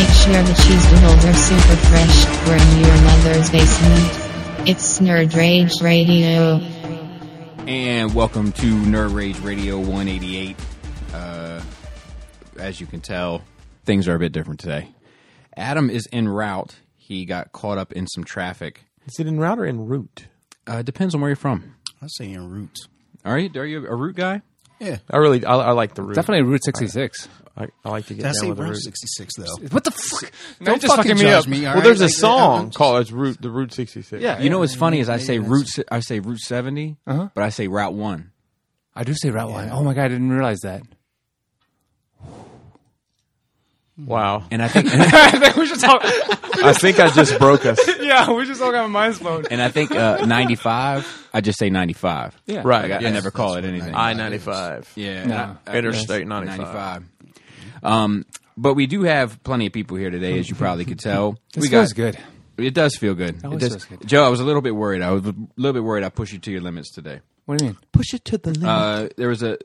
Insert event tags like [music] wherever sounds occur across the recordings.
Make sure the cheese doodles are super fresh. We're in your mother's basement. It's Nerd Rage Radio. And welcome to Nerd Rage Radio 188. Uh, as you can tell, things are a bit different today. Adam is en route. He got caught up in some traffic. Is it en route or en route? Uh, depends on where you're from. I say en route. Are you? Are you a route guy? Yeah. I really, I, I like the route. Definitely Route 66. I, I like to get Did I down say with the Route route. 66, though? What the fuck? Don't just fucking fucking me judge up. me, Well, all right? there's a Like, song I'm- called "It's Route the Route 66." Yeah. Uh-huh. You know what's funny is I say route si- I say route 70, but I say route 1. I do say Route 1. Oh my God, I didn't realize that. Wow. And I think we just all, [laughs] I think I just broke us. yeah, we just all got minds blown. and I think uh, 95, I just say 95. Yeah. Right. Like, I, I yes. never call it anything. I-95. Yeah, No. and I- I- Interstate yes, 95. Um, but we do have plenty of people here today, as you probably could tell. [laughs] This we feels good. It does feel good. It always does. feels good. Joe, I was a little bit worried. I was a little bit worried. I pushed you to your limits today. What do you mean? Push it to the limit. Uh, there was a.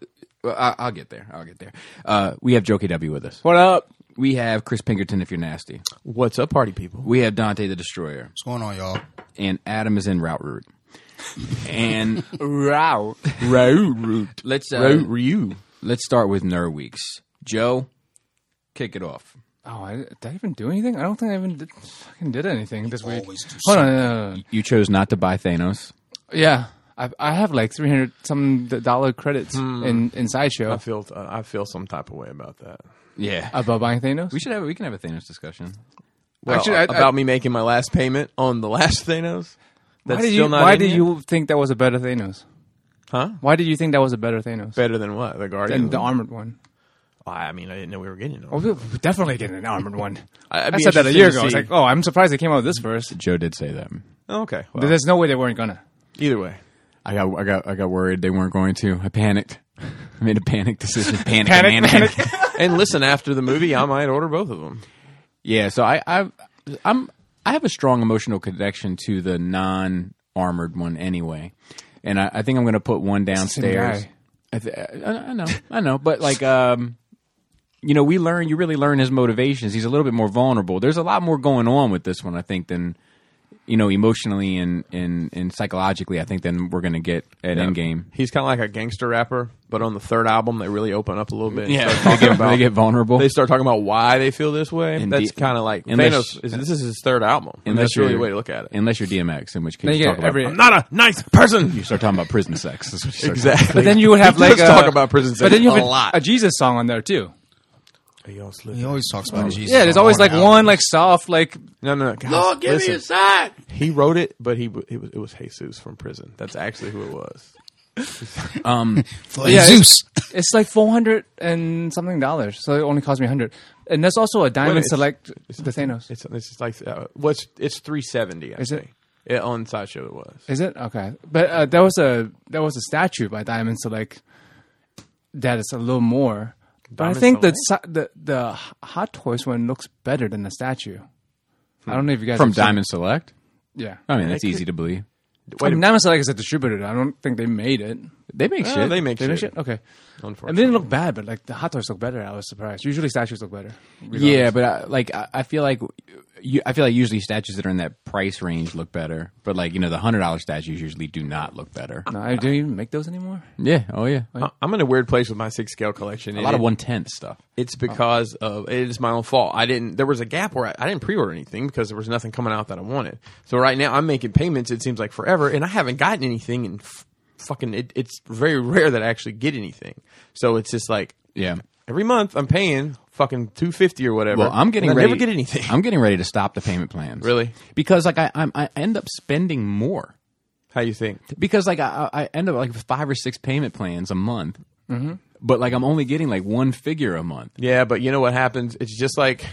well, I, I'll get there. I'll get there. Uh, we have Joe KW with us. what up? We have Chris Pinkerton. If you're nasty, What's up, party people? we have Dante the Destroyer, What's going on, y'all? and Adam is in route route. And [laughs] Route. Route Route. let's uh, Route Ryu. let's start with Nerd Weeks. Joe, kick it off. Oh, I, did I even do anything? I don't think I even did, fucking did anything this week. always do Hold on, no, no, no, no. You chose not to buy Thanos. Yeah. I, I have like 300 some d- dollar credits in, in Sideshow I feel uh, I feel some type of way about that. Yeah, about buying Thanos. Uh, We should have we can have a Thanos discussion. Well, Actually, I- about me making my last payment on the last [laughs] Thanos. That's why did, still you, not why in did yet? you think that was a better Thanos? Huh? Why did you think that was a better Thanos? Better than what? The Guardian. than the armored one. I mean, I didn't know we were getting it. Oh, we're definitely getting an armored one. [laughs] I- I, I'd be said that a interested year to ago. I was see. like, oh, I'm surprised they came out with this first. Joe did say that. Oh, okay. Well, There's no way they weren't gonna. either way. I got I got I got worried they weren't going to. I panicked. [laughs] I made a panic decision. Panic, Panic, man, panic. [laughs] panic. And listen, after the movie, I might order both of them. yeah. So I I I'm I have a strong emotional connection to the non armored one anyway, and I, I think I'm going to put one the same downstairs. guy. I, th- I, I know I know, but like um. You know, we learn. You really learn his motivations. He's a little bit more vulnerable. There's a lot more going on with this one, I think, than you know, emotionally and and, and psychologically. I think than we're going to get at Endgame. He's kind of like a gangster rapper, but on the third album, they really open up a little bit. and start they talking get, about- they get vulnerable. they start talking about why they feel this way. And That's the- kind of like unless- Thanos. Is, this is his third album. And Unless that's really you're- the way to look at it. Unless you're DMX, in which case Then you, you talk get about every- you I'm not a nice person. start talking about prison sex. That's what you start Exactly. But then you would [laughs] have He like does a, talk about prison sex But then you have a a, lot. a Jesus song on there too. He always talks about Jesus. Yeah, there's on always like album. one like soft like No, no, no. Guys, listen. side. He wrote it, but he w- it was, it was Jesus from prison. That's actually who it was. For yeah, Jesus. it's like four hundred and something dollars. So it only cost me hundred. And that's also a diamond it's- select the Thanos. It's it's just like uh, what's it's three seventy. I Is it? think. Yeah, on sideshow it was. Is it okay? But uh, there was a there was a statue by Diamond Select that is a little more. But Diamond I think the, Select? si- the the Hot Toys one looks better than the statue. I don't know if you guys From have seen- Diamond Select. Yeah, I mean, that's easy to believe. Wait I a mean, minute. Diamond Select is a distributor. I don't think they made it. They make Yeah, shit. they make They shit. made shit. Okay, and they Unfortunately, didn't look bad, but like the Hot Toys look better. I was surprised. Usually statues look better. Uh, yeah, but I, like I, I feel like you, I feel like usually statues that are in that price range look better, but like you know the hundred dollar statues usually do not look better. No, I don't even make those anymore. Yeah. Oh yeah. I- I'm in a weird place with my six scale collection. a lot of one tenth stuff. It's because of it is my own fault. I didn't. There was a gap where I, I didn't pre-order anything because there was nothing coming out that I wanted. So right now I'm making payments. It seems like forever, and I haven't gotten anything. And f- fucking, it, it's very rare that I actually get anything. So it's just like Yeah. every month I'm paying fucking two fifty or whatever. Well, I'm getting and I ready. never get anything. I'm getting ready to stop the payment plans. Really? Because like I I'm, I end up spending more. [laughs] How you think? because like I, I end up like with five or six payment plans a month, Mm-hmm. but like I'm only getting like one figure a month. Yeah, but you know what happens? It's just like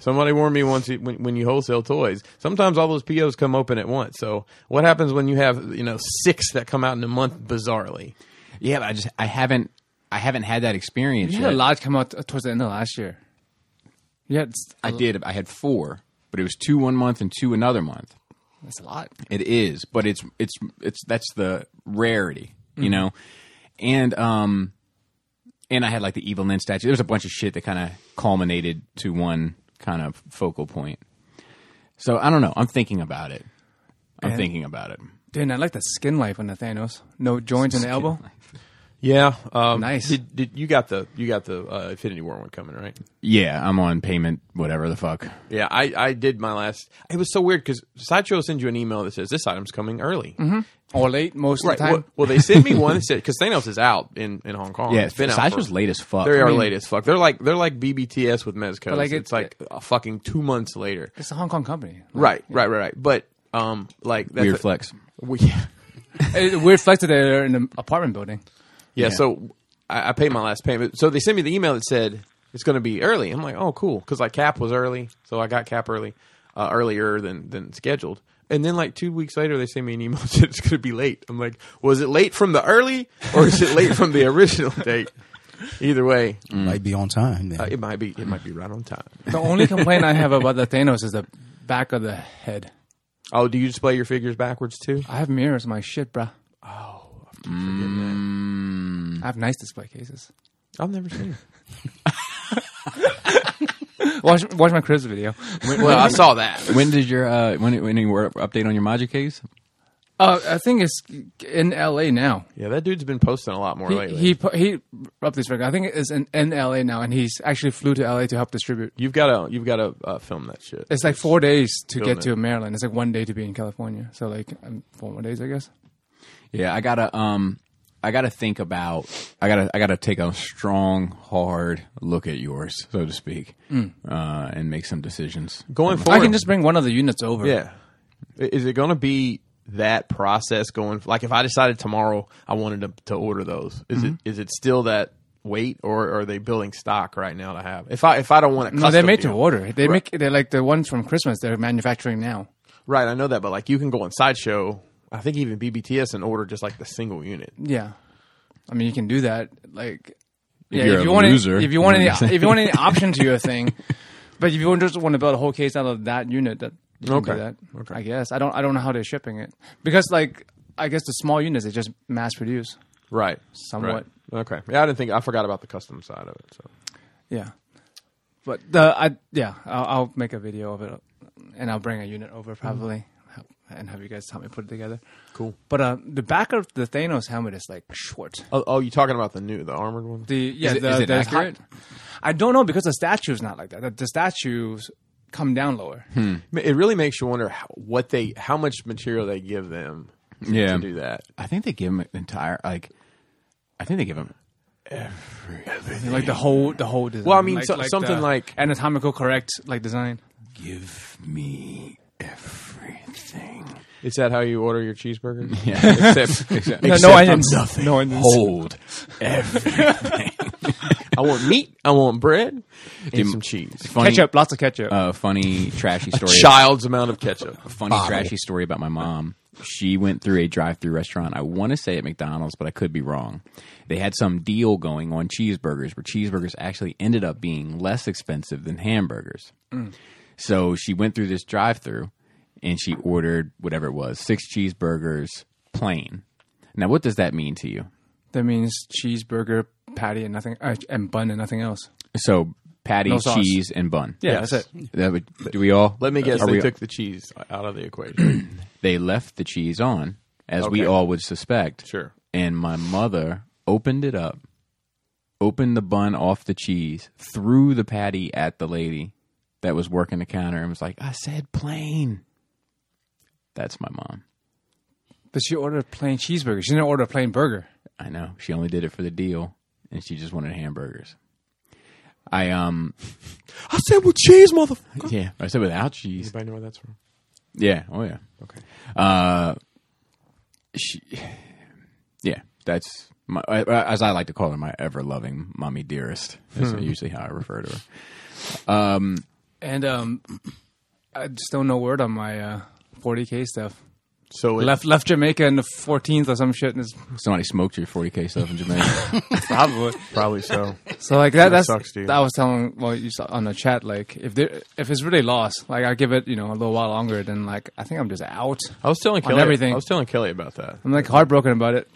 Somebody warned me once you- when, when you wholesale toys. Sometimes all those POs come open at once. So what happens when you have you know six that come out in a month bizarrely? Yeah, but I just I haven't I haven't had that experience You yet. had a lot come out towards the end of last year. Yeah, I did. I had four, but it was two one month and two another month. that's a lot. It is, but it's it's it's that's the rarity, Mm-hmm. you know. And um, and I had like the evil Lynn statue. There was a bunch of shit that kind of culminated to one kind of focal point. So I don't know. I'm thinking about it. I'm And- thinking about it. Dude, I like the skin life on the Thanos. No joints in the elbow. Yeah, um, Nice. Did, did, you got the you got the uh, Infinity War one coming right? Yeah, I'm on payment, whatever the fuck. Yeah, I, I did my last. It was so weird because Sideshow sends you an email that says this item's coming early. Mm-hmm. Or late most Right. of the time. Well, well, they [laughs] sent me one that said because Thanos is out in, in Hong Kong. Yeah, it's been out Sideshow's for- late as fuck. They I are mean- late as fuck. They're like they're like BBTS with Mezco. like, Like it's it- like a fucking two months later. it's a Hong Kong company. Right, right, right, right. But um, like that's Weird flex. We- [laughs] yeah. It- We're flexed that they're in an apartment building. Yeah, so I, I paid my last payment. So they sent me the email that said it's going to be early. I'm like, oh, cool, because like Cap was early, so I got Cap early, uh, earlier than than scheduled. And then like two weeks later, they sent me an email [laughs] that said it's going to be late. I'm like, was it late from the early or is it late from the original [laughs] date? Either way, Might be on time then. uh, it might be it might be right on time. The only complaint I have about the Thanos is the back of the head. Oh, do you display your figures backwards too? I have mirrors, in my shit, bruh. Mm. I have nice display cases. I've never seen it. Watch, watch my Chris video. [laughs] Well, I saw that. When does your uh, when when you were update on your Magic case? Uh, I think it's in L.A. now. Yeah, that dude's been posting a lot more He lately. he, pu- he up this record. I think it's in, in L.A. now, and he's actually flew to L.A. to help distribute. you've got to you've got to uh, film that shit. It's like four days to Filming. get to Maryland. It's like one day to be in California. So like um, four more days, I guess. Yeah, I gotta um, I gotta think about. I gotta I gotta take a strong, hard look at yours, so to speak, uh, and make some decisions. Going I forward, can just bring one of the units over. Yeah. I- Is it going to be that process going? Like, if I decided tomorrow I wanted to, to order those, is Mm-hmm. it is it still that wait, or are they building stock right now to have? If I if I don't want it, No, they custom made to deal- order. They Right. make they're like the ones from Christmas. They're manufacturing now. Right, I know that, but like you can go on sideshow. I think even BBTS and order just like the single unit. Yeah, I mean you can do that. Like, yeah, you're a you want loser, any, if you you want know any, what I'm if you [laughs] want any option to your thing, but if you just want to build a whole case out of that unit, that you can do Okay. that. Okay. I guess I don't I don't know how they're shipping it because like I guess the small units they just mass produce. Right, Somewhat. Right. Okay, yeah, I didn't think I forgot about the custom side of it. So Yeah, but the I yeah I'll, I'll make a video of it and I'll bring a unit over Mm-hmm. probably help- and have you guys help me put it together. cool. But uh, the back of the Thanos helmet is like short. Oh, oh you talking about the new the armored one? The yeah, Is it- the, is it the accurate? hot- I don't know because the statue's not like that. The, the statues come down lower. It really makes you wonder how, what they how much material they give them. to- Yeah. to do that. I think they give him an entire like. I think they give him. Like the whole the whole design. Well, I mean, so- something the like- anatomical correct like design. Give me everything. Is that how you order your [laughs] cheeseburger? Yeah. [laughs] Except, except- No, no Except onions. nothing. No onions. Hold everything. I want meat. I want bread and Dude, some cheese. funny, Ketchup, lots of ketchup. Uh, funny, trashy story. Child's amount of [laughs] ketchup. funny trashy story about my mom. She went through a drive-through restaurant. I want to say at McDonald's, but I could be wrong. They had some deal going on cheeseburgers, where cheeseburgers actually ended up being less expensive than hamburgers. Mm. So she went through this drive-through and she ordered whatever it was, six cheeseburgers plain. Now, what does that mean to you? that means cheeseburger patty and nothing uh, and bun and nothing else. So, patty, No sauce. cheese, and bun. Yeah, Yes. that's it. That would, do we all? Uh, Let me guess. are They we- took the cheese out of the equation. [clears throat] they left the cheese on, as we Okay. all would suspect. Sure. And my mother opened it up, opened the bun off the cheese, threw the patty at the lady that was working the counter, and was like, "I said plain." That's my mom. But she ordered a plain cheeseburger. She didn't order a plain burger. I know she only did it for the deal, and she just wanted hamburgers. I [laughs] um I said with cheese, motherfucker. yeah I said without cheese. Anybody know where that's from? Yeah. Oh yeah. Okay. Uh, she, yeah, that's my I- I- as I like to Hmm. call her, my ever loving mommy dearest. That's usually how I refer to her. Um, And um, I just don't know word on my uh, 40k stuff. So it, Left left Jamaica in the 14th or some shit. And it's, Somebody smoked your 40k stuff in [laughs] Jamaica. [laughs] probably probably so. so like That that, that's sucks, dude. that was telling well you saw on the chat like if there if it's really lost like I give it you know a little while longer then like I think I'm just out. I was telling On Kelly everything. I was telling Kelly about that. I'm like heartbroken about it.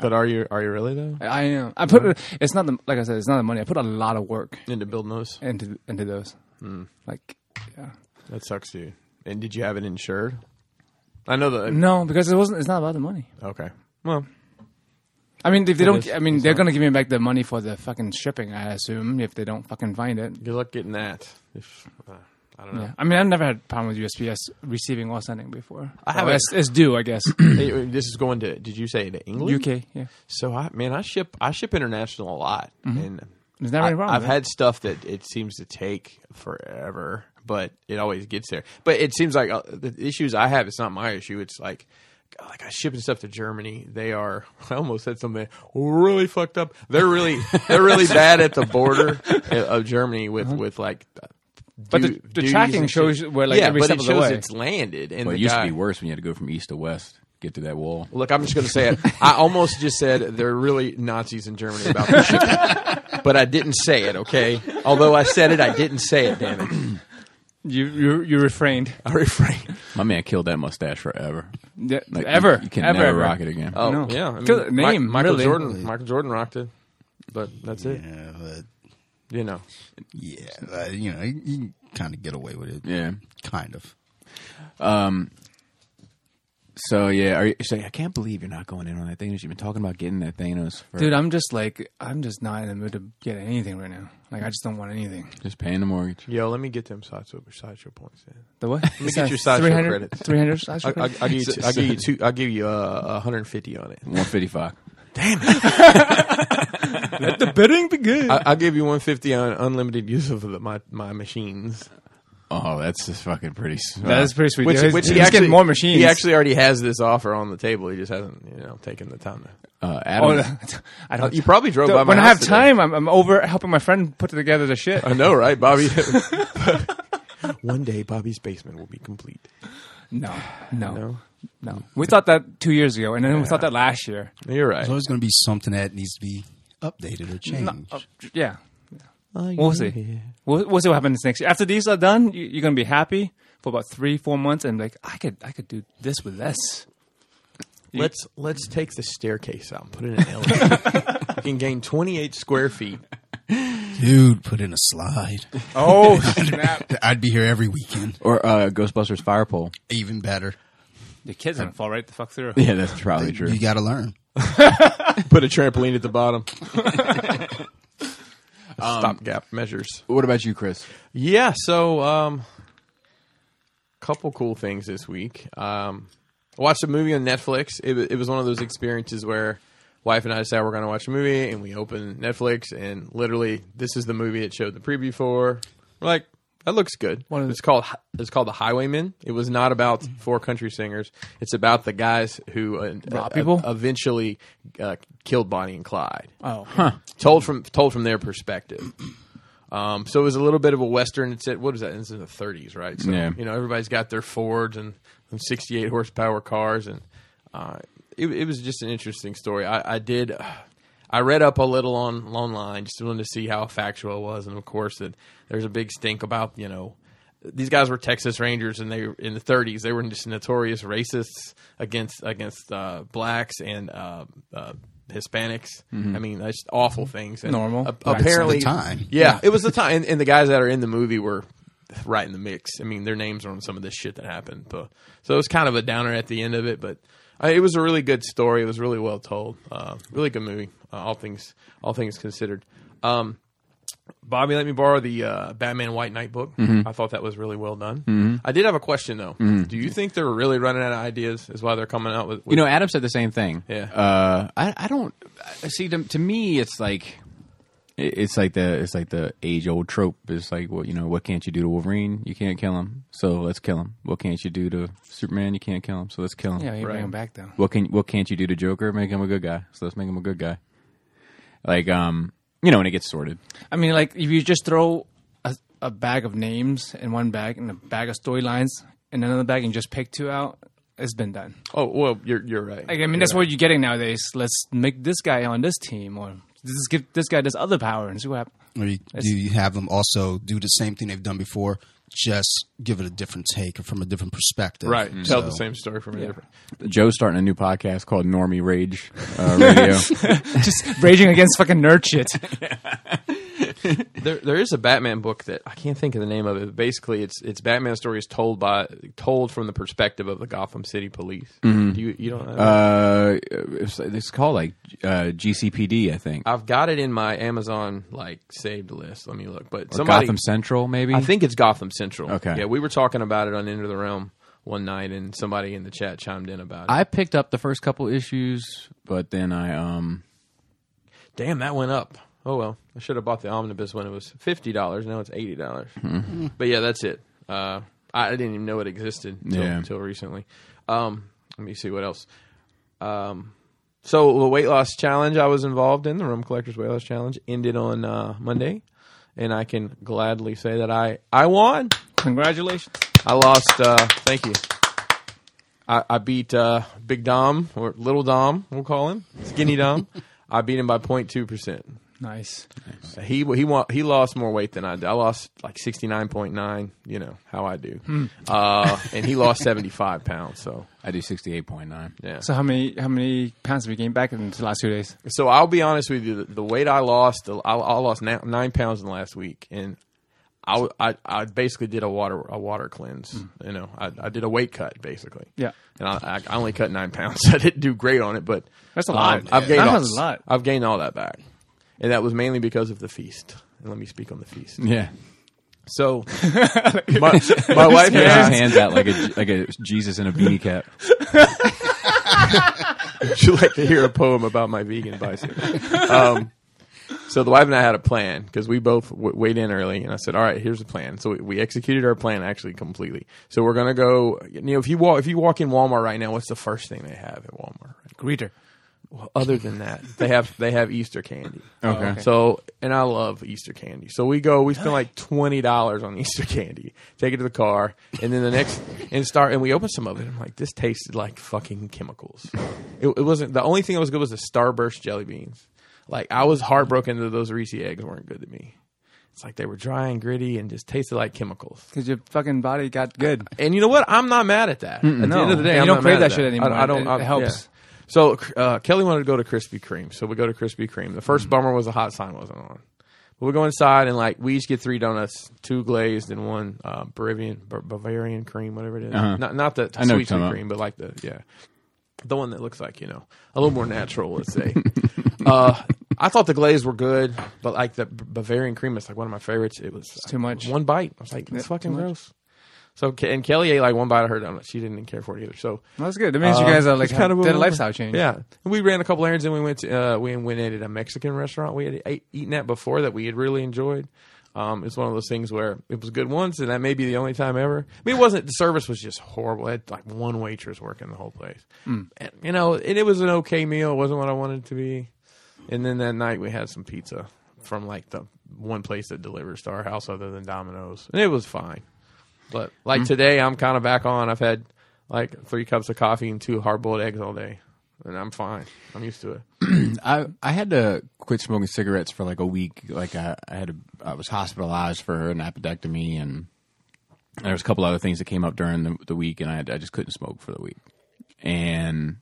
But are you are you really though I am. I put Mm-hmm. it's not the like I said it's not the money. I put a lot of work into building those? into into those. Mm. Like yeah. That sucks, dude. And did you have it insured? I know that. No, because it wasn't. It's not about the money. Okay. Mm-hmm. Well, I mean, if they don't, is- I mean, it's they're not. gonna give me back the money for the fucking shipping. I assume if they don't fucking find it. good luck getting [clears throat] that. If uh, I don't know. Yeah. I mean, I've never had a problem with USPS receiving or sending before. I have a- it's, it's due, [clears throat] I guess. Hey, this is going to. Did you say to England? UK. Yeah. So I man, I ship I ship international a lot, and Mm-hmm. There's never I, any problem I've with had stuff that it seems to take forever, but it always gets there. But it seems like uh, the issues I have, it's not my issue. It's like. God, Like I shipping stuff to Germany, they are. [laughs] I almost said something really fucked up. They're really, they're [laughs] really bad at the border of Germany with with like. Uh-huh. But the- du- the duties tracking and shit. shows where, like, yeah, every but step it of the shows way. it's landed. And well, it the used guy, to be worse when you had to go from east to west, get through that wall. Look, I'm just going to say it. I almost just said they're really Nazis in Germany about this shit, but I didn't say it. Okay, although I said it, I didn't say it. Damn [laughs] it! You you you refrained. I refrained. My man killed that mustache forever. Yeah, Like, you- ever. you, can ever, never ever. rock it again. Oh No. yeah, I mean, Good Mi- name, Michael really. Jordan. Michael Jordan rocked it, but that's it. Yeah, but You know, yeah, uh, you know, you, you can kind of get away with it. Yeah. kind of. So yeah, are you, so, I can't believe you're not going in on that Thanos. You've been talking about getting that Thanos for Dude, I'm just like I'm just not in the mood to get anything right now. Like I just don't want anything. just paying the mortgage. yo, let me get them sideshow sideshow points. In. The what? Let get your sideshow credits. Three hundred sideshow I, I, credits. I'll give you. Two, I'll give you two. I'll give you uh, 150 on it. One fifty five. Let the [laughs] bidding begin. I, I'll give you 150 on unlimited use of the, my my machines. Oh, that's just fucking pretty. s- that is pretty sweet. Which, He's- which he's he actually getting more machines. He actually already has this offer on the table. He just hasn't, you know, taken the time to. uh, Oh, Adam. [laughs] I don't. Uh, You probably drove by my when I house have today. Uh, time, I'm, I'm over helping my friend put together the shit. I know, right, [laughs] Bobby? [laughs] One day, Bobby's basement will be complete. No, no, No? no, We thought that two years ago, and then we thought that last year. Oh, You're right. There's always going to be something that needs to be updated or changed. Oh. Uh, yeah, uh, we'll see. We'll, we'll see what happens next year. After these are done, you, you're gonna be happy for about three, four months, and like I could, I could do this with less. Let's let's take the staircase out and put it in [laughs] an elevator. you can gain 28 square feet. Dude, put in a slide. [laughs] Oh snap! I'd be here every weekend. or uh, Ghostbusters fire pole. Even better. the kid's gonna fall right the fuck through. Yeah, that's probably true. You got to learn. Put a trampoline at the [laughs] bottom. Stopgap measures. What about you, Chris? Yeah, so um couple cool things this week. Um I watched a movie on Netflix. It, wa- it was one of those experiences where wife and I decided we're going to watch a movie and we open Netflix and literally this is the movie it showed the preview for. We're like that looks good. One of the- it's called Hi- it's called The Highwaymen. It was not about four country singers. It's about the guys who uh, Rob people? eventually uh, killed Bonnie and Clyde Oh, told from told from their perspective. Um, so it was a little bit of a western. It's at what is that? It's in the 30s, right? So Yeah. you know everybody's got their Fords and, and 68 horsepower cars, and uh, it, it was just an interesting story. I, I did. Uh, I read up a little on online just wanted to see how factual it was, and of course that there's a big stink about you know these guys were Texas Rangers, and they in the 30s they were just notorious racists against against uh, blacks and uh, uh, Hispanics. I mean, that's awful things. And Normal. a- That's apparently, the time. Yeah, it was the time, and, and the guys that are in the movie were right in the mix. I mean, their names are on some of this shit that happened. But so it was kind of a downer at the end of it, but. uh, It was a really good story. It was really well told. Uh, really good movie. Uh, all things, all things considered. Um, Bobby let me borrow the uh, Batman White Knight book. Mm-hmm. I thought that was really well done. I did have a question though. Do you think they're really running out of ideas? Is why they're coming out with, with You know, Adam said the same thing. Yeah. Uh, I I don't I- see to, to me it's like it- it's like the it's like the age old trope. It's like well, you know what can't you do to Wolverine? You can't kill him, so let's kill him. What can't you do to Superman? You can't kill him, so let's kill him. yeah, you Right. bring him back though. What can what can't you do to Joker? Make him a good guy. So let's make him a good guy. Like um, you know, and it gets sorted. I mean, like if you just throw a, a bag of names in one bag and a bag of storylines in another bag and just pick two out, it's been done. Oh well, you're you're right. Like, I mean, that's what you're getting nowadays. Let's make this guy on this team, or let's give this guy this other power and see what happens. Or you, do you have them also do the same thing they've done before? Just give it a different take or from a different perspective. right. Tell the Mm-hmm. So- same story from a different. Joe's starting a new podcast called Normie Rage [laughs] uh, Radio. [laughs] just raging against fucking nerd shit. There, there is a Batman book that I can't think of the name of it. But basically, it's it's Batman stories told by told from the perspective of the Gotham City Police. Do you you don't? Have that? Mm-hmm. uh, it's, it's called like uh, GCPD, I think, I've got it in my Amazon like saved list. Let me look. But or somebody, Gotham Central, maybe. I think it's Gotham Central. Okay. Yeah, we were talking about it on Into the Realm one night, and somebody in the chat chimed in about it. I picked up the first couple issues, but then I um Damn, that went up. Oh well, I should have bought the omnibus when it was fifty dollars. Now it's eighty dollars. But yeah, that's it. Uh, I I didn't even know it existed until, Yeah. until recently. Um, let me see what else. Um, so the weight loss challenge I was involved in, the Room Collectors Weight Loss Challenge, ended on uh, Monday, and I can gladly say that I I won. [laughs] Congratulations. I lost. Uh, thank you. I, I beat uh, Big Dom or Little Dom, we'll call him Skinny Dom. I beat him by 02 percent. Nice. He he wa- he lost more weight than I did. I lost like sixty nine point nine. You know how I do. Hmm. Uh, and he lost seventy five pounds. So I do sixty eight point nine. yeah. So So, how many how many pounds have you gained back in the last two days? I'll be honest with you. The, the weight I lost, the, I, I lost na- nine pounds in the last week, and I, w- I- I basically did a water a water cleanse. You know, I, I did a weight cut basically. Hmm. Yeah. And I, I only cut nine pounds. [laughs] I didn't do great on it, but That's a um, lot. I've gained Nine all, pounds is a lot. I've gained all that back, and that was mainly because of the feast. And let me speak on the feast. Yeah, So my, my wife and his I, hands out like a like a Jesus in a beanie cap. [laughs] she'd like to hear a poem about my vegan bicep. Um, so the wife and I had a plan because we both w- weighed in early, and I said, "All right, here's the plan." So we, we executed our plan actually completely. So we're gonna go. You know, if you walk if you walk in Walmart right now, what's the first thing they have at Walmart? Greeter. Well, other than that, they have they have Easter candy. Okay. So, and I love Easter candy. So we go, we spend like twenty dollars on Easter candy, take it to the car, and then the next and start and we open some of it. I'm like, this tasted like fucking chemicals. It, it wasn't the only thing that was good was the Starburst jelly beans. Like I was heartbroken that those Reese eggs weren't good to me. It's like they were dry and gritty and just tasted like chemicals. Because your fucking body got good. And you know what? I'm not mad at that. At the No. end of the day, You I'm don't not crave mad at that shit anymore. I, I don't. It- I- it helps. yeah. So uh, Kelly wanted to go to Krispy Kreme, so we go to Krispy Kreme. The first bummer was the hot sign wasn't on. But we go inside and like we each get three donuts, two glazed and one uh, Bavarian Bavarian cream, whatever it is. Uh-huh. Not not the know what sweet you're talking sweet cream, but like the yeah, the one that looks like you know a little more natural. Let's say. [laughs] uh, I thought the glazed were good, but like the Bavarian cream is like one of my favorites. It was too much. One bite, I was like, it's too fucking much. gross. So Ke- and Kelly ate like one bite of her donut. She didn't care for it either. So Well, that's good. That means uh, you guys are like it's kind of did a little- lifestyle change. Yeah, we ran a couple errands and we went to uh, we went and ate at a Mexican restaurant. We had ate, eaten at before that we had really enjoyed. Um, it's one of those things where it was good once, and that may be the only time ever. I mean, it wasn't. The service was just horrible. It had like one waitress working the whole place, Hmm. and you know, and it was an okay meal. It wasn't what I wanted it to be. And then that night we had some pizza from like the one place that delivers to our house, other than Domino's, and it was fine. But like today, I'm kind of back on. I've had like three cups of coffee and two hard boiled eggs all day, and I'm fine. I'm used to it. [clears throat] I I had to quit smoking cigarettes for like a week. Like I, I had a, I was hospitalized for an appendectomy, and there was a couple other things that came up during the, the week, and I had, I just couldn't smoke for the week. And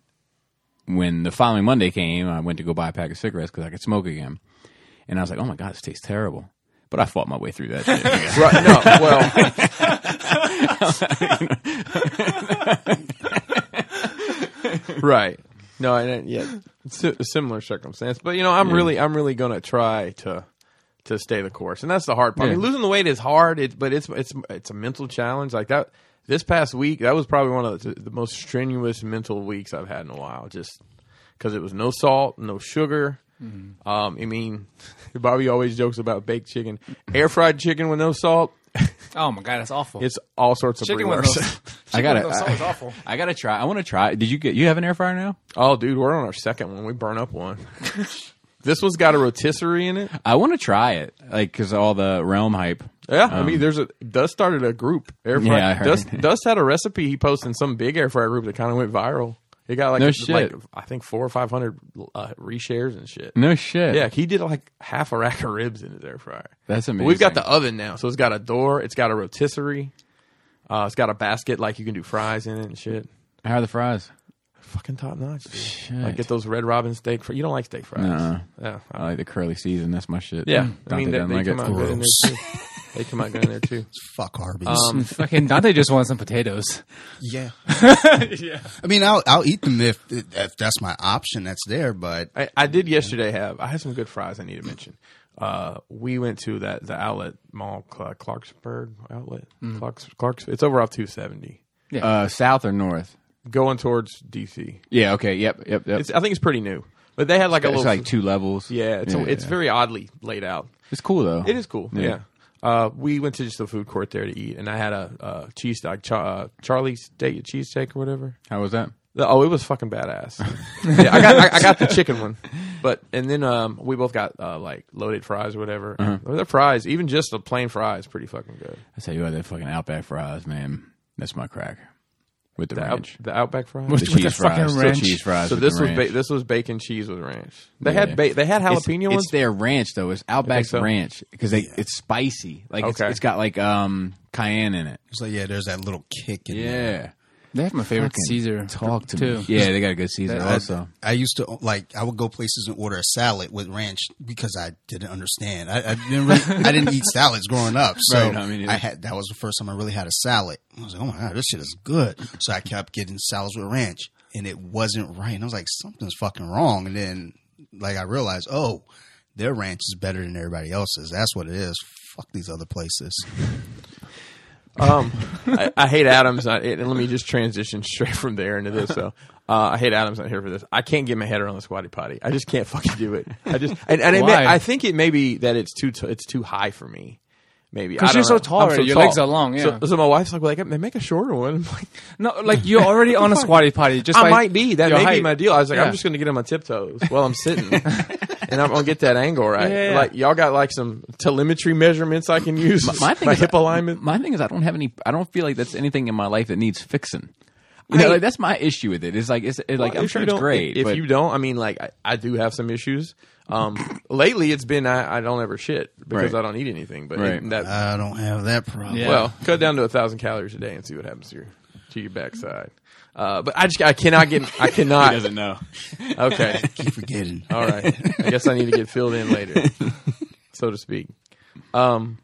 when the following Monday came, I went to go buy a pack of cigarettes because I could smoke again, and I was like, oh my god, this tastes terrible. But I fought my way through that. [laughs] Shit. Right? No. Well, right. No, I didn't yet. It's a similar circumstance, but you know, I'm really, I'm really gonna try to to stay the course, and that's the hard part. I mean, Yeah. losing the weight is hard, it, but it's it's it's a mental challenge. Like that, this past week, that was probably one of the, the most strenuous mental weeks I've had in a while. Just because it was no salt, no sugar. Um, I mean, [laughs] Bobby always jokes about baked chicken, air fried chicken with no salt. Oh my god, that's awful. It's all sorts of chicken with reworks. no, I gotta. with no salt is awful. I, I gotta try. I want to try. Did you get? You have an air fryer now? [laughs] Oh, dude, we're on our second one. We burn up one. this one's got a rotisserie in it. I want to try it, like because all the realm hype. Yeah, I mean, there's a Dust started a group. Air fryer. Um, Yeah, I heard. Dust Dust had a recipe he posted in some big air fryer group that kind of went viral. It got like No like, shit. I think four or five hundred uh, reshares and shit. No shit. Yeah, he did like half a rack of ribs in his air fryer. That's But We've got the amazing. oven now, so it's got a door, it's got a rotisserie, uh, it's got a basket like you can do fries in it and shit. How are the fries? Fucking top notch. dude. Like get those Red Robin steak. Fr- you don't like steak fries? Nuh-uh. Yeah, I- I like the curly season. That's my shit. yeah. Dante I mean, they, doesn't they like come it. out good in there too. They come out good in [laughs] there too. Fuck Arby's. Um, [laughs] Fucking Dante just wants some potatoes. [laughs] [laughs] yeah. I mean, I'll I'll eat them if if that's my option. That's there, but I, I did yesterday have. I had some good fries. I need to mention. Uh, we went to that the outlet mall, Cl- Clarksburg outlet, Mm. Clarks, Clarks. It's over off two seventy, Uh, south or north? going towards DC. Yeah. Okay. Yep. Yep. Yep. It's, I think it's pretty new, but they had like a It's little. like two levels. yeah, it's a- it's very oddly laid out. It's cool though. It is cool. Yeah. Yeah. Uh, we went to just the food court there to eat, and I had a, uh cheese dog, cha- uh, Charlie's steak, cheesesteak or whatever. How was that? The- oh, it was fucking [laughs] badass. yeah, I got I, I got the chicken one, but and then um we both got uh, like loaded fries or whatever. Uh-huh. Well, The fries, even just the plain fries, pretty fucking good. I tell you what, that fucking Outback fries, man. That's my crack with the, The, out, ranch. the Outback fries. With the With the cheese [laughs] fucking fries, ranch. Still cheese fries. so with the this was ranch. ba- this was bacon cheese with ranch. They Yeah. had ba- they had It's- jalapeno it's, ones. their ranch though. It's Outback's so? ranch because they it's spicy. Like it's, Okay. it's got like um cayenne in it. it's like yeah, there's that little kick in there. Yeah. They have my favorite Caesar. Talk to too. me. Yeah, they got a good season That- also. I used to like I would go places and order a salad with ranch because I didn't understand. I, I didn't really, I didn't eat salads growing up, so Right, I I, mean, it- had that was the first time I really had a salad. I was like, oh my god, this shit is good. So I kept getting salads with ranch, and it wasn't right. And I was like, something's fucking wrong. And then like I realized, oh, their ranch is better than everybody else's. That's what it is. Fuck these other places. Um, I, I hate Adams. Not, and let me just transition [laughs] straight from there into this. So, uh, I hate Adams not here for this. I can't get my head around the squatty potty. I just can't [laughs] fucking do it. I just and, and it may, Why? I think it may be that it's too t- it's too high for me. Maybe 'Cause I don't you're so know. tall I'm already. Your legs are long, So- yeah. So, my wife's like, "Well, they make a shorter one." [laughs] I'm like, No, like you're already on a squatty potty. Just I by might be. That your may be height. my deal. I was like, Yeah. I'm just going to get on my tiptoes while I'm [laughs] sitting, and I'm going to get that angle right. Yeah. Like y'all got like some telemetry measurements I can use. [laughs] My, my thing is- hip alignment. My thing is, I don't have any. I don't feel like that's anything in my life that needs fixing. You know, I- like, that's my issue with it. It's like it's, it's like Well, I'm if sure you it's don't- great. If but you don't, I mean, like I, I do have some issues. [coughs] Um, lately, it's been I, I don't ever shit because Right. I don't eat anything. But Right. that I don't have that problem. Yeah. well, cut down to a thousand calories a day and see what happens to your to your backside. Uh, but I just I cannot get [laughs] I cannot. know. Okay, [laughs] Keep forgetting. all right. I guess I need to get filled in [laughs] later, so to speak. Um,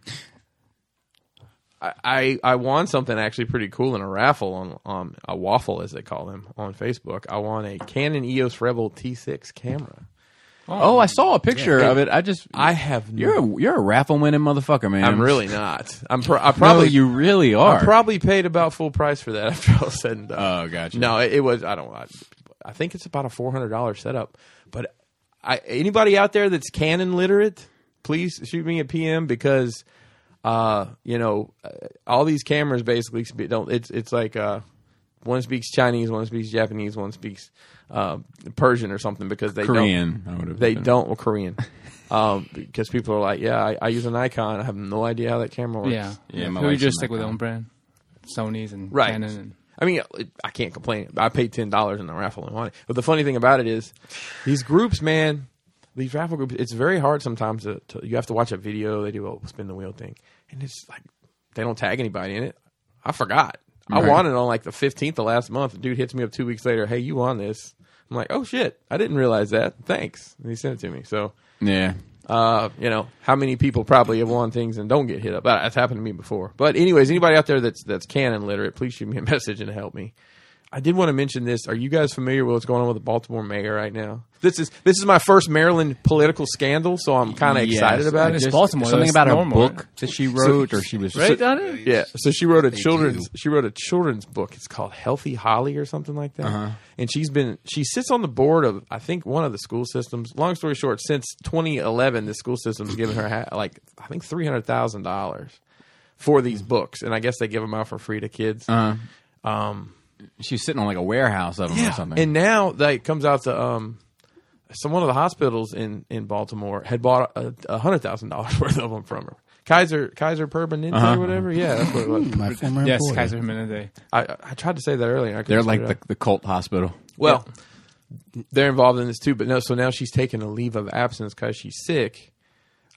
I, I I won something actually pretty cool in a raffle on um a waffle as they call them on Facebook. I won a Canon EOS Rebel T6 camera. Oh, I saw a picture of it. I just I have. you're no- a, you're a raffle winning motherfucker, man. I'm really not. I'm. Pro- I probably probably. you really are. I probably paid about full price for that [laughs] after all said and done. Oh, gotcha. No, it, it was. I don't. I, I think it's about a four hundred dollar setup. But I, anybody out there that's Canon literate, please shoot me a PM because, uh, you know, uh, all these cameras basically spe- don't. It's it's like uh, one speaks Chinese, one speaks Japanese, one speaks uh, Persian or something because they Korean. I Don't, would've they been. don't well, Korean. [laughs] Um, because people are like, yeah, I, I use an icon. I have no idea how that camera works. Yeah. Yeah, my So we wife's just in stick that with kind. own brand, Sony's and Right. Canon. And, I mean, it- I can't complain. I paid ten dollars in the raffle and won it. But the funny thing about it is, these groups, man, these raffle groups, it's very hard sometimes. To, to you have to watch a video. They do a spin the wheel thing, and it's like they don't tag anybody in it. I forgot. I Right. won it on like the fifteenth of last month. Dude hits me up two weeks later. Hey, you won this? I'm like, oh shit, I didn't realize that. Thanks. And he sent it to me. So Yeah. uh, you know, how many people probably have won things and don't get hit up. That- That's happened to me before. But anyways, anybody out there that's that's canon literate, please shoot me a [laughs] message and help me. I did want to mention this. Are you guys familiar with what's going on with the Baltimore mayor right now? This is this is my first Maryland political scandal, so I'm kind of Yes, excited I about It's it. just- Baltimore, Something that's about her normal. book that she wrote, or she was right, Dante? Yeah. So she wrote a children's do. she wrote a children's book. It's called Healthy Holly or something like that. Uh-huh. And she's been she sits on the board of I think one of the school systems. Long story short, since 2011, the school system's given her ha- like I think three hundred thousand dollars for these Hmm. books, and I guess they give them out for free to kids. Uh, she's sitting on like a warehouse of them or something. And now that it comes out to um, some one of the hospitals in in Baltimore had bought a, a hundred thousand dollars [laughs] worth of them from her Kaiser Kaiser Permanente Uh-huh. or whatever. Yeah, that's what [laughs] it was. My former Yes, employer. Kaiser Permanente. I, I tried to say that earlier. and I couldn't They're say like it the, out. the cult hospital. well, they're involved in this too. But no, so now she's taking a leave of absence because she's sick.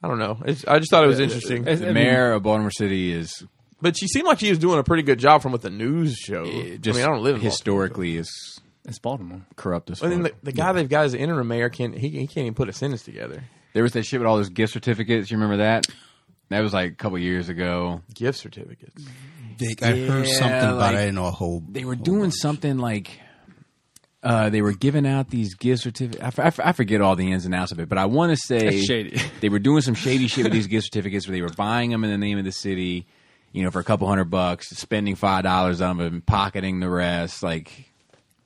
I don't know. It's, I just thought it was interesting. It's- The I mean- mayor of Baltimore City is But she seemed like she was doing a pretty good job from what the news showed. eh, just I mean, I don't live in Baltimore. historically is It's Baltimore. corrupt as I mean, fuck. the, the guy they've got as the interim mayor can't he, he can't even put a sentence together. There was that shit with all those gift certificates. You remember that? That was like a couple years ago. Gift certificates. Dick, I heard Yeah, something about like- it. I didn't know a whole. They were doing something like uh, they were giving out these gift certificates. I, f- I f- I forget all the ins and outs of it, but I want to say That's shady. [laughs] they were doing some shady shit with these gift certificates where they were buying them in the name of the city, you know, for a couple hundred bucks, spending five dollars on them and pocketing the rest. Like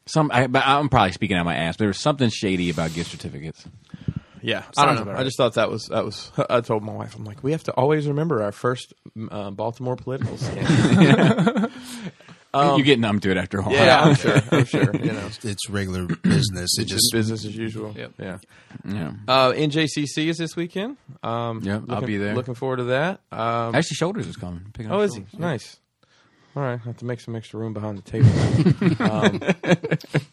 some, I, but I'm probably speaking out my ass. But there was something shady about gift [laughs] certificates. [laughs] Yeah, I don't Sounds know. about I just thought that was that was. I told my wife, I'm like, we have to always remember our first uh, Baltimore political scandal. Um, you get numb to it after a while. [laughs] yeah, [laughs] I'm sure. I'm sure. You know, It's [clears throat] regular business. It just just business as usual. Yep. Yeah. yeah. Uh, NJCC is this weekend. Um, Yep, I'll looking- be there. Looking forward to that. Um, Actually, shoulders is coming. Picking up oh, is he Shoulders. nice? All right, I have to make some extra room behind the table. [laughs] Um,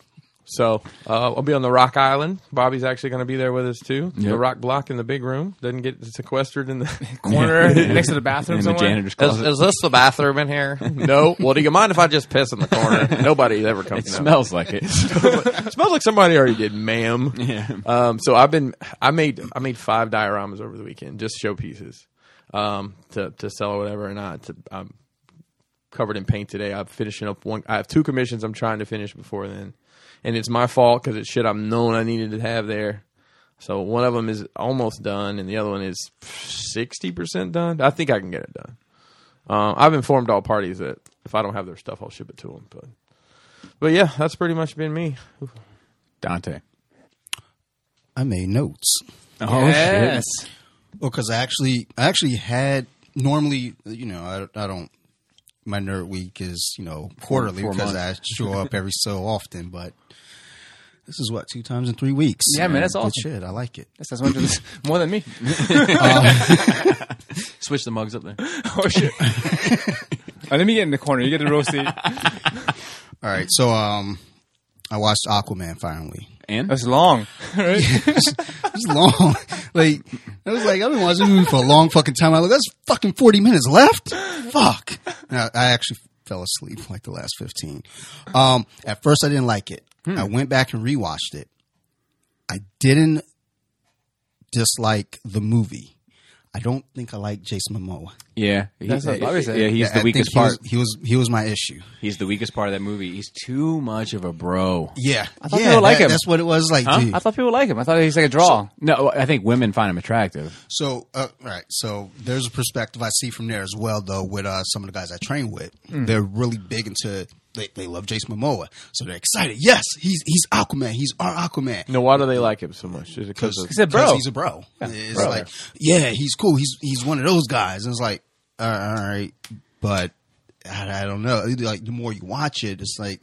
so uh, I'll be on the Rock Island. Bobby's actually going to be there with us too. The Yep. Rock Block in the big room doesn't get sequestered in [laughs] the Corner next to the bathroom in the somewhere. janitor's [laughs] closet? this the bathroom in here? [laughs] no. Well, do you mind if I just piss in the corner? [laughs] Nobody ever comes. it smells like it. It [laughs] smells like somebody already did, ma'am. Yeah. Um, so I've been. I made. I made five dioramas over the weekend, just showpieces, um, to to sell or whatever. And I, to, I'm covered in paint today. I'm finishing up one. I have two commissions I'm trying to finish before then, and it's my fault because it's shit I'm known I needed to have there. So one of them is almost done, and the other one is sixty percent done. I think I can get it done. Um, I've informed all parties that if I don't have their stuff, I'll ship it to them. But, but yeah, that's pretty much been me. Dante. I made notes. Oh Yes. Well, because I actually, I actually had normally, you know, I, I don't. My nerd week is you know quarterly Four because I months. show up every so often, but this is what two times in three weeks. Yeah, man, that's Good awesome. shit. I like it. Yes, that's one to- [laughs] more than me. Switch the mugs up there. Oh [laughs] shit! Oh, let me get in the corner. You get the row seat. All right, so um, I watched Aquaman finally. And That's long. Right? It's long. [laughs] like I was like, I've been watching this movie for a long fucking time. I was like, that's fucking forty minutes left. Fuck. And I, I actually fell asleep for like the last fifteen. Um, at first I didn't like it. Hmm. I went back and rewatched it. I didn't dislike the movie. I don't think I like Jason Momoa. yeah, he- uh, That's what Bobby said. yeah, he's the I think weakest he was- part. he was he was my issue. he's the weakest part of that movie. He's too much of a bro. Yeah, I thought yeah, people like that- him. That's what it was like. dude. I thought people like him. I thought he's like a draw. No, I think women find him attractive. So, uh, all right. So there's a perspective I see from there as well, though, with uh, some of the guys I train with. They're really big into. They, they love Jason Momoa, so they're excited. Yes, he's he's Aquaman. He's our Aquaman. No, why do they like him so much? Is it because Because He's a bro. He's a bro. it's like, yeah, he's cool. He's he's one of those guys. And it's like, all right, all right, but I, I don't know. Like the more you watch it, it's like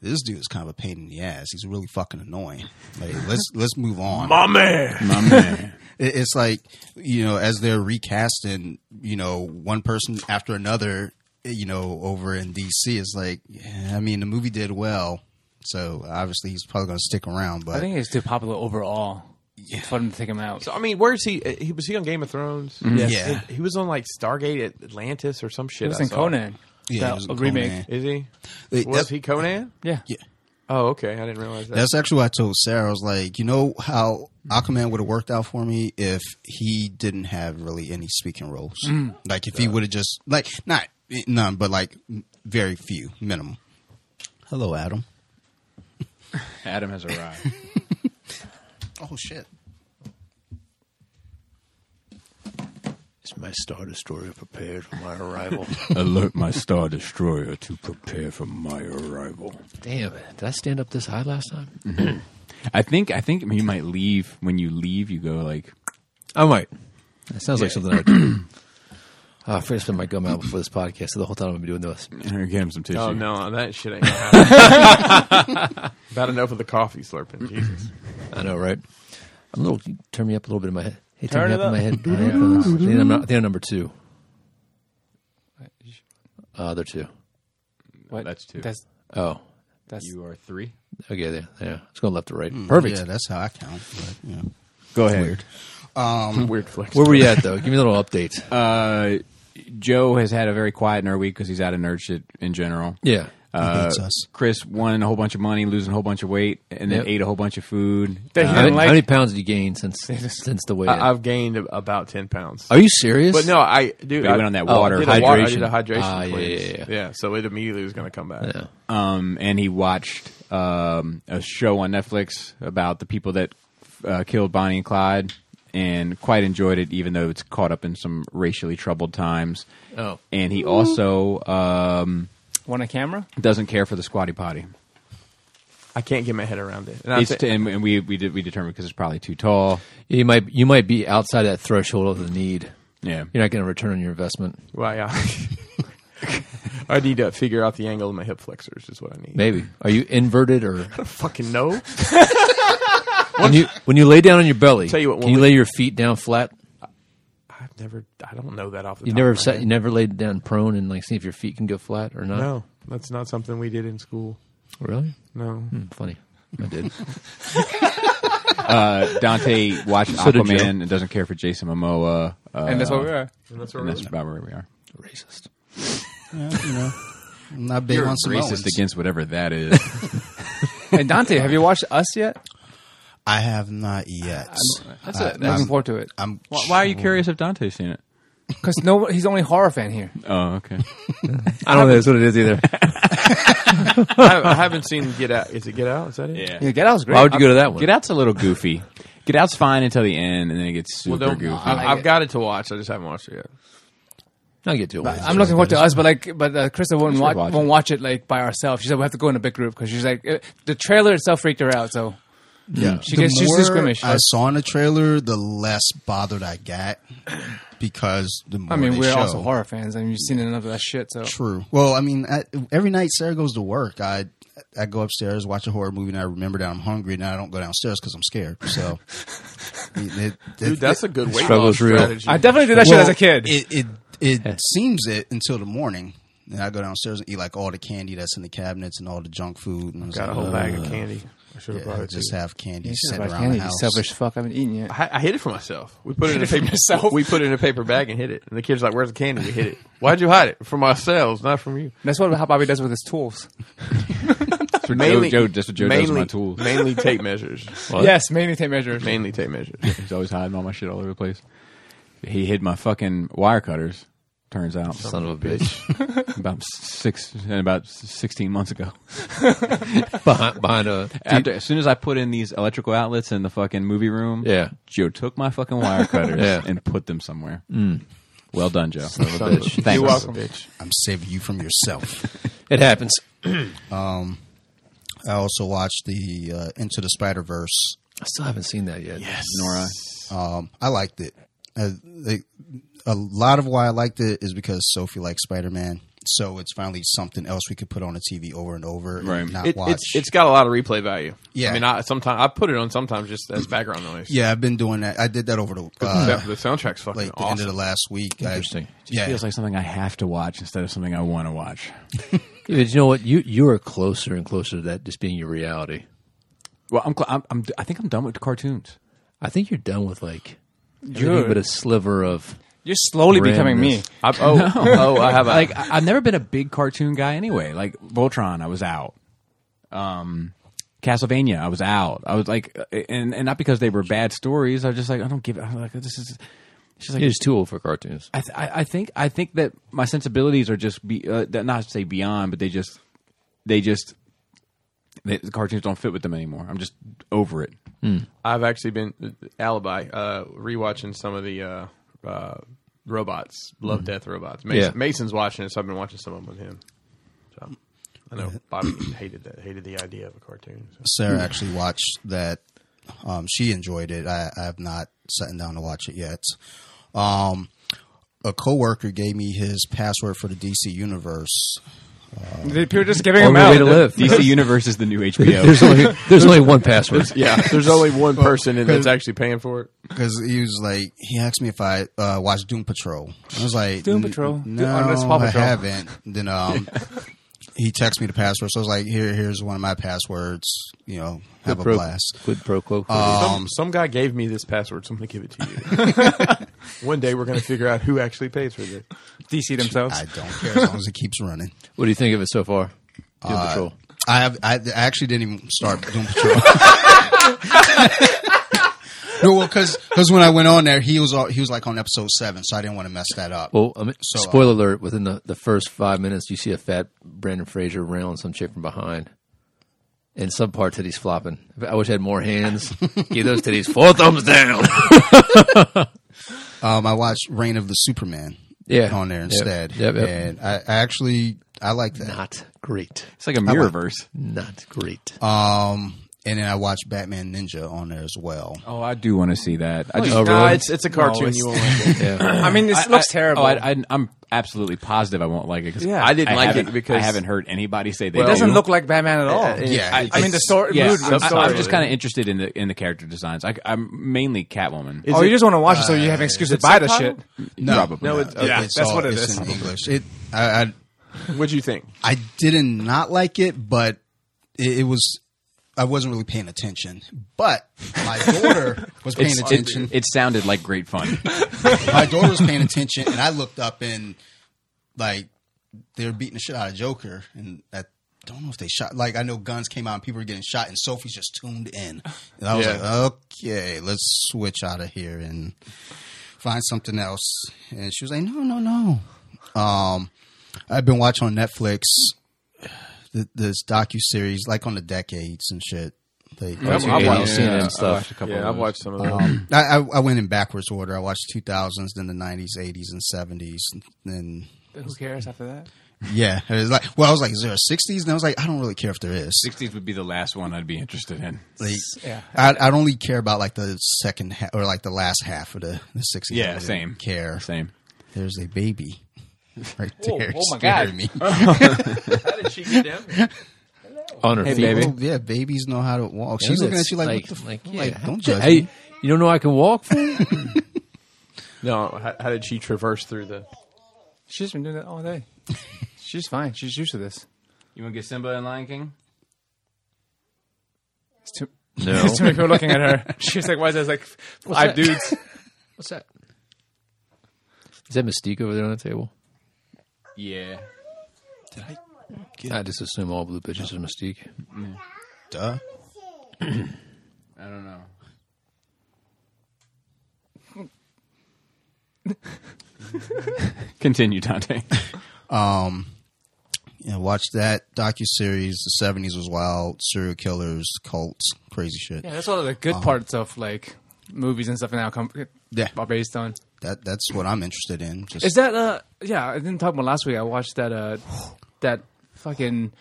this dude is kind of a pain in the ass. He's really fucking annoying. Like let's let's move on. my man? [laughs] My man. It- it's like you know as they're recasting you know one person after another eh, you know over in dc it's like yeah, i mean the movie did well so obviously he's probably going to stick around but I think he's too popular overall. It's for them to take him out. So I mean, where's he? uh, He was he on Game of Thrones? Yeah. He, he was on like Stargate at Atlantis or some shit. he was I in saw. Conan. yeah, That- it was a cool, remake. man. Is he? It- Was that's, he Conan? Yeah. yeah. Oh, okay. I didn't realize that. that's actually what i told sarah i was like you know how aquaman would have worked out for me if he didn't have really any speaking roles like if he would have just like not eh, none but like very few minimum hello adam Adam has arrived. oh shit Is my Star Destroyer prepared for my [laughs] arrival? Alert my star destroyer to [laughs] prepare for my arrival. Damn, did I stand up this high last time? I think I think you might leave when you leave. You go like I might. That sounds like something I would do. [clears throat] I'm afraid to spend Ah, my gum out before this podcast, so the whole time I'm doing this. "Here, get him some tissue. oh no, that shit ain't. gonna happen. About enough of the coffee slurping. Jesus. I know, right? I'm a little, turn me up a little bit in my head. It Turn turned it up in up. my head. my headphones. I think I'm, not- I think I'm number two. Uh, they're two. What? That's two. That's Oh, that's You are three. okay. There, yeah. Let's go left to right. Hmm. Perfect. Yeah, that's how I count. But, you know. Go ahead. Weird flex. Where were you at though? Give me a little update. Uh, Joe has had a very quiet nerd week because he's out of nerd shit in general. yeah. Uh, hates us. Chris won a whole bunch of money, losing a whole bunch of weight, and then Yep. ate a whole bunch of food. That he how, many, didn't like. how many pounds did you gain since [laughs] since the weigh? I, I've gained ab- about ten pounds. Are you serious? But no, I dude. But you I went on that oh, I water did a water- I did a hydration. hydration Ah, yeah, cleanse. yeah, yeah. so it immediately was going to come back. Yeah. um, and he watched um, a show on Netflix about the people that uh, killed Bonnie and Clyde, and quite enjoyed it, even though it's caught up in some racially troubled times. Oh. and he also um, want a camera? doesn't care for the squatty potty. I can't get my head around it. And I It's think- t- and, and we we did, we determined because it's probably too tall. You might you might be outside that threshold of the need. Yeah, You're not going to return on your investment. well, yeah. [laughs] I need to figure out the angle of my hip flexors. Is what I need. Maybe are you [laughs] inverted or Fucking no. when you when you lay down on your belly? Tell you what, can when you we- lay your feet down flat? I've never. I don't know that off the. You top never of my sat, you head. never laid down prone and like see if your feet can go flat or not. No, that's not something we did in school. really? No. Hmm, funny. I did. [laughs] uh, Dante watched So did Joe. Aquaman and doesn't care for Jason Momoa. Uh, and that's what we [laughs] are. And that's where and we that's about where we are. Racist. Yeah, you know, I'm not big You're on Samoans. racist against whatever that [laughs] is. And Dante, have you watched Us yet? I have not yet. That's I- it. Looking I'm- forward to it. I'm why, why are you curious if Dante's seen it? Because no, he's the only horror fan here. Oh, okay. I don't know that's what it is either. I, I haven't seen Get Out. Is it Get Out? Is that it? [laughs] Yeah, Get Out's great. Why would you go to that one? Get Out's a little goofy. Get Out's fine until the end, and then it gets Well, super don't. goofy. I, I've got it to watch. I just haven't watched it yet. I'll get to it. I'm looking forward to Us, but like, but uh, Krista won't should watch, watch won't it. watch it like by ourselves. She said we have to go in a big group because she's like uh, the trailer itself freaked her out. So yeah. She gets- she's just squeamish. I saw in the trailer, the less bothered I got because the more I mean, they we're show. also horror fans, and you've seen enough of that shit. So True. Well, I mean, I, every night Sarah goes to work. I I go upstairs, watch a horror movie, and I remember that I'm hungry, and I don't go downstairs because I'm scared. So, it, it, Dude, that's a good weight loss Struggle's real. strategy. I definitely did that shit as a kid. It it, it seems it until the morning. And I go downstairs and eat like all the candy that's in the cabinets and all the junk food. And I was got a like, whole bag of "Ugh." candy. I should have Yeah, brought I it. just to you. have candy You sitting should've around bought candy, the you house. selfish fuck. I haven't eaten yet. I, I hid it for myself. We put it in a it for paper. [laughs] yourself. We put it in a paper bag and hid it. And the kid's like, "Where's the candy?" We hid it. Why'd you hide it? From ourselves, not from you. That's what how Bobby does with his tools. That's what Joe, Joe, that's what Joe does with my tools. mainly [laughs] tape measures. Yes, mainly tape measures. Mainly tape measures. He's always hiding all my shit all over the place. He hid my fucking wire cutters. Turns out, Son of a bitch. [laughs] about six, about sixteen months ago. behind, behind a. After, as soon as I put in these electrical outlets in the fucking movie room, Yeah. Joe took my fucking [laughs] wire cutters Yeah. and put them somewhere. Mm. Well done, Joe. Son of a [laughs] bitch. Thanks. You're welcome, bitch. I'm saving you from yourself. [laughs] It happens. I also watched the uh, Into the Spider Verse. I still haven't seen that yet. Yes. Nora. Um, I liked it. Uh, they- a lot of why I liked it is because Sophie likes Spider Man, so it's finally something else we could put on the TV over and over and Right. not It, watch. it's, it's got a lot of replay value. Yeah. I mean, I sometimes I put it on sometimes just as background noise. yeah, I've been doing that. I did that over the The, uh, the soundtrack's fucking like the end awesome. of the last week. I- Interesting. yeah, Feels like something I have to watch instead of something I want to watch. Yeah, but you know what? You you are closer and closer to that just being your reality. Well, I'm, cl- I'm, I'm I think I'm done with cartoons. I think you're done with like You're- everything but a sliver of. You're slowly Ramness. becoming me. I, oh, oh, I have a, like I- I've never been a big cartoon guy anyway. Like Voltron, I was out. Um, Castlevania, I was out. I was like, uh, and and not because they were bad stories. I was just like, I don't give. I'm like this is. She's like, You're just too old for cartoons. I, th- I I think I think that my sensibilities are just be uh, that- not to say beyond, but they just they just they, the cartoons don't fit with them anymore. I'm just over it. I've actually been alibi uh, rewatching some of the uh, uh, robots, Love Mm-hmm. Death robots. Mason, Yeah. Mason's watching it, so I've been watching some of them with him. So I know Bobby hated that, hated the idea of a cartoon. So. Sarah Hmm. actually watched that. Um, she enjoyed it. I, I have not sat down to watch it yet. Um, a coworker gave me his password for the DC universe. People just Oh, giving Only them out. way [laughs] to live. [laughs] DC Universe is the new HBO. there's only [laughs] there's only one password. Yeah, [laughs] there's only one person and that's actually paying for it. because he was like, he asked me if I uh, watched Doom Patrol. I was like, Doom "N- Patrol. Doom- No, oh, that's Paw I Patrol." haven't. Then [laughs] um, he texted me the password, so I was like, here, here's one of my passwords. You know, have a Pro- blast. Quid pro quo. Some, Um, some guy gave me this password, so I'm gonna give it to you. [laughs] One day we're gonna figure out who actually pays for this. DC themselves. I don't care as long as it keeps running. what do you think of it so far? Doom Patrol. I have. I actually didn't even start Doom [laughs] Patrol. no, well, because when I went on there, he was all, he was like on episode seven, so I didn't want to mess that up. Well, I mean, So, uh, spoiler alert: within the, the first five minutes, you see a fat Brandon Fraser railing some chick from behind, and some parts that he's flopping. I wish I had more hands. [laughs] Give those titties four thumbs [laughs] down. Um, I watched Reign of the Superman. Yeah. on there Yep. instead, Yep, yep. and I, I actually I like that. Not great. [laughs] It's like a mirrorverse. Not great. Um, and then I watched Batman Ninja on there as well. Oh, I do want to see that. I just Oh, Nah, really? it's it's a cartoon. [laughs] it's- you won't like it. yeah. I mean, it I- looks I- terrible. Oh, I, I, I'm absolutely positive I won't like it because Yeah. I didn't like haven't- it because I haven't heard anybody say they. it doesn't do. look like Batman at all. Yeah, Yeah, I, mean, the story. Yeah, mood I'm, was I'm sorry. just kind of interested in the in the character designs. I, am mainly Catwoman. Oh, you just want to watch it so you have an excuse to buy the shit. subtitled? No, Probably no, not. it's, okay. that's what it it's is. in English. It I, I What'd you think? I didn't not like it, but it, it was I wasn't really paying attention. But my daughter was paying It's- it- attention. It, sounded like great fun. my daughter was paying attention, and I looked up and like they were beating the shit out of Joker, and I don't know if they shot. Like I know guns came out and people were getting shot, and Sophie's just tuned in, and I was Yeah. like, okay, let's switch out of here and find something else. And she was like, no, no, no. Um, I've been watching on Netflix th- this docu series, like on the decades and shit. Like, I've- I've yeah, watched- you've seen yeah, it and I've stuff. watched a couple. Yeah, I've watched some of Uh-huh. them. um, [clears throat] I, I, I went in backwards order. I watched 2000s, then the 90s, 80s, and 70s. And then, Who cares after that? yeah. It was like, well, I was like, is there a 60s? And I was like, I don't really care if there is. Sixties would be the last one I'd be interested in. Like, Yeah. I'd, I'd only care about like the second half or like the last half of the, the 60s. I Yeah, wouldn't same. Care. Same. There's a baby right there. oh my scared God. Me. How did she get down? here? On her feet. Oh, yeah, babies know how to walk. She's looking at you like, what the f- like, yeah. don't judge Hey, me. you don't know I can walk. fool? No, how, how did she traverse through the? She's been doing that all [laughs] day. She's fine. She's used to this. You want to get Simba and Lion King? It's too, No. there's too many people looking at [laughs] her. She's like, why is there like five that? dudes? What's that? Is that Mystique over there on the table? Yeah. I just assume all blue bitches are Mystique. Duh. I don't know. [laughs] Continue, Dante. Um, yeah, watch that docu series. The 70s was wild. Serial killers, cults, crazy shit. Yeah, that's all the good parts of like movies and stuff now come Yeah. are based on. That that's what I'm interested in. Just Is that uh yeah, I didn't talk about last week. I watched that uh that fucking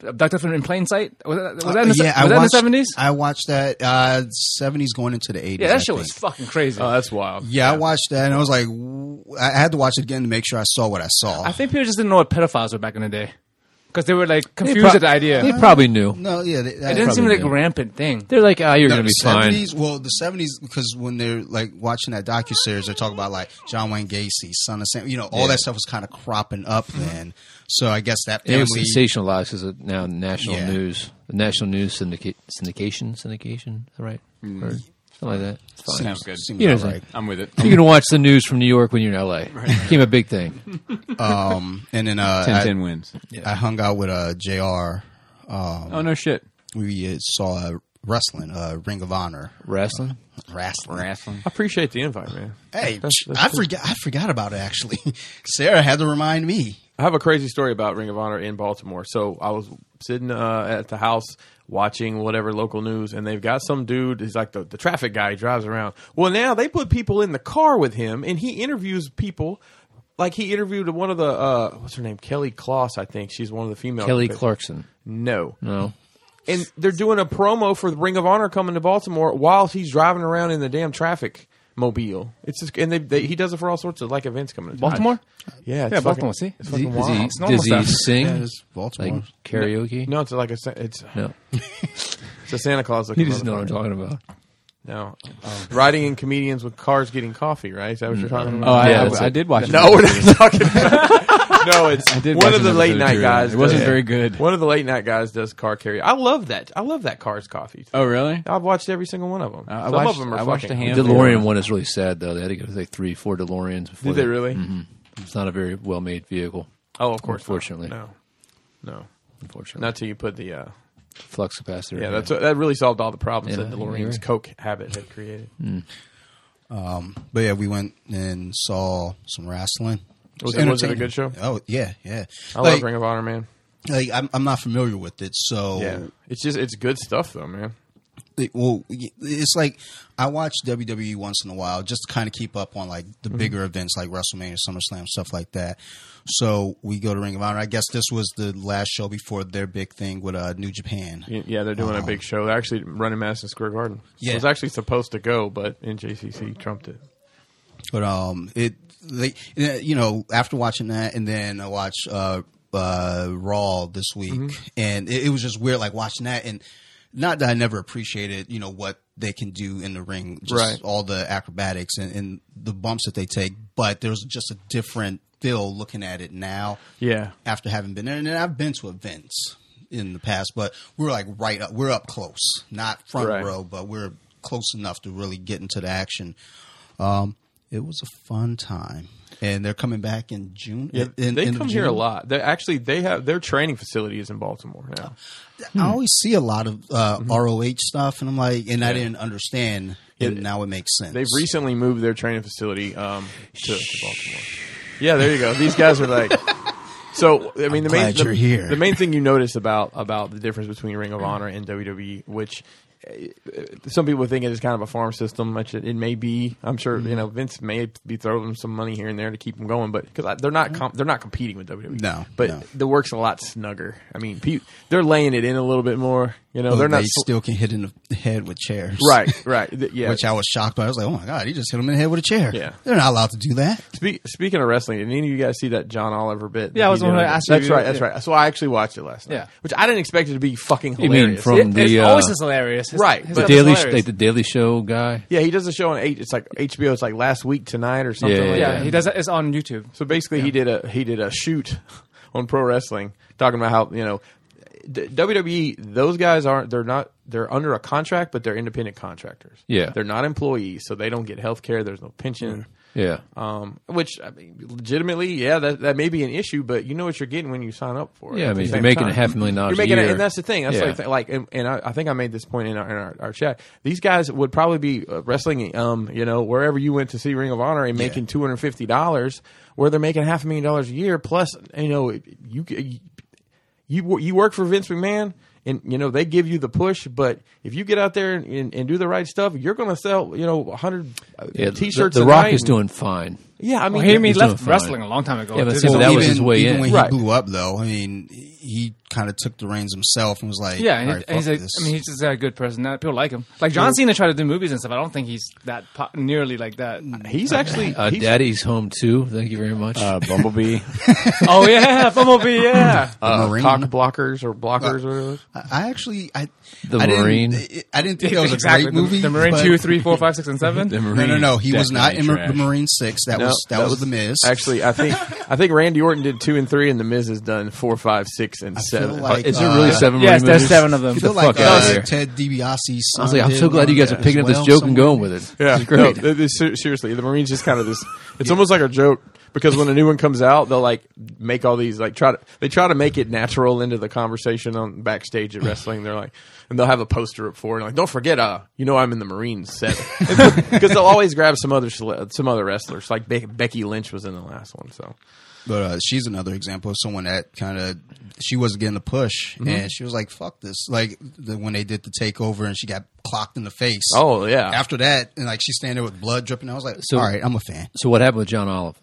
abducted from in plain sight. Was that, was that in the, yeah, I was that in the watched- 70s? I watched that uh, 70s going into the 80s. yeah, that I shit was think. fucking crazy. Oh, that's wild. Yeah, I watched that and I was like, w- I had to watch it again to make sure I saw what I saw. I think people just didn't know what pedophiles were back in the day because they were like confused at the idea. They probably knew. no, yeah, they, it didn't seem probably like did. a rampant thing. They're like, ah, you're gonna the be fine. 70s, well, the 70s, because when they're like watching that docu series, they're talking about like John Wayne Gacy, Son of Sam, you know, all that stuff was kind of cropping up Mm-hmm. then. So I guess that It family, was sensationalized because of now national Yeah. news, the national news syndicate, syndication, syndication, is that right? Or something like that. It's fine. Sounds good. seems You know about what I'm right. I'm [laughs] with it. You're gonna watch the news from New York when you're in LA. Became a big thing. Um, and then [laughs] uh, 10 I, 10 wins. I hung out with uh, Jr. Um, Oh, no shit. we uh, saw uh, wrestling, uh, Ring of Honor, Wrestling. wrestling. Wrestling. I appreciate the invite, man. Hey, That's- that's I good. forgot. I forgot about it. Actually, [laughs] Sarah had to remind me. I have a crazy story about Ring of Honor in Baltimore. So I was sitting uh, at the house watching whatever local news, and they've got some dude. He's like the, the traffic guy. He drives around. Well, now they put people in the car with him, and he interviews people. Like he interviewed one of the uh, what's her name, Kelly Kloss, I think she's one of the female. Kelly but- Clarkson. No, No. and they're doing a promo for the Ring of Honor coming to Baltimore while he's driving around in the damn traffic. Mobile. It's just, and they, they, he does it for all sorts of like events coming. Up. Baltimore? Yeah, it's Yeah, fucking- Baltimore, see? it's Does he, fucking does he- wild. It's normal does he stuff. sing Yeah, it's Baltimore. like karaoke? No, it's like a sa- it's No. it's a Santa Claus. He doesn't know what I'm talking about. No, Um, riding in comedians with cars getting coffee. Right? Is that what you're talking Oh, about? I, Yeah, I- that's I it. did watch. no, Oh, it. we're [laughs] not talking. About no, it's I did one watch of the an late episode, night too. guys. It wasn't does- very good. One of the late night guys does car carry. I love that. I love that cars coffee. Oh, really? I've watched every single one of them. I- I Some watched- of them are I watched fucking. a handful. DeLorean one is really sad though. They had to go to like three, four DeLoreans before. Did they really? Mm-hmm. It's not a very well-made vehicle, Oh, of course. not. Unfortunately. no, no, unfortunately. not till you put the. Uh, flux capacitor. yeah, that's that really solved all the problems Yeah, that I think you're DeLorean's right. Coke habit had created. But yeah, we went and saw some wrestling. Was It's it- was it a entertaining. good show? Oh yeah, yeah. I like, Oh. love Ring of Honor, man. like, I'm, I'm not familiar with it, so Yeah, it's just it's good stuff though, man. it- well, it's like I watch WWE once in a while just to kind of keep up on like the bigger events like WrestleMania, SummerSlam, stuff like that. So we go to Ring of Honor. I guess this was the last show before their big thing with uh, New Japan. Y- Yeah, they're doing a big show. They're actually running Madison Square Garden. Yeah. I was actually supposed to go, but NJCC trumped it. But um, it they you know after watching that, and then I watched uh, uh, Raw this week, and it, it was just weird like watching that, and not that I never appreciated you know what they can do in the ring, just Right. all the acrobatics and, and the bumps that they take, but there was just a different feel looking at it now Yeah, after having been there, and then I've been to events in the past, but we're like right up, we're up close, not front Right. row, but we're close enough to really get into the action. Um, it was a fun time, and they're coming back in June. yeah. in, they in come here a June. lot. They actually they have their training facility is in Baltimore now. I always see a lot of uh, Mm-hmm. ROH stuff, and I'm like, and I didn't understand, and now it makes sense. They've recently moved their training facility um, to, to Baltimore. Yeah, there you go. These guys are [laughs] like. So I mean, the main glad the, you're here. the main thing you notice about about the difference between Ring of Honor and WWE, which eh, eh, some people think it is kind of a farm system, which it, it may be. I'm sure Mm-hmm. you know Vince may be throwing them some money here and there to keep them going, but because they're not com- they're not competing with WWE. Mm-hmm. No, but no. the work's a lot snugger. I mean, pe- they're laying it in a little bit more. You know, Oh, they're not they still can hit in the head with chairs, [laughs] right, right. Th- Yeah, Which I was shocked by. I was like, "Oh my god, he just hit him in the head with a chair." Yeah. they're not allowed to do that. Speak, speaking of wrestling, did any of you guys see that John Oliver bit? that Yeah, I he was did gonna on- ask you That's if you- right, that's yeah. right. So I actually watched it last night, Yeah. which I didn't expect it to be fucking mean hilarious. from- It- it's the, uh, always is hilarious. His- Right, his but- stuff is Daily, hilarious. like the Daily Show guy. yeah, he does a show on eight. It's like HBO. It's like last week tonight or something. Yeah, yeah, like yeah, that. he does. it- It's on YouTube. So basically, he did a he did a shoot [laughs] on pro wrestling, talking about how you know d- WWE. Those guys aren't. They're not. They're under a contract, but they're independent contractors. Yeah. they're not employees, so they don't get health care. There's no pension. Mm. Yeah, Um, which I mean, legitimately, yeah, that, that may be an issue, but you know what you're getting when you sign up for it. yeah. I at the mean, if same you're making time. a half million dollars, You're making a it, year, and that's the thing. That's yeah. like, like, and, and I, I think I made this point in our in our, our chat. These guys would probably be uh, wrestling, um, you know, wherever you went to see Ring of Honor and making two hundred fifty dollars, where they're making half a million dollars a year. Plus, you know, you you wo- you work for Vince McMahon, and you know they give you the push. But if you get out there and, and, and do the right stuff, you're going to sell, you know, hundred uh, yeah, the- t-shirts. The, a Rock night is and- doing fine. Yeah, I mean, Well, he, I mean, he's he doing left fine. wrestling a long time ago. Yeah, but Didn't see, he? but that was his way even in. when Right. he blew up, though, I mean, he kind of took the reins himself and was like, Yeah, "All and right, he- he's fuck a, this." I mean, he's just a good person. That people like him. Like John Cena tried to do movies and stuff. I don't think he's that po- nearly like that. He's actually Uh, he's- Daddy's home too. Thank you very much. Uh, [laughs] Bumblebee. [laughs] oh yeah, [laughs] Bumblebee. Yeah, [laughs] uh, Marine. cock blockers or blockers Uh, or whatever. I I actually, I The I didn't- Marine. it- I didn't think that was exactly. a great movie. the, the Marine but- two, three, four, five, six, and [laughs] seven. The No, no, Marine no. He was not definitely in Mar- the trash. Marine Six. That No, was that, was, the Miz. Actually, I think I think Randy Orton did two and three, and the Miz has done four, five, six, and feel seven. like, is there uh, really seven? Yes, Marine there's movies? seven of them. Get I feel the like fuck out uh, of here. Ted DiBiase's son. I was like, I'm did so glad you one guys are as picking up this well joke and somewhere. going with it. yeah, This is great. No, it- it's ser- seriously, the Marines just kind of [laughs] this. It's almost like a joke because when a new one comes out, they'll like make all these like try to they try to make it natural into the conversation on backstage at wrestling. They're like, and they'll have a poster up for it, and like, don't forget, uh, you know, I'm in the Marines [laughs] set because they'll always grab some other cele- some other wrestlers. Like Be- Becky Lynch was in the last one, so But uh, she's another example of someone that kind of she wasn't getting a push, Mm-hmm. and she was like, "Fuck this!" Like the, when they did the takeover, and she got clocked in the face. oh yeah, After that, and like she's standing there with blood dripping. I was like, So- "All right, I'm a fan." So what happened with John Olive?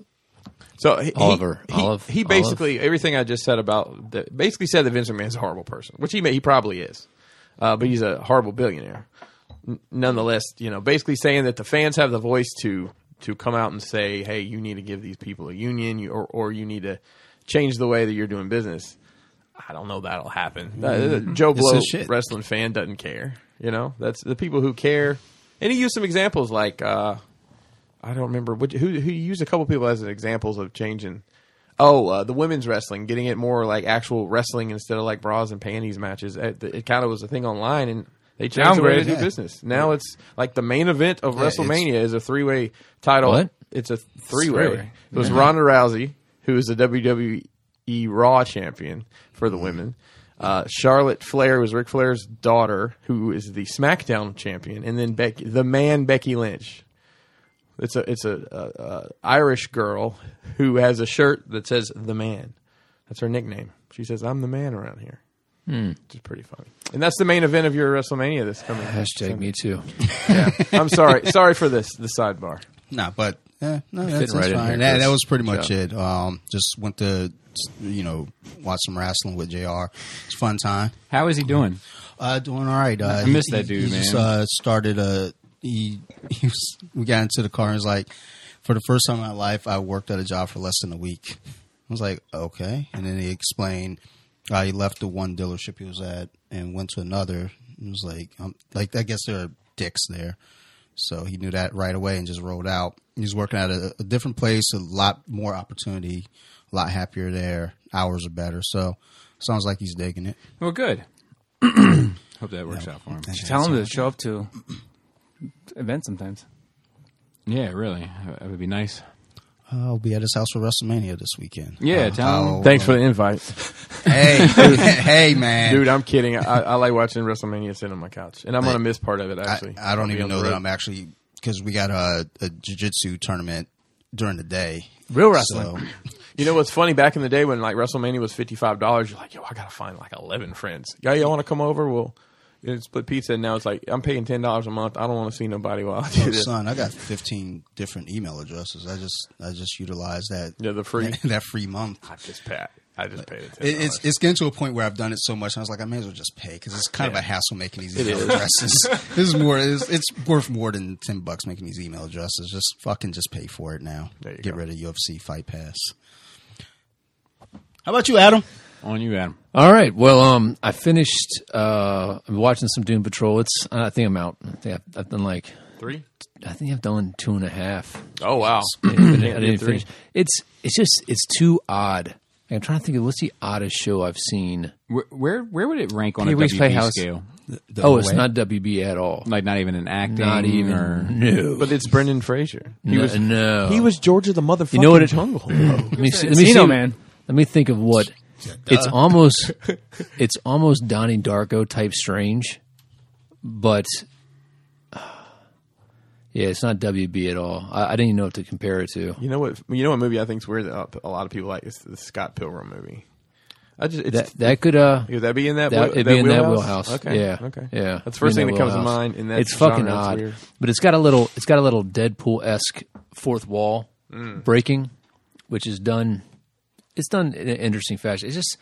So he, Oliver. he, Olive. he basically everything I just said about the, basically said that Vince McMahon's a horrible person, which he may, he probably is, uh, but he's a horrible billionaire. n- nonetheless, you know, basically saying that the fans have the voice to to come out and say, "Hey, you need to give these people a union, you, or or you need to change the way that you're doing business." I don't know that'll happen. Uh, Joe Blow, his Mm-hmm. shit. wrestling fan, doesn't care. You know, that's the people who care. And he used some examples like uh, I don't remember which, who who used a couple people as examples of changing. Oh, uh, the women's wrestling, getting it more like actual wrestling instead of like bras and panties matches. It, it kind of was a thing online, and they changed the way they Downgraded. do Yeah. business. Now it's like the main event of it's- WrestleMania is a three way title. What? It's a three way. Three-way. It was Ronda Rousey, who is the WWE Raw champion for Mm-hmm. the women. Uh, Charlotte Flair was Ric Flair's daughter, who is the SmackDown champion, and then Becky, the man Becky Lynch. It's a it's a, a, a Irish girl who has a shirt that says "the man." That's her nickname. She says, "I'm the man around here," Hmm. which is pretty funny. And that's the main event of your WrestleMania this coming. Hashtag me too. [laughs] I'm sorry, sorry for this the sidebar. Nah, but eh, no, that's, right that's in fine. here, that, that Chris. was pretty much Yeah. it. Um, just went to you know watch some wrestling with Jr. It's a fun time. How is he doing? Uh, doing all right. Uh, I miss he- that dude, he Just, man. uh, started a. He, he was, we got into the car and was like, for the first time in my life, I worked at a job for less than a week. I was like, okay. And then he explained uh, he left the one dealership he was at and went to another. It was like, um, like I guess there are dicks there. So he knew that right away and just rolled out. He was working at a, a different place, a lot more opportunity, a lot happier there. Hours are better. So sounds like he's digging it. Well, good. Hope that works out for him. Tell them to show up to events sometimes. Yeah, really. That would be nice. I'll be at his house for WrestleMania this weekend. Yeah, Uh, tell him. I'll- Thanks for the invite, [laughs] Hey, hey, man, dude. I'm kidding. I, I like watching WrestleMania sitting on my couch, and I'm gonna miss part of it. I, Actually, I don't even know that I'm at. actually because we got a, a jiu-jitsu tournament during the day. Real [laughs] wrestling. So, You know what's funny? Back in the day when like WrestleMania was fifty five dollars, you're like, yo, I gotta find like eleven friends. Yeah, y'all want to come over? We'll you know, split pizza. And now it's like I'm paying ten dollars a month. I don't want to see nobody while I do oh, this. son, I got 15 different email addresses. I just I just utilized that Yeah, the free- [laughs] that, free month. I just paid. I just paid it. It, it's it's getting to a point where I've done it so much, I was like, I may as well just pay because it's kind of a hassle making these email [laughs] addresses. this is more. It's, it's worth more than ten bucks making these email addresses. Just fucking just pay for it now. There you Get go. rid of UFC Fight Pass. How about you, Adam? On you, Adam. All right. Well, um, I finished. Uh, I'm watching some Doom Patrol. It's. I think I'm out. I think I've, I've done like. three. I think I've done two and a half. Oh wow. I [clears throat] didn't, I Yeah, didn't three. finish. It's. It's just. It's too odd. I'm trying to think of what's the oddest show I've seen. Where where, where would it rank on a Pee-wee's WB Playhouse. scale? oh, it's not WB at all. Like not even an acting. Not even. Or, [laughs] No. But it's Brendan Fraser. He no, was no. he was George of the motherfucking You know what [clears throat] it- jungle. [clears throat] Let me see. Let me Encino see. Man. Let me think of what. It's [laughs] almost. it's almost Donnie Darko type strange, but. [sighs] Yeah, it's not WB at all. I, I didn't even know what to compare it to. you know what? You know what movie I think's weird that a lot of people like is the Scott Pilgrim movie. I just it's, That that could uh Would that be in that? that, wheel- it'd be in that wheelhouse. Okay. Yeah. Okay. Yeah. That's the first Be thing that comes to wheelhouse. mind. In that it's fucking genre. It's odd, weird. but it's got a little. It's got a little Deadpool esque fourth wall Mm. breaking, which is done. It's done in an interesting fashion. It's just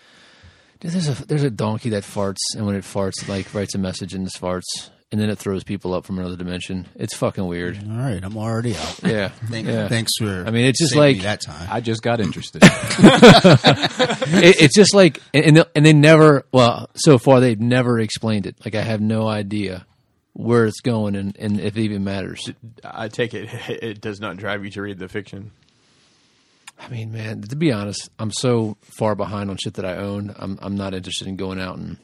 dude, there's a there's a donkey that farts, and when it farts, it like writes a message in this farts, and then it throws people up from another dimension. It's fucking [laughs] weird. All right, I'm already out. Yeah. Thank, yeah. Thanks for. I mean, it's just saving me like- that time. I just got interested. [laughs] it, it's just like and and- and they never well so far they've never explained it like i have no idea where it's going and, and if it even matters I take it [laughs] it does not drive you to read the fiction. i mean man to be honest i'm so far behind on shit that i own i'm i'm not interested in going out and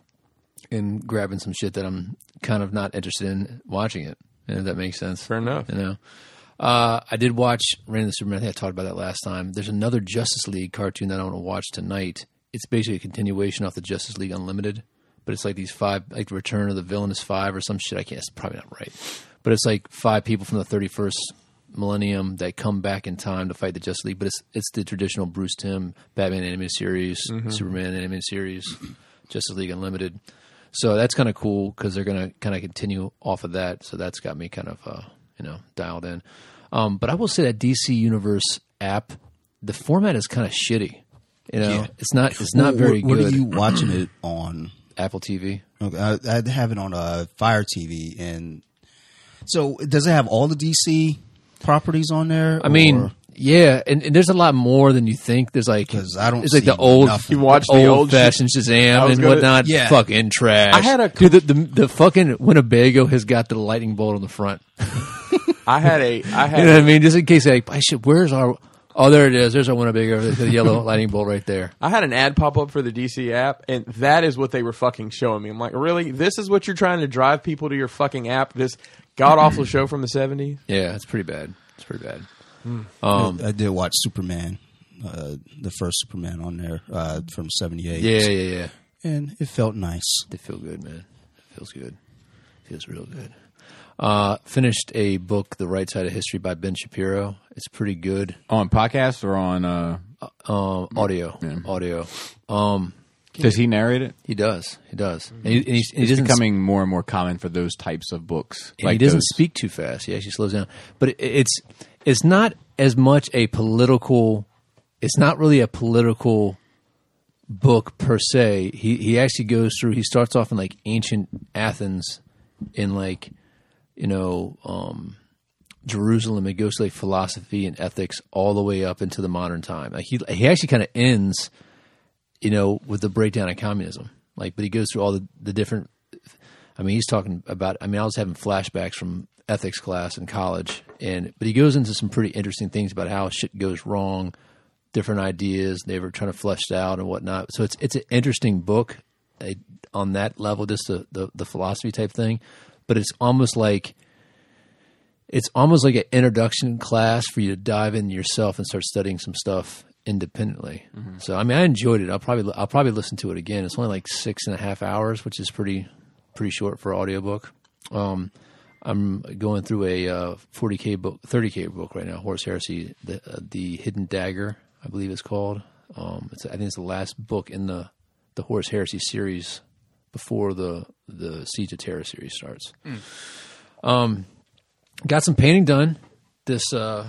and grabbing some shit that i'm kind of not interested in watching it if that makes sense Fair enough. you know uh, I did watch Reign of the Superman. I think I talked about that last time. There's another Justice League cartoon that I want to watch tonight. It's basically a continuation off the Justice League Unlimited, but it's like these five, like Return of the Villainous Five or some shit. I can't. It's probably not right, but it's like five people from the 31st millennium that come back in time to fight the Justice League. But it's it's the traditional Bruce Tim Batman animated series, Superman animated series, Justice League Unlimited. So that's kind of cool because they're going to kind of continue off of that. So that's got me kind of uh, you know dialed in. Um, but I will say that DC Universe app, the format is kind of shitty. You know, Yeah. it's not it's not What- very what, good. [clears throat] What are you watching it on? Apple TV. Okay, I, I have it on uh, Fire TV, and So does it have all the DC properties on there? I mean, yeah, and, and there's a lot more than you think. There's like 'Cause I don't It's like see the old, nothing. You watch the old fashioned I Shazam was and gonna- whatnot. Yeah. fucking trash. I had a dude. The, the the fucking Winnebago has got the lightning bolt on the front. I had [laughs] a I had You know what I mean? Just in case, like, I should. Where's our? Oh, there it is. There's our Winnebago, the the yellow [laughs] lightning bolt right there. I had an ad pop up for the DC app, and that is what they were fucking showing me. I'm like, really? This is what you're trying to drive people to your fucking app? This god [clears throat] awful show from the '70s? Yeah, it's pretty bad. It's pretty bad. I did watch Superman, uh, the first Superman on there uh, from '78. Yeah, yeah, yeah. and it felt nice. They feel good, man. Feels good. Feels real good. Uh, finished a book, The Right Side of History by Ben Shapiro. It's pretty good. on podcasts or on? uh Um, audio, audio. Um, Does he narrate it? he does, he does, and he, and he, and he It's doesn't becoming more and more common for those types of books. and he doesn't those- speak too fast. He actually slows down. But it, it's it's not as much a political. It's not really a political book per se. He he actually goes through. He starts off in like ancient Athens, in like you know um, Jerusalem. It goes to like philosophy and ethics all the way up into the modern time. Like he he actually kind of ends, you know, with the breakdown of communism. Like, but he goes through all the, the different I mean, he's talking about. I mean, I was having flashbacks from ethics class in college, and but he goes into some pretty interesting things about how shit goes wrong, different ideas they were trying to flesh out and whatnot. So it's it's an interesting book eh, on that level, just the the, the philosophy type thing. But it's almost like it's almost like an introduction class for you to dive in yourself and start studying some stuff independently. So I mean, I enjoyed it. I'll probably I'll probably listen to it again. It's only like six and a half hours, which is pretty pretty short for an audiobook. Um, I'm going through a uh, 40k book, 30k book right now. Horse Heresy, the uh, the Hidden Dagger, I believe it's called. Um, it's, I think it's the last book in the the Horse Heresy series before the the Siege of Terror series starts Um, got some painting done this uh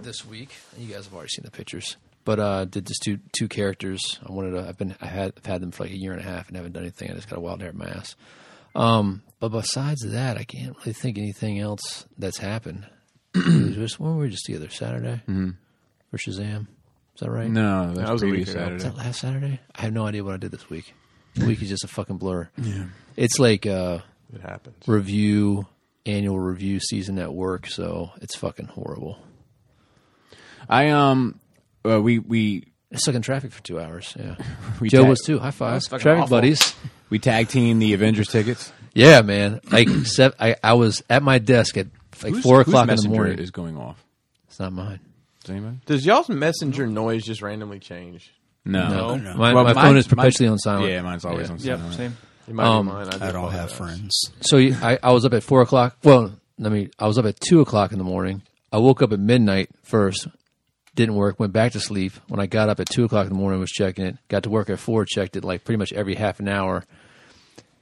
this week you guys have already seen the pictures but uh did just two two characters i wanted to i've been i had i've had them for like a year and a half and haven't done anything i just got a wild hair my ass um but besides that i can't really think anything else that's happened [clears throat] just when were we just together saturday mm-hmm. for shazam is that right No, that That was was a previous week ago. Saturday. was that last Saturday? I have no idea what I did this week. The week is just a fucking blur. Yeah. It's like uh It happens. review annual review season at work, so it's fucking horrible. I um, uh, we we I stuck in traffic for two hours. Yeah, [laughs] We Joe ta- was too. High five, fucking traffic awful. buddies. we tag team the Avengers tickets. Yeah, man. Like [clears throat] sev I, I was at my desk at like Whose- four whose o'clock in the messenger morning. is going off. it's not mine. Does anybody? Does y'all's messenger noise just randomly change? No. My, Well, my mine- phone is perpetually mine- on silent. Yeah, mine's always Yeah. on Yep, silent. same. It might Um, be mine. I don't have apologize. friends. So you- I, I was up at four o'clock. Well, I mean, I was up at two o'clock in the morning. I woke up at midnight first. Didn't work. Went back to sleep. When I got up at two o'clock in the morning, was checking it. Got to work at four. Checked it like pretty much every half an hour.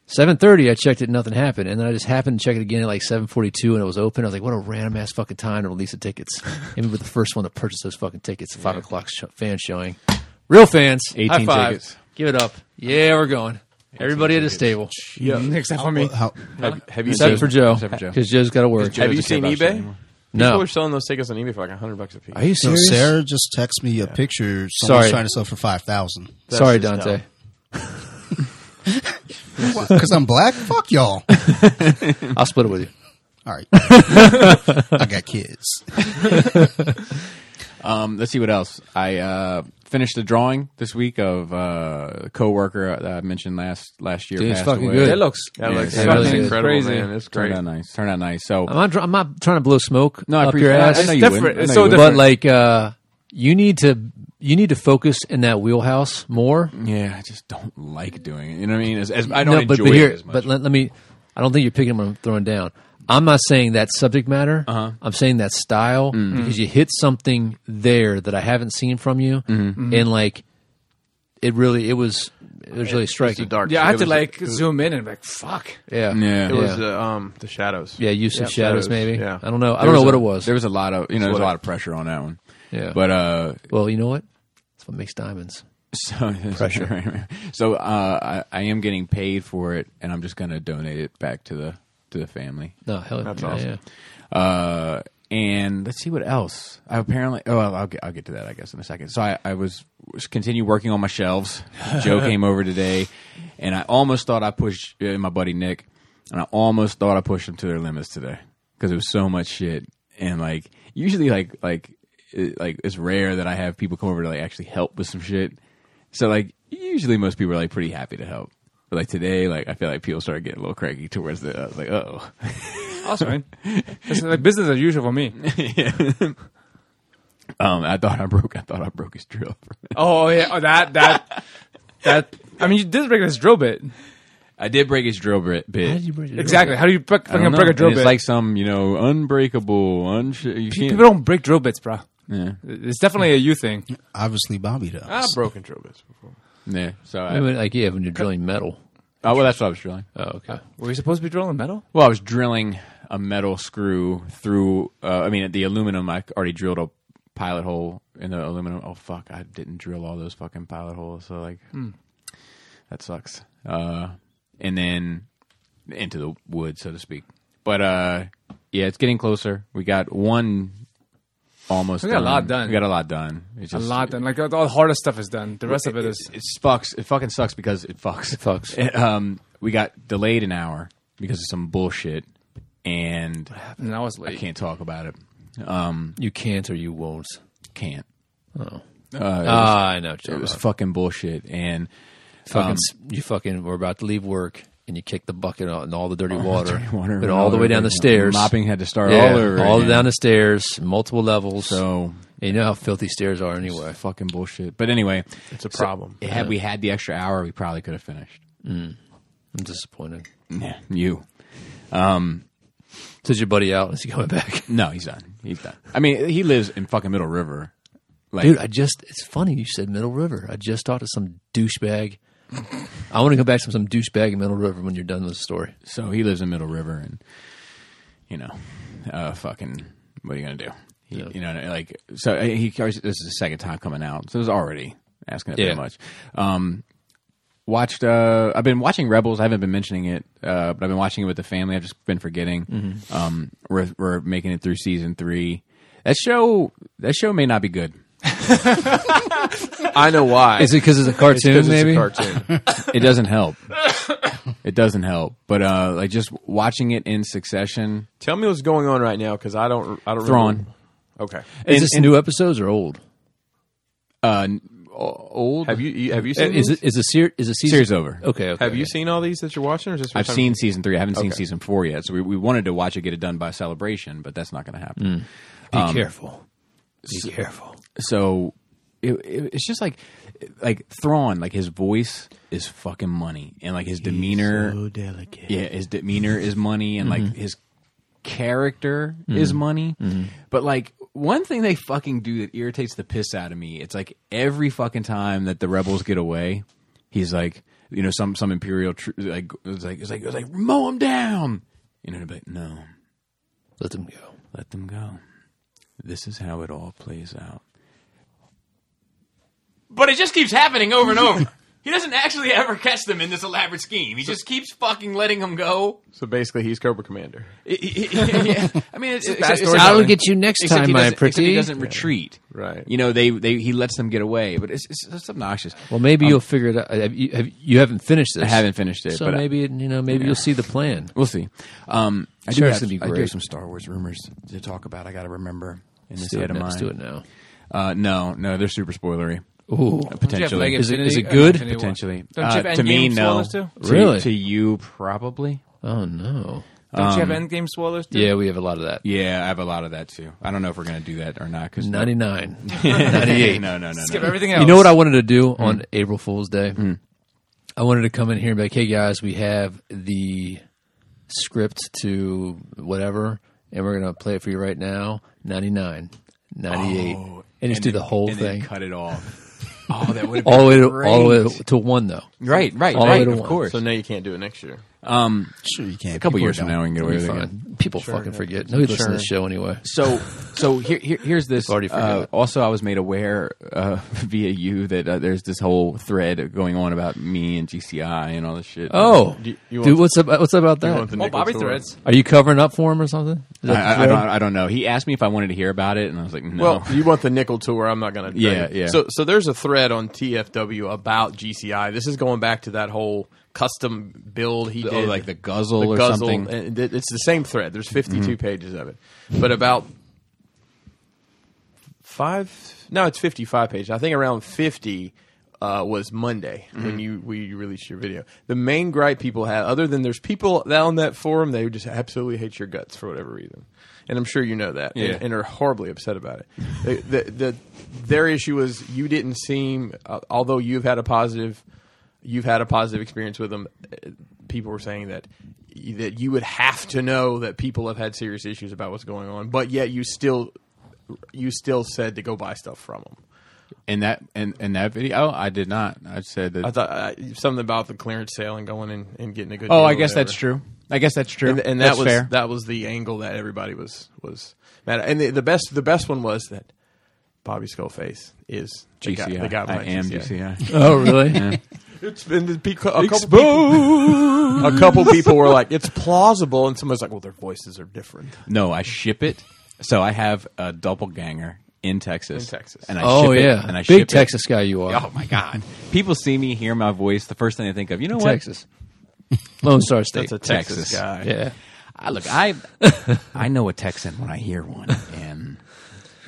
Seven thirty, I checked it. Nothing happened. And then I just happened to check it again at like seven forty-two, and it was open. I was like, "What a random ass fucking time to release the tickets." and we were the first one to purchase those fucking tickets. Five o'clock sh- fan showing. Real fans. 18 High five. tickets. Give it up. Yeah, we're going. Everybody at this table. Except for me. How, Have, have you Except seen, for Joe. Except for Joe. Because Joe's got to work. have you doesn't seen care about shit eBay? anymore. People No. are selling those tickets on eBay for like hundred bucks a piece. Are you so serious? Sarah just texted me a picture. Someone's Sorry. trying to sell for five thousand. Sorry, That's just Dante. Because I'm black. Fuck y'all. [laughs] I'll split it with you. All right. [laughs] I got kids. Um, let's see what else. I uh, finished a drawing this week of uh, a coworker that I mentioned last last year. Dude, it's passed fucking away. good. It looks That looks Yeah, fucking fucking really good. incredible, crazy. man. It's Turned great. out nice. Turned out nice. So I'm not, dr- I'm not trying to blow smoke no, I up appreciate. your I- ass, I know you different. wouldn't. I It's know so you but wouldn't. like uh, you need to you need to focus in that wheelhouse more. yeah, I just don't like doing it. You know what I mean? As, as, I don't but, enjoy but it as much. But let, let me. I don't think you're picking what I'm throwing down. I'm not saying that subject matter. Uh-huh. I'm saying that style Mm-hmm. because you hit something there that I haven't seen from you, Mm-hmm. and like it really, it was it was really It's a striking. dark. Yeah, I it had to was- like zoom in and be like, fuck. Yeah, Yeah. It was yeah. the um the shadows. Yeah, use of Yeah, shadows, shadows, maybe. yeah. I don't know. I There don't know what a- it was. There was a lot of you know. There was a what I- lot of pressure on that one. yeah. But uh, well, you know what? That's what makes diamonds. [laughs] So Pressure. Right, right. So uh, I, I am getting paid for it, and I'm just going to donate it back to the to to the family. No, hell That's yeah, awesome. yeah. Uh, and let's see what else. I apparently, oh, I'll, I'll get, I'll get to that, I guess, in a second. So I, I was was continue working on my shelves. Joe came over today, and I almost thought I pushed uh, my buddy Nick, and I almost thought I pushed them to their limits today because it was so much shit. And like usually, like like it, like it's rare that I have people come over to like actually help with some shit. So like usually most people are like pretty happy to help. But like today, like I feel like people started getting a little cranky towards the. I was like, oh. Awesome, [laughs] man. It's like business as usual for me. [laughs] Um, I thought I broke. I thought I broke his drill. Oh yeah, oh, that that that. I mean, you did break this drill bit. I did break his drill bit. bit. How did you break it? Exactly. How do you break, I fucking don't know. break a drill And bit? It's like some you know unbreakable. Unsh- you people can't. don't break drill bits, bro. Yeah. It's definitely a you thing. Obviously, Bobby does. I've [laughs] broken drill bits before. yeah. So I, I mean, like yeah, when you're drilling metal. oh, well, that's what I was drilling. Oh, okay. Were you supposed to be drilling metal? Well, I was drilling a metal screw through. Uh, I mean, the aluminum. I already drilled a pilot hole in the aluminum. Oh fuck! I didn't drill all those fucking pilot holes. So like, Hmm. that sucks. Uh, and then into the wood, so to speak. But uh, yeah, it's getting closer. We got one almost. We got a lot done. We got a lot done. It's A just- lot done. Like all the hardest stuff is done. The rest of it is. it fucks. It fucking sucks because it fucks. It fucks. um, we got delayed an hour because of some bullshit, and And I was I late. can't talk about it. You can't or you won't. Can't. Ah, I know. what you're It was um, talking fucking bullshit. And about. fucking. s- you fucking. We're about to leave work, and you kick the bucket out and [laughs] all the dirty [laughs] water, Dirty water and all the way down the stairs. Mopping had to start Yeah, all over. all again. down the stairs, multiple levels. So And you know how filthy stairs are anyway. fucking bullshit. But anyway, It's a problem. had we had the extra hour, we probably could have finished. I'm disappointed. Yeah, you. Says your buddy out. Is he coming back? No, he's done. He's done. I mean, he lives in fucking Middle River. Like, Dude, I just, it's funny you said Middle River. I just talked to some douchebag. I want to go back to some douchebag in Middle River when you're done with the story. so he lives in Middle River, and you know, uh, fucking, what are you gonna do? He- Yeah. You know, like, so uh, he carries. This is the second time coming out, so it's already asking it Yeah. pretty much. Um, watched. Uh, I've been watching Rebels. I haven't been mentioning it, uh, but I've been watching it with the family. I've just been forgetting. Mm-hmm. Um, we're we're making it through season three. That show. That show may not be good. I know why. Is it because it's a cartoon, because it's maybe? a [laughs] cartoon. it doesn't help. it doesn't help. But uh, like just watching it in succession. Tell me what's going on right now because I don't. I don't. Thrawn. remember. Okay. Is And- this and- new episodes or old? Uh, n- o- old. Have you- you? Have you seen? uh, Is these? it is the ser- is the season series over? Okay, okay. Have you seen all these that you're watching? Or is this your I've time- seen season three. I haven't seen Okay. season four yet. So we, we wanted to watch it get it done by celebration, but that's not going to happen. Mm. Um, Be careful. Be careful. So it, it, it's just like like Thrawn, like his voice is fucking money, and like his demeanor, yeah, his demeanor is money, and like his character is money. But like one thing they fucking do that irritates the piss out of me, it's like every fucking time that the rebels get away, he's like, you know, some some imperial tr- like it's like it's like it's like mow him down, you know, but no, Let them go. let them go. This is how it all plays out. But it just keeps happening over and [laughs] over. He doesn't actually ever catch them in this elaborate scheme. He just keeps fucking letting them go. So basically, he's Cobra Commander. I- I [laughs] yeah. I mean, it's, bad it's, story. I'll get you next Except time, he my doesn't- pretty. Except he doesn't retreat. Right. You know, they, they he lets them get away, but it's, it's, it's obnoxious. Um, Well, maybe you'll figure it out. Have you, have, you haven't finished this. I haven't finished it, Um, So but I- maybe it- you know, maybe you'll see the plan. We'll see. Um, I do Sure, have it's gonna be I do great. have some Star Wars rumors to talk about. I got to remember in this Let's do, head it of now. mine. Let's do it now. Uh, no, no, they're super spoilery. Ooh, Potentially, Like Is it- is Infinity- it good? Infinity War. potentially. Don't you Uh, have to me, Endgame no. spoilers too? To- Really? To you, probably. Oh no. Don't you have Um, endgame spoilers too? Yeah, we have a lot of that. Yeah, I have a lot of that too. I don't know if we're gonna do that or not. Cause 99. ninety-eight. [laughs] no, no, no, no. Skip no. everything else. you know what I wanted to do on April Fool's Day? Hmm. I wanted to come in here and be like, hey guys, we have the script to whatever, and we're going to play it for you right now. 99, 98. Oh, and just do the then- whole and then thing. cut it off. Oh, that would have been All the, way to, great. all the way to one, though. right, right, all the way right. to Of one. course. So now you can't do it next year. Um, Sure, you can't. a couple People years from don't. now, we can get away It'll with be it. again. fine. People fucking forget. Nobody listens to this show anyway. [laughs] So, so here, here here's this. already forgiven Uh, it. also, I was made aware uh, [laughs] via you that uh, there's this whole thread going on about me and GCI and all this shit. Oh, Do you- you dude, want- what's up? What's up about You that? want the Oh, nickel Bobby to Threads. Are you covering up for him or something? Is I, that the I, I thread? don't, I don't know. He asked me if I wanted to hear about it, and I was like, no. Well, [laughs] you want the nickel to where I'm not going to. Yeah, yeah. So, so there's a thread on TFW about GCI. This is going back to that whole custom build he Oh, did, like the guzzle or something. Mm-hmm. And th- it's the same thread. There's 52 pages of it, but about five. No, it's 55 pages. I think around 50 uh, was Monday when you when you released your video. The main gripe people had, other than there's people that on that forum, they just absolutely hate your guts for whatever reason, and I'm sure you know that, Yeah. and, and are horribly upset about it. the, the, the their issue was you didn't seem, uh, although you've had a positive, you've had a positive experience with them. uh, People were saying that y- that you would have to know that people have had serious issues about what's going on, but yet you still you still said to go buy stuff from them. in that in, in that video, I did not. I said that. I thought uh, something about the clearance sale and going in and getting a good. oh, deal I or guess whatever. that's true. I guess that's true. And, and that That's was fair. that was the angle that everybody was was mad. At. And the, the best the best one was that Bobby Skullface is the guy- GCI. The guy I behind am [laughs] GCI. GCI. Oh, really? It's been the peac- a couple people. A [laughs] couple people were like, "It's plausible," and somebody's like, "Well, their voices are different." No, I ship it. So I have a doppelganger in Texas. In Texas. And I Oh, ship it, yeah. and I ship Big it. Texas guy you are. Oh my god! People see me, hear my voice. The first thing they think of, you know what? Texas. [laughs] Lone Star State. That's a Texas, Texas. guy. yeah. I, look, I I know a Texan when I hear one, [laughs] and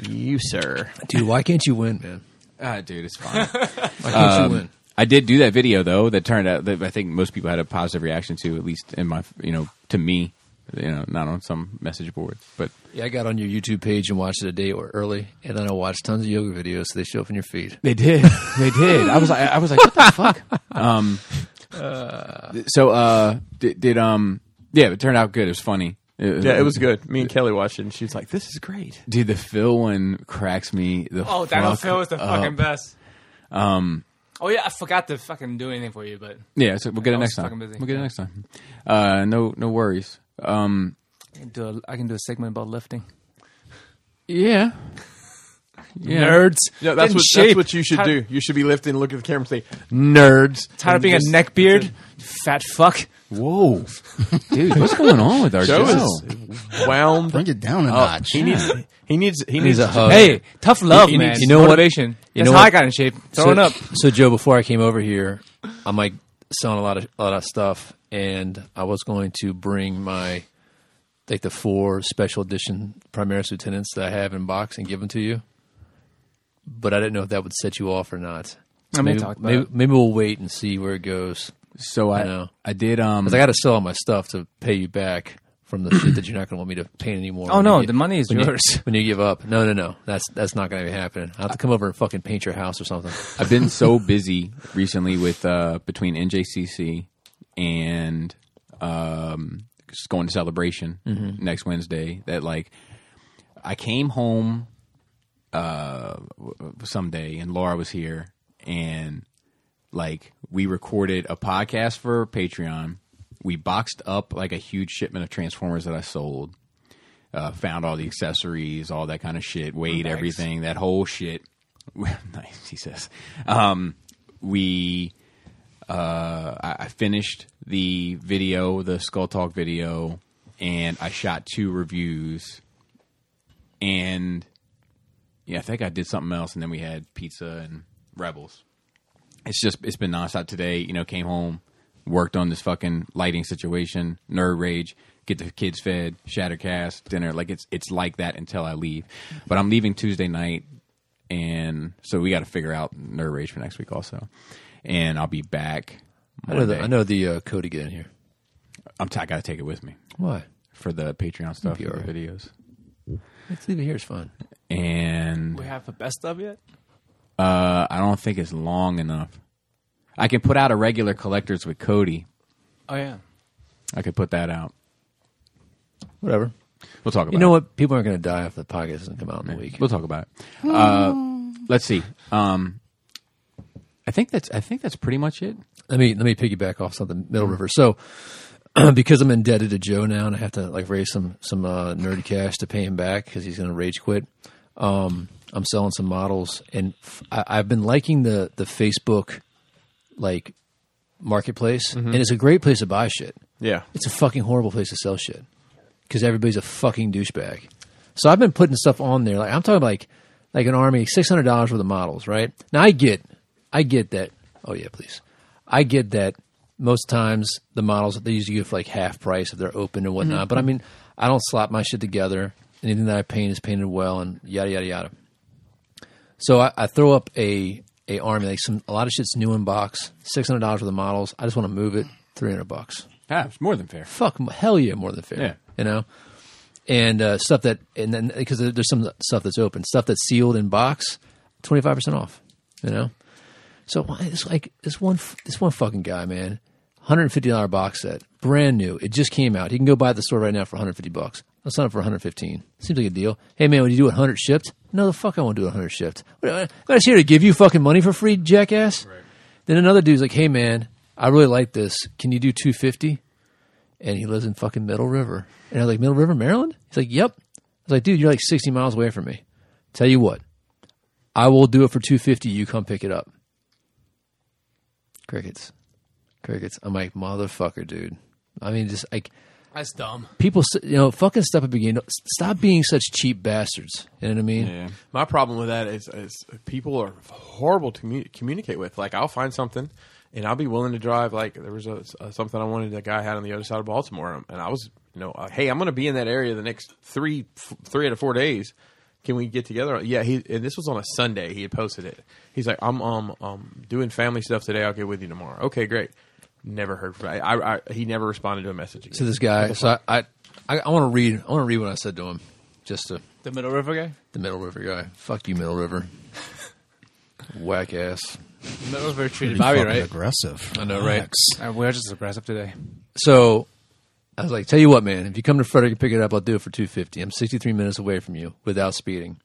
You sir, Dude, why can't you win, man? ah, dude, it's fine. Why can't you win? [laughs] I did do that video though. That turned out that I think most people had a positive reaction to, at least in my, you know, to me, you know, not on some message boards, but Yeah, I got on your YouTube page and watched it a day or early, and then I watched tons of yoga videos, so they show up in your feed. They did. They did. I was like, I was like, what the fuck? Um, so uh, did, did um, yeah, it turned out good. It was funny. yeah, it was good. Me and Kelly watched it, and she was like, "This is great." Dude, the Phil one cracks me. The Oh, Dino fuck Phil is the up. fucking best. Um. Oh yeah, I forgot to fucking do anything for you, but Yeah, so we'll get it I was next time. fucking busy. We'll get it next time. Uh, no, no worries. Um, I can do a, I can do a segment about lifting. yeah, yeah. Nerds. Yeah, that's what Getting that's shape. what you should Tired- do. You should be lifting, look at the camera, and say, "Nerds." Tired of and being a just- neckbeard, fat fuck. Whoa, dude, what's going on with our Joe show? is wound. Bring it down a up. notch. He needs. He needs. He He's needs. a hug. Hey, tough love, You- you man. need- you know what- Motivation. you That's know how what- I got in shape. Throwing so, up. So Joe, before I came over here, I'm like selling a lot of a lot of stuff, and I was going to bring my like the four special edition Primaris lieutenants that I have in box and give them to you. But I didn't know if that would set you off or not. I may maybe, talk about maybe, it. maybe we'll wait and see where it goes. So I, I know. I did. Um, 'Cause I got to sell all my stuff to pay you back from the shit that you're not going to want me to pay anymore. Oh, when no, you- the money is when you- yours. when you give up. No, no, no. That's that's not going to be happening. I will have to come over and fucking paint your house or something. I've been so busy recently with uh, between NJCC and um, just going to celebration next Wednesday that like I came home uh, someday and Laura was here and like we recorded a podcast for Patreon. We boxed up like a huge shipment of Transformers that I sold. Uh, found all the accessories, all that kind of shit, weighed everything, that whole shit. [laughs] nice, he says. Um, we, uh, I, I finished the video, the Skull Talk video, and I shot two reviews. And yeah, I think I did something else, and then we had pizza and Rebels it's just it's been nonstop today. You know, came home, worked on this fucking lighting situation, nerd rage, get the kids fed, shattercast, dinner. Like it's it's like that until I leave. But I'm leaving Tuesday night, and so we got to figure out nerd rage for next week also. And I'll be back. I know the, Monday. I know the uh, code to get in here. I'm t- I got to take it with me Why? for the Patreon stuff, Be and the all right. videos, Let's leave it here. It's fun. and We have the best of yet. uh, I don't think it's long enough. I can put out a regular collectors with Cody. Oh yeah. I could put that out. Whatever. We'll talk about. You know it. what? People aren't going to die if the podcast doesn't come out in a week. We'll talk about it. Uh, let's see. Um, I think that's I think that's pretty much it. Let me let me piggyback off something Middle River. So [clears throat] because I'm indebted to Joe now, and I have to like raise some some uh, nerd cash to pay him back because he's going to rage quit. Um, I'm selling some models, and f- I, have been liking the the Facebook like marketplace, and it's a great place to buy shit. Yeah. It's a fucking horrible place to sell shit because everybody's a fucking douchebag. So I've been putting stuff on there. Like I'm talking like like an army, six hundred dollars worth of models, right? Now I get, I get that. Oh yeah, please. I get that. Most times the models that they usually give like half price if they're open and whatnot. But I mean, I don't slap my shit together. Anything that I paint is painted well, and yada yada yada. So I, I throw up a a army like some a lot of shit's new in box, six hundred dollars for the models. I just want to move it, three hundred bucks Yeah, Ah, it's more than fair. fuck m- hell yeah more than fair Yeah. you know and uh, stuff that and then because there- there's some stuff that's open stuff that's sealed in box 25% off you know so why- it's like this one f- this one fucking guy man $150 box set brand new it just came out you can go buy it at the store right now for 150 bucks i'll sign up for 115 seems like a deal hey man would you do 100 shipped no the fuck i won't do 100 shipped What- i'm not just here to give you fucking money for free jackass then another dude's like hey man i really like this can you do 250 and he lives in fucking Middle River. And I was like, Middle River, Maryland? He's like, Yep. I was like, dude, you're like 60 miles away from me. Tell you what, I will do it for 250. You come pick it up. Crickets. Crickets. I'm like, motherfucker, dude. I mean, just like That's dumb. people, s- you know, fucking stop it begin. Stop being such cheap bastards. You know what I mean? Yeah. My problem with that is, is people are horrible to commu- communicate with. Like, I'll find something, and I'll be willing to drive. Like, there was a, a- something I wanted a guy had on the other side of Baltimore, and I was, you know, uh, hey, I'm going to be in that area the next three, f- three out of four days. Can we get together? Yeah, he and this was on a Sunday. He had posted it. He's like, I'm um um doing family stuff today. I'll get with you tomorrow. Okay, great. Never heard from. I, I, I he never responded to a message. Again. To this guy. So I, I, I, I want to read, I want to read what I said to him just to. The Middle River guy. The Middle River guy. Fuck you, Middle River. [laughs] Whack ass. The Middle River treated Bobby, fucking Bobby right. aggressive. I know, right? Relax. Uh, we're just aggressive today. So I was like, tell you what, man, if you come to Frederick and pick it up, I'll do it for two fifty. I'm sixty three minutes away from you without speeding.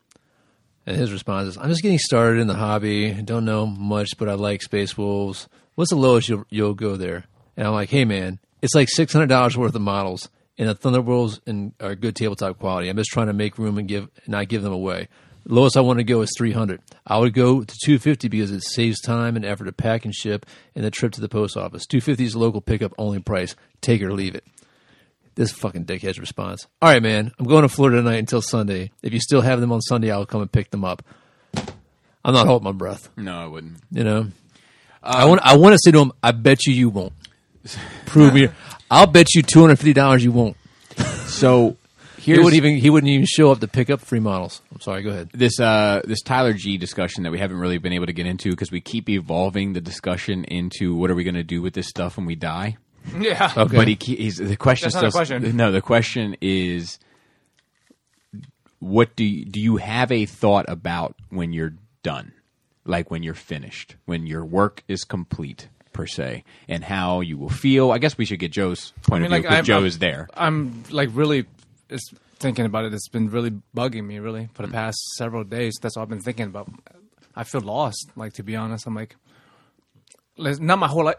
And his response is, I'm just getting started in the hobby. Don't know much, but I like Space Wolves. What's the lowest you'll, you'll go there? And I'm like, hey, man, it's like $600 worth of models, and the Thunderbolts and are good tabletop quality. I'm just trying to make room and give not give them away. Lowest I want to go is 300. I would go to 250 because it saves time and effort to pack and ship and the trip to the post office. 250 is local pickup only price. Take it or leave it this fucking dickhead's response. All right, man, I'm going to Florida tonight until Sunday. If you still have them on Sunday, I'll come and pick them up. I'm not holding my breath. No, I wouldn't. You know, I want I want to say to him, I bet you you won't. Prove [laughs] me. I'll bet you two hundred fifty dollars you won't. So He here's wouldn't even he wouldn't even show up to pick up free models. I'm sorry. Go ahead. this uh, this Tyler G discussion that we haven't really been able to get into because we keep evolving the discussion into what are we going to do with this stuff when we die. Yeah. Okay. But he, ke- he's the question. That's not the still- question. No, the question is, what do you, do you have a thought about when you're done, like when you're finished, when your work is complete per se, and how you will feel? I guess we should get Joe's point I mean, of view like, because I'm- Joe I'm- is there. I'm like really it's thinking about it. It's been really bugging me really for the past several days. That's all I've been thinking about. I feel lost. Like to be honest, I'm like, like, not my whole life.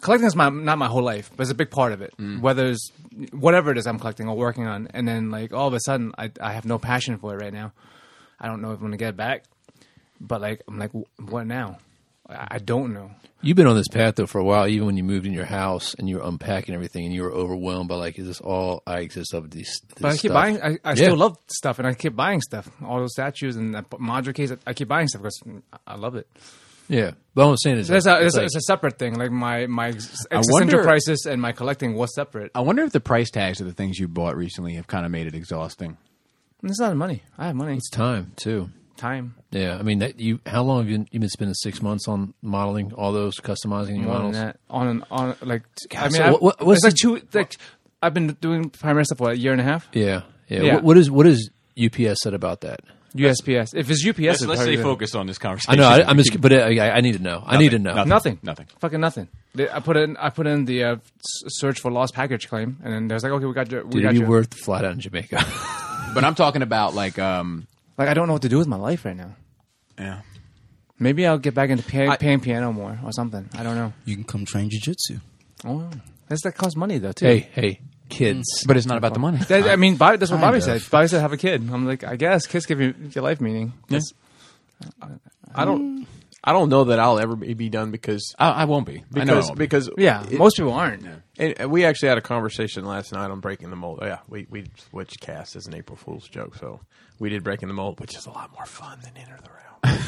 Collecting is my not my whole life, but it's a big part of it. Whether it's whatever it is I'm collecting or working on, and then like all of a sudden I I have no passion for it right now. I don't know if I'm gonna get it back, but like I'm like, wh- what now? I I don't know. You've been on this path though for a while. Even when you moved in your house and you were unpacking everything and you were overwhelmed by like, is this all I exist of? These, this But I keep stuff? buying. I, I Yeah. still love stuff, and I keep buying stuff. All those statues and that Madra case. I keep buying stuff because I love it. Yeah, but what I'm saying is, It's that- a, it's, a, like- it's a separate thing. Like my my ex- I existential wonder- crisis and my collecting was separate. I wonder if the price tags of the things you bought recently have kind of made it exhausting. It's not money. I have money. It's it's time too. time. Yeah, I mean, that you. How long have you you been spending six months on modeling all those, customizing your More than models? that. On and on. Like t- I mean, God, so I- what- what- what's it's like two. Like I've been doing primary stuff for a year and a half. Yeah, yeah. Yeah. What, what is what is UPS said about that? USPS. If it's UPS, it's let's hard stay to- focused on this conversation. I know, I, I'm just, but uh, I, I need to know. I need to know. Nothing. Nothing. Fucking nothing. They- I put in I put in the uh, s- search for lost package claim, and then they was like, okay, we got your. We Dude, got it'd be your. worth the flight out in [laughs] Jamaica. [laughs] But I'm talking about like, um, Like I don't know what to do with my life right now. yeah. Maybe I'll get back into pia- playing piano more or something. I don't know. You can come train jujitsu. Oh, That's, that costs money though too. Hey, hey, kids. Mm. But it's not about the money. That- I mean, Bobby, that's what Kind Bobby of. said. Bobby said, "Have a kid." I'm like, I guess kids give you your life meaning. That's- I don't. I don't know that I'll ever be be done because I, I won't be. I know I because won't be. because Yeah, it- most people aren't. And and we actually had a conversation last night on breaking the mold. Oh, Yeah, we we switched cast as an April Fool's joke, so we did breaking the mold, which is a lot more fun than enter the realm. [laughs]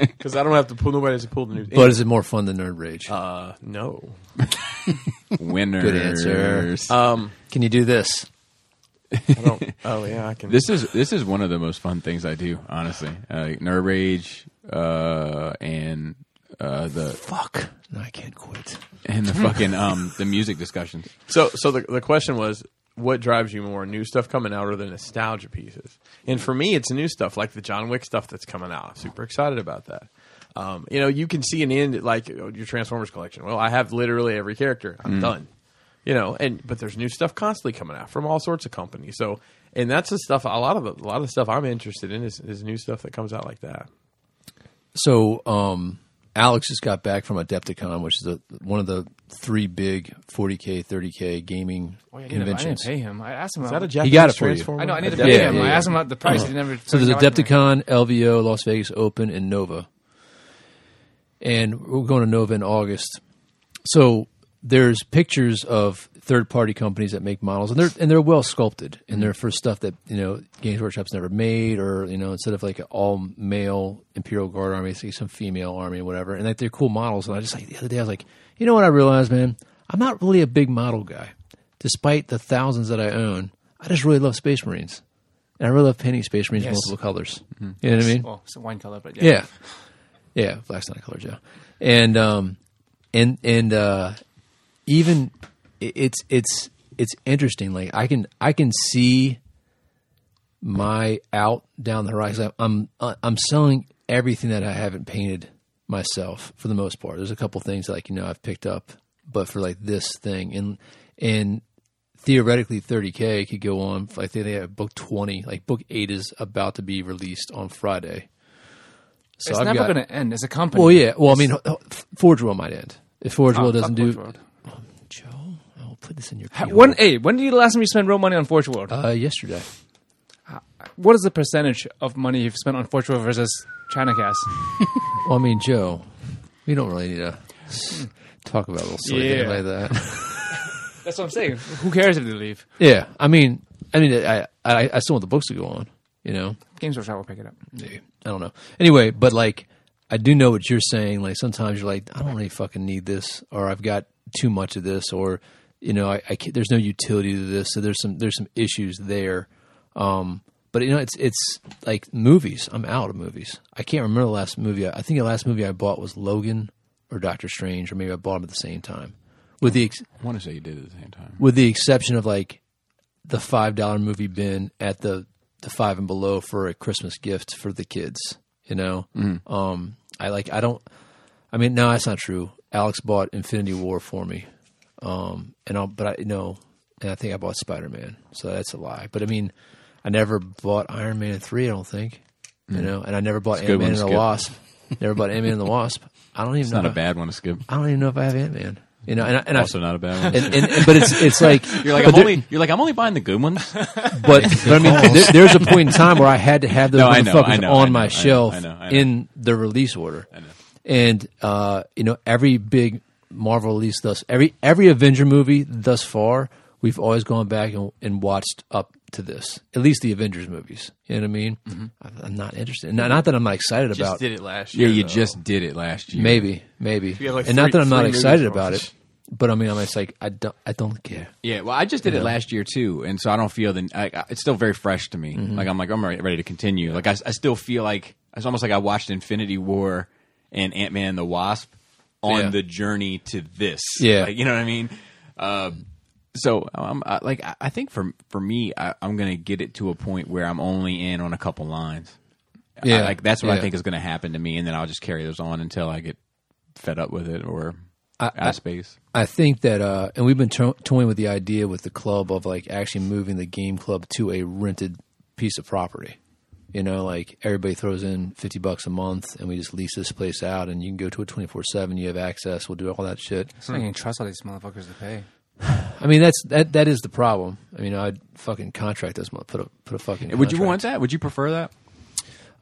Because I don't have to pull nobody has to pull the news. But is it more fun than Nerd Rage? uh, no, winners. Good answer. um, Can you do this? I don't. oh yeah, I can. This is this is one of the most fun things I do, honestly. Uh, Nerd Rage uh, and uh, the Fuck. No, I can't quit. and the fucking um the music discussions. So, so the, the question was, what drives you more, new stuff coming out or the nostalgia pieces? And for me, it's new stuff like the John Wick stuff that's coming out. I'm super excited about that. Um, you know, you can see an end like you know, your Transformers collection. Well, I have literally every character. Mm. I'm done. You know, and but there's new stuff constantly coming out from all sorts of companies. So, and that's the stuff. A lot of the, a lot of the stuff I'm interested in is, is new stuff that comes out like that. So, um, Alex just got back from Adepticon, which is a, one of the three big 40k, 30k gaming Oh, yeah, I, didn't, I didn't conventions. pay him. I asked him. Is that a He Japanese got it for you. Transformer? I know. I need to Yeah, pay yeah, him. I yeah. asked him about the price. He never. Uh-huh. So there's he never- Adepticon, LVO, Las Vegas Open, and Nova. And we're going to Nova in August. So there's pictures of third party companies that make models and they're and they're well sculpted and they're for stuff that, you know, Games Workshop's never made or, you know, instead of like an all male Imperial Guard army, it's like some female army or whatever. And like they're cool models. And I just like the other day I was like, you know what I realized, man? I'm not really a big model guy. Despite the thousands that I own, I just really love Space Marines. And I really love painting Space Marines Yes. multiple colors. You know what I mean? Well, it's a wine color, but yeah. Yeah. Yeah, Black's not a color, Joe. And um and and uh even i- it's it's it's interesting. Like I can I can see my out down the horizon. I'm I'm I'm selling everything that I haven't painted myself for the most part. There's a couple things like you know I've picked up, but for like this thing and and theoretically 30k could go on. I think they have book 20. Like book eight is about to be released on Friday. So It's I've never got- going to end. It's a company. Ah, Well, yeah. Well, I mean, F- Forge World might end if Forge World doesn't do. Joe, I will put this in your. keyhole. When, hey, when did you last time you spent real money on Forge World? Uh, yesterday. what is the percentage of money you've spent on Forge World versus ChinaCast? Well, I mean, Joe, we don't really need to s- talk about a little silly thing Yeah. like that. [laughs] That's what I'm saying. Who cares if they leave? yeah, I mean, I mean, I, I, I still want the books to go on. You know, Games Workshop will pick it up. I don't know. Anyway, but like, I do know what you're saying. Like, sometimes you're like, I don't really fucking need this, or I've got too much of this, or you know, I, I can't- there's no utility to this. So there's some there's some issues there. Um, but you know, it's it's like movies. I'm out of movies. I can't remember the last movie. I, I think the last movie I bought was Logan or Doctor Strange, or maybe I bought them at the same time. With the ex- I want to say you did it at the same time. with the exception of like the five dollar movie bin at the the five and below for a Christmas gift for the kids. You know, Mm-hmm. um, I like I don't. I mean, no, that's not true. Alex bought Infinity War for me, um, and I'll, but I you know, and I think I bought Spider Man, so that's a lie. But I mean, I never bought Iron Man three. I don't think you know, and I never bought Mm. a good Ant Man one and to the skip. Wasp. Never bought Ant Man and the Wasp. I don't even It's know. not a if- bad one to skip. I don't even know if I have Ant Man. You know, and, I- and Also I, not a bad one. and, and, but it's it's like You're like [laughs] but I'm there- only you're like I'm only buying the good ones. but, but I mean, there, there's a point in time where I had to have those No, I know, motherfuckers I know, I on know, I my know, shelf I know, I know. in the release order. And uh, you know, every big Marvel release thus every every Avenger movie thus far, we've always gone back and, and watched up to this. At least the Avengers movies. You know what I mean? Mm-hmm. I'm- I'm not interested. Not, not that I'm not excited Just about. did it last year. Yeah, you though. just did it last year. Maybe, maybe. have, like, three- and not that I'm not three movies excited to about watch. it. But I mean, I'm just like I don't I don't care. Yeah, well, I just did it last year too, and so I don't feel the. I, I- it's still very fresh to me. Mm-hmm. Like I'm like I'm re- ready to continue. Like I, s- I still feel like it's almost like I watched Infinity War and Ant Man and the Wasp on Yeah. the journey to this. Yeah. Like, you know what I mean. Um, so um, I, like I, I think for for me, I, I'm gonna get it to a point where I'm only in on a couple lines. I- Yeah, like that's what I yeah. think is gonna happen to me, and then I'll just carry those on until I get fed up with it or out I- of space. I think that, uh, and we've been to- toying with the idea with the club of like actually moving the game club to a rented piece of property. You know, like everybody throws in fifty bucks a month, and we just lease this place out, and you can go to it twenty four seven. You have access. We'll do all that shit. So I can trust all these motherfuckers to pay. I mean, that's that. That is the problem. I mean, I'd fucking contract this month. Put a put a fucking. Would you contract. want that? Would you prefer that?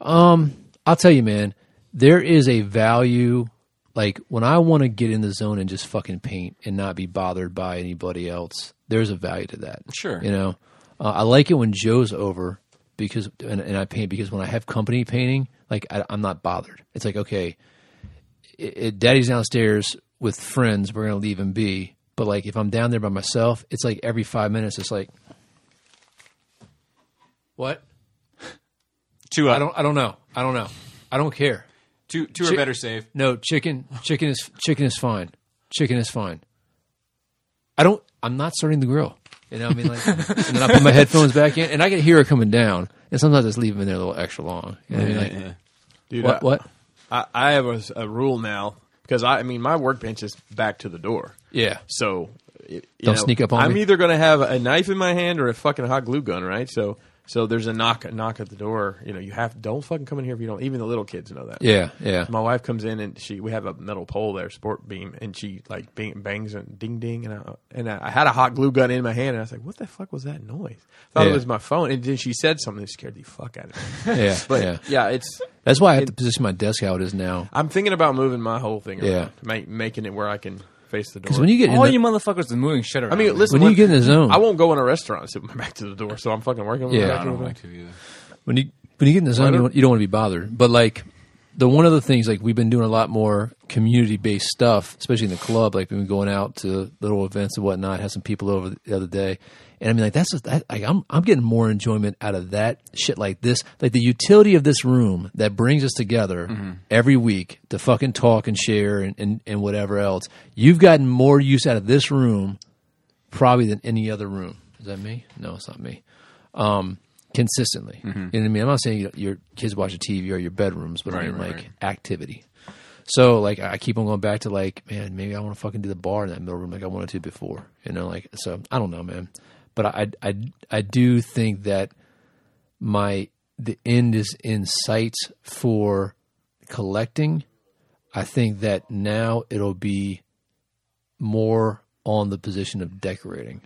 I'll tell you, man, there is a value. Like when I want to get in the zone and just fucking paint and not be bothered by anybody else, there's a value to that. Sure. You know, uh, I like it when Joe's over because, and, and I paint because when I have company painting, like I, I'm not bothered. It's like, okay, it, it, daddy's downstairs with friends. We're going to leave him be. But like if I'm down there by myself, it's like every five minutes, it's like, what? Two I don't, I don't know. I don't know. I don't care. two two are Chi- better safe. No, chicken. Chicken is chicken is fine. Chicken is fine. I don't. I'm not starting the grill. You know, what I mean, like, and then I put my headphones back in, and I can hear it coming down. And sometimes I just leave them in there a little extra long. You know what I mean, like, Dude, what? I- What? I, I have a, s- a rule now because I, I mean my workbench is back to the door. Yeah. So it, you Don't know, sneak up on I'm me. either going to have a knife in my hand or a fucking hot glue gun, right? So so there's a knock a knock at the door. You know, you have don't fucking come in here if you don't. Even the little kids know that. Yeah, yeah. My wife comes in and she we have a metal pole there, sport beam, and she like bang, bangs and ding ding, and I and I, I had a hot glue gun in my hand, and I was like, "What the fuck was that noise?" Thought Yeah. it was my phone, and then she said something that scared the fuck out of me. yeah, [laughs] But yeah. yeah it's That's why I have to position my desk how it is now. I'm thinking about moving my whole thing. Yeah. around, make, making it where I can face the door. Because when you get in All the- you motherfuckers are moving shit around. I mean, listen, when you get in the zone, I won't go in a restaurant and sit with my [laughs] back to the door, so I'm fucking working. With Yeah, my I back to don't the door. when you when you get in the zone, you don't, you don't want to be bothered. But like the one of the things, like we've been doing a lot more community based stuff, especially in the club. Like we've been going out to little events and whatnot. Had some people over the other day, and I mean, like that's just, that, like I'm I'm getting more enjoyment out of that shit like this, like the utility of this room that brings us together every week to fucking talk and share and, and and whatever else. You've gotten more use out of this room probably than any other room. Is that me? No, it's not me. Um, consistently, you know what I mean. I'm not saying you- your kids watching TV or your bedrooms, but I mean like activity. So like I keep on going back to like, man, maybe I want to fucking do the bar in that middle room like I wanted to before, you know. Like so, I don't know, man, but I I I do think that my the end is in sight for collecting. I think that now it'll be more on the position of decorating.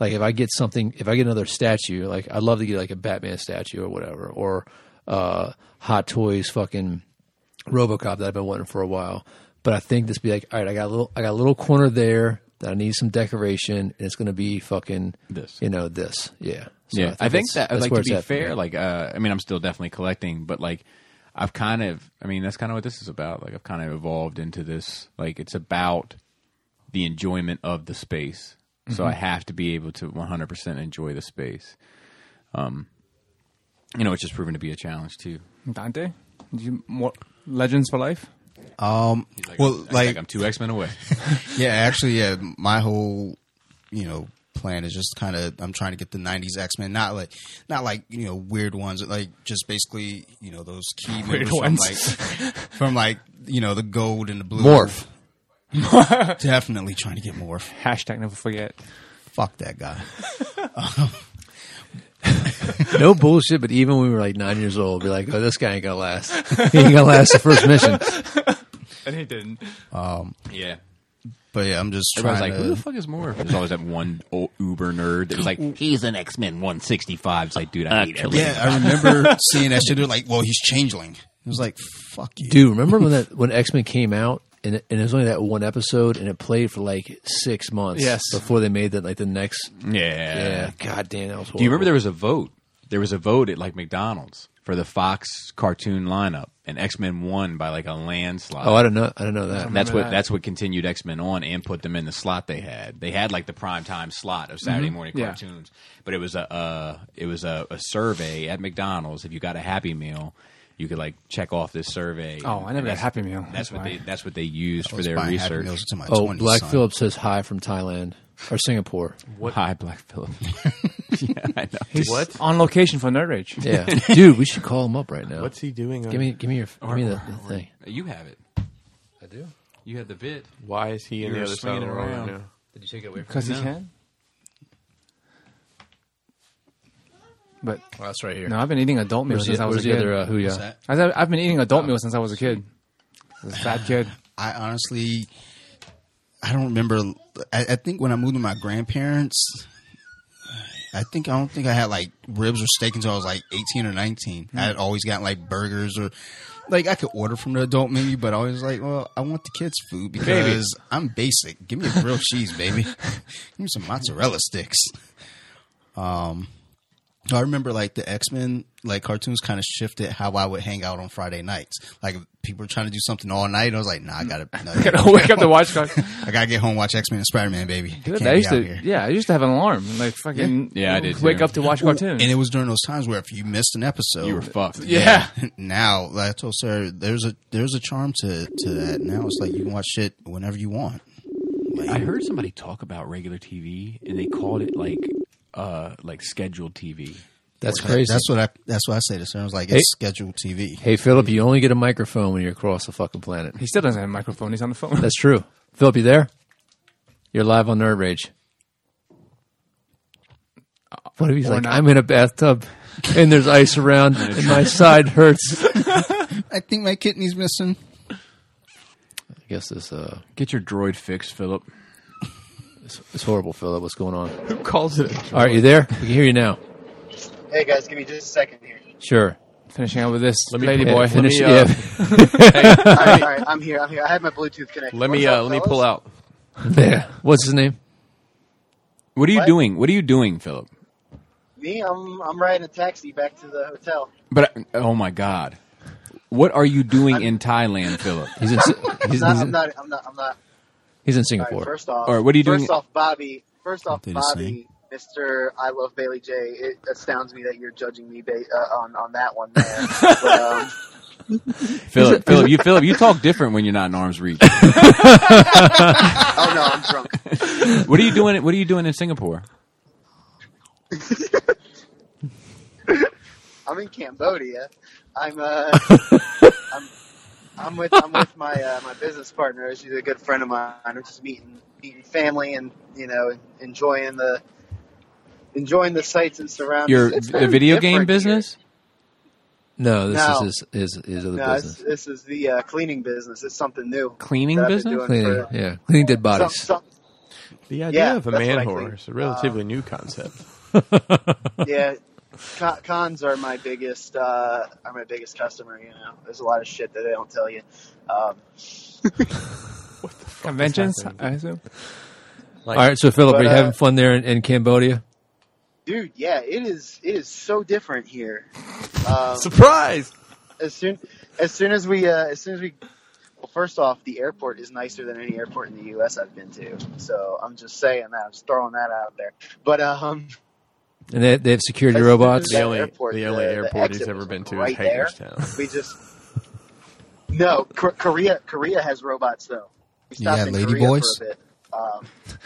Like if I get something, if I get another statue, like I'd love to get like a Batman statue or whatever, or uh, Hot Toys fucking RoboCop that I've been wanting for a while. But I think this be like, all right, I got a little, I got a little corner there that I need some decoration, and it's gonna be fucking This. you know, this, yeah, So yeah, I think that's- that that's like where to it's be at for me. fair, like uh, I mean, I'm still definitely collecting, but like I've kind of, I mean, that's kind of what this is about. Like I've kind of evolved into this. Like it's about the enjoyment of the space, so I have to be able to 100 percent enjoy the space. Um, you know, it's just proven to be a challenge too. Dante, you more legends for life? Um, well, I feel like, I'm two X Men away. yeah, actually, yeah, my whole, you know, plan is just kind of I'm trying to get the '90s X-Men, not like, not like you know weird ones, like just basically you know those key members from ones. like, from like you know the gold and the blue. Morph. [laughs] Definitely trying to get morph. Hashtag never forget. Fuck that guy. no bullshit. But even when we were like nine years old, we'd be like, oh, this guy ain't gonna last. he ain't gonna last the first mission. And he didn't. yeah. But yeah, I'm just trying Everybody's like, to. who the fuck is more? There's always that one old uber nerd that was like, he's an X Men 165. It's like, dude, I hate everything. yeah, I remember seeing that shit. They're like, well, he's changeling. It was like, fuck you. Dude, remember when that when X Men came out and it, and it was only that one episode and it played for like six months. Yes. before they made that like the next. Yeah. Yeah, god damn, that was. Do you remember horrible. there was a vote? There was a vote at like McDonald's for the Fox cartoon lineup, and X Men won by like a landslide. Oh, I don't know. I don't know that. that's what that. that's what continued X Men on and put them in the slot they had. They had like the prime time slot of Saturday morning Mm-hmm. Yeah. cartoons, but it was a uh, it was a, a survey at McDonald's. If you got a Happy Meal, you could like check off this survey. Oh, I never And had that's- Happy Meal. That's, That's what why. they that's what they used I for was their buying Happy research. Meals into my Oh, 20s, Black son. Phillips says hi from Thailand or Singapore. Hi, Black Phillip. yeah, I know. He's on location for Nerd Rage. Yeah, dude, we should call him up right now. What's he doing? on- Give me, give me your, give me the, the thing. You have it. I do. You had the vid. Uh, Why is he in the You're other side of the swinging world right around. now? Did you take it away? Because No. he can. But Oh, that's right here. no, I've been eating adult meals since Where's the, I was a where's the kid. other uh, Hooyah? that? I said I've been eating adult meals since I was a kid. I was a fat kid. [laughs] I honestly, I don't remember. I, I think when I moved to my grandparents, I think I don't think I had like ribs or steak until I was like eighteen or nineteen. Hmm. I had always gotten like burgers or like I could order from the adult menu, but I was like, well, I want the kids' food because I'm basic. Give me a grilled cheese, [laughs] baby. Give me some mozzarella sticks. Um, I remember like the X Men like cartoons kind of shifted how I would hang out on Friday nights. Like if people were trying to do something all night. I was like, nah, I [laughs] gotta, nah, [laughs] I gotta Gotta wake up to watch. Dude, I gotta get home, watch X Men and Spider Man, baby. I can't I be used out to, here. yeah, I used to have an alarm. Like fucking, Yeah, I did, Wake too. up to watch cartoons. And it was during those times where if you missed an episode, You were fucked. yeah. [laughs] now like I told Sarah, there's a there's a charm to to that. Now it's like you can watch shit whenever you want. I heard somebody talk about regular TV and they called it like uh like scheduled TV. That's That- crazy. That's what I that's what I say to Sarah. I was like, it's scheduled TV. hey, Philip, you only get a microphone when you're across the fucking planet. He still doesn't have a microphone. He's on the phone. [laughs] That's true. Philip, you there? You're live on Nerd Rage. What if he's or like, not. I'm in a bathtub and there's ice around and my side hurts. I I think my kidney's missing. guess this uh, Get your droid fixed, Philip. it's horrible, Philip. What's going on? Who [laughs] calls it? All right, you there? We can hear you now. Hey guys, give me just a second here. Sure. Finishing up with this Let me- lady Yeah, boy. let me, Finish. uh, yeah. All right, all right, I'm here. I'm here. I had my Bluetooth connected. Let me What's uh, up, let me fellas? pull out. [laughs] Yeah. What's his name? What are you What? doing? What are you doing, Philip? Me, I'm I'm riding a taxi back to the hotel. But oh my god. What are you doing in Thailand, [laughs] Philip? He's in, he's, I'm not. he's, I'm in, not. I'm not. I'm not. he's in All right, Singapore. first off, All right, what are you doing- First off, Bobby. First off, Did he say? Bobby, Mister, I love Bailey J. It astounds me that you're judging me ba- uh, on on that one. There. but, um, Philip, Philip, you Philip, you talk different when you're not in arm's reach. oh no, I'm drunk. What are you doing? What are you doing in Singapore? I'm in Cambodia. I'm uh, [laughs] I'm, I'm with I'm with my uh, my business partner. She's a good friend of mine. We're just meeting meeting family and you know enjoying the enjoying the sights and surroundings. Your It's the very video different game here. business? No, this No. is his, his, his other No, this, business. this is the uh, cleaning business. It's something new. Cleaning that I've been business? doing Cleaning. for- Yeah. Cleaning dead some- bodies. some- The idea Yeah, of a that's what man I horror think. is a relatively new [laughs] concept. yeah, co- cons are my biggest uh, are my biggest customer. You know, there's a lot of shit that they don't tell you. Um, Conventions, I assume. Like, All right, so Philip, But, are you uh, having fun there in, in Cambodia? dude yeah it is it is so different here um, surprise! as soon as soon as we uh, as soon as we well first off the airport is nicer than any airport in the us i've been to so i'm just saying that i'm just throwing that out there but um And they, they have security as soon robots. as that The only- airport, the only airport exit he's ever was been to is right there. Hagerstown. we just no K- korea korea has robots though we Yeah, stopped in lady korea boys. for a bit um, [laughs]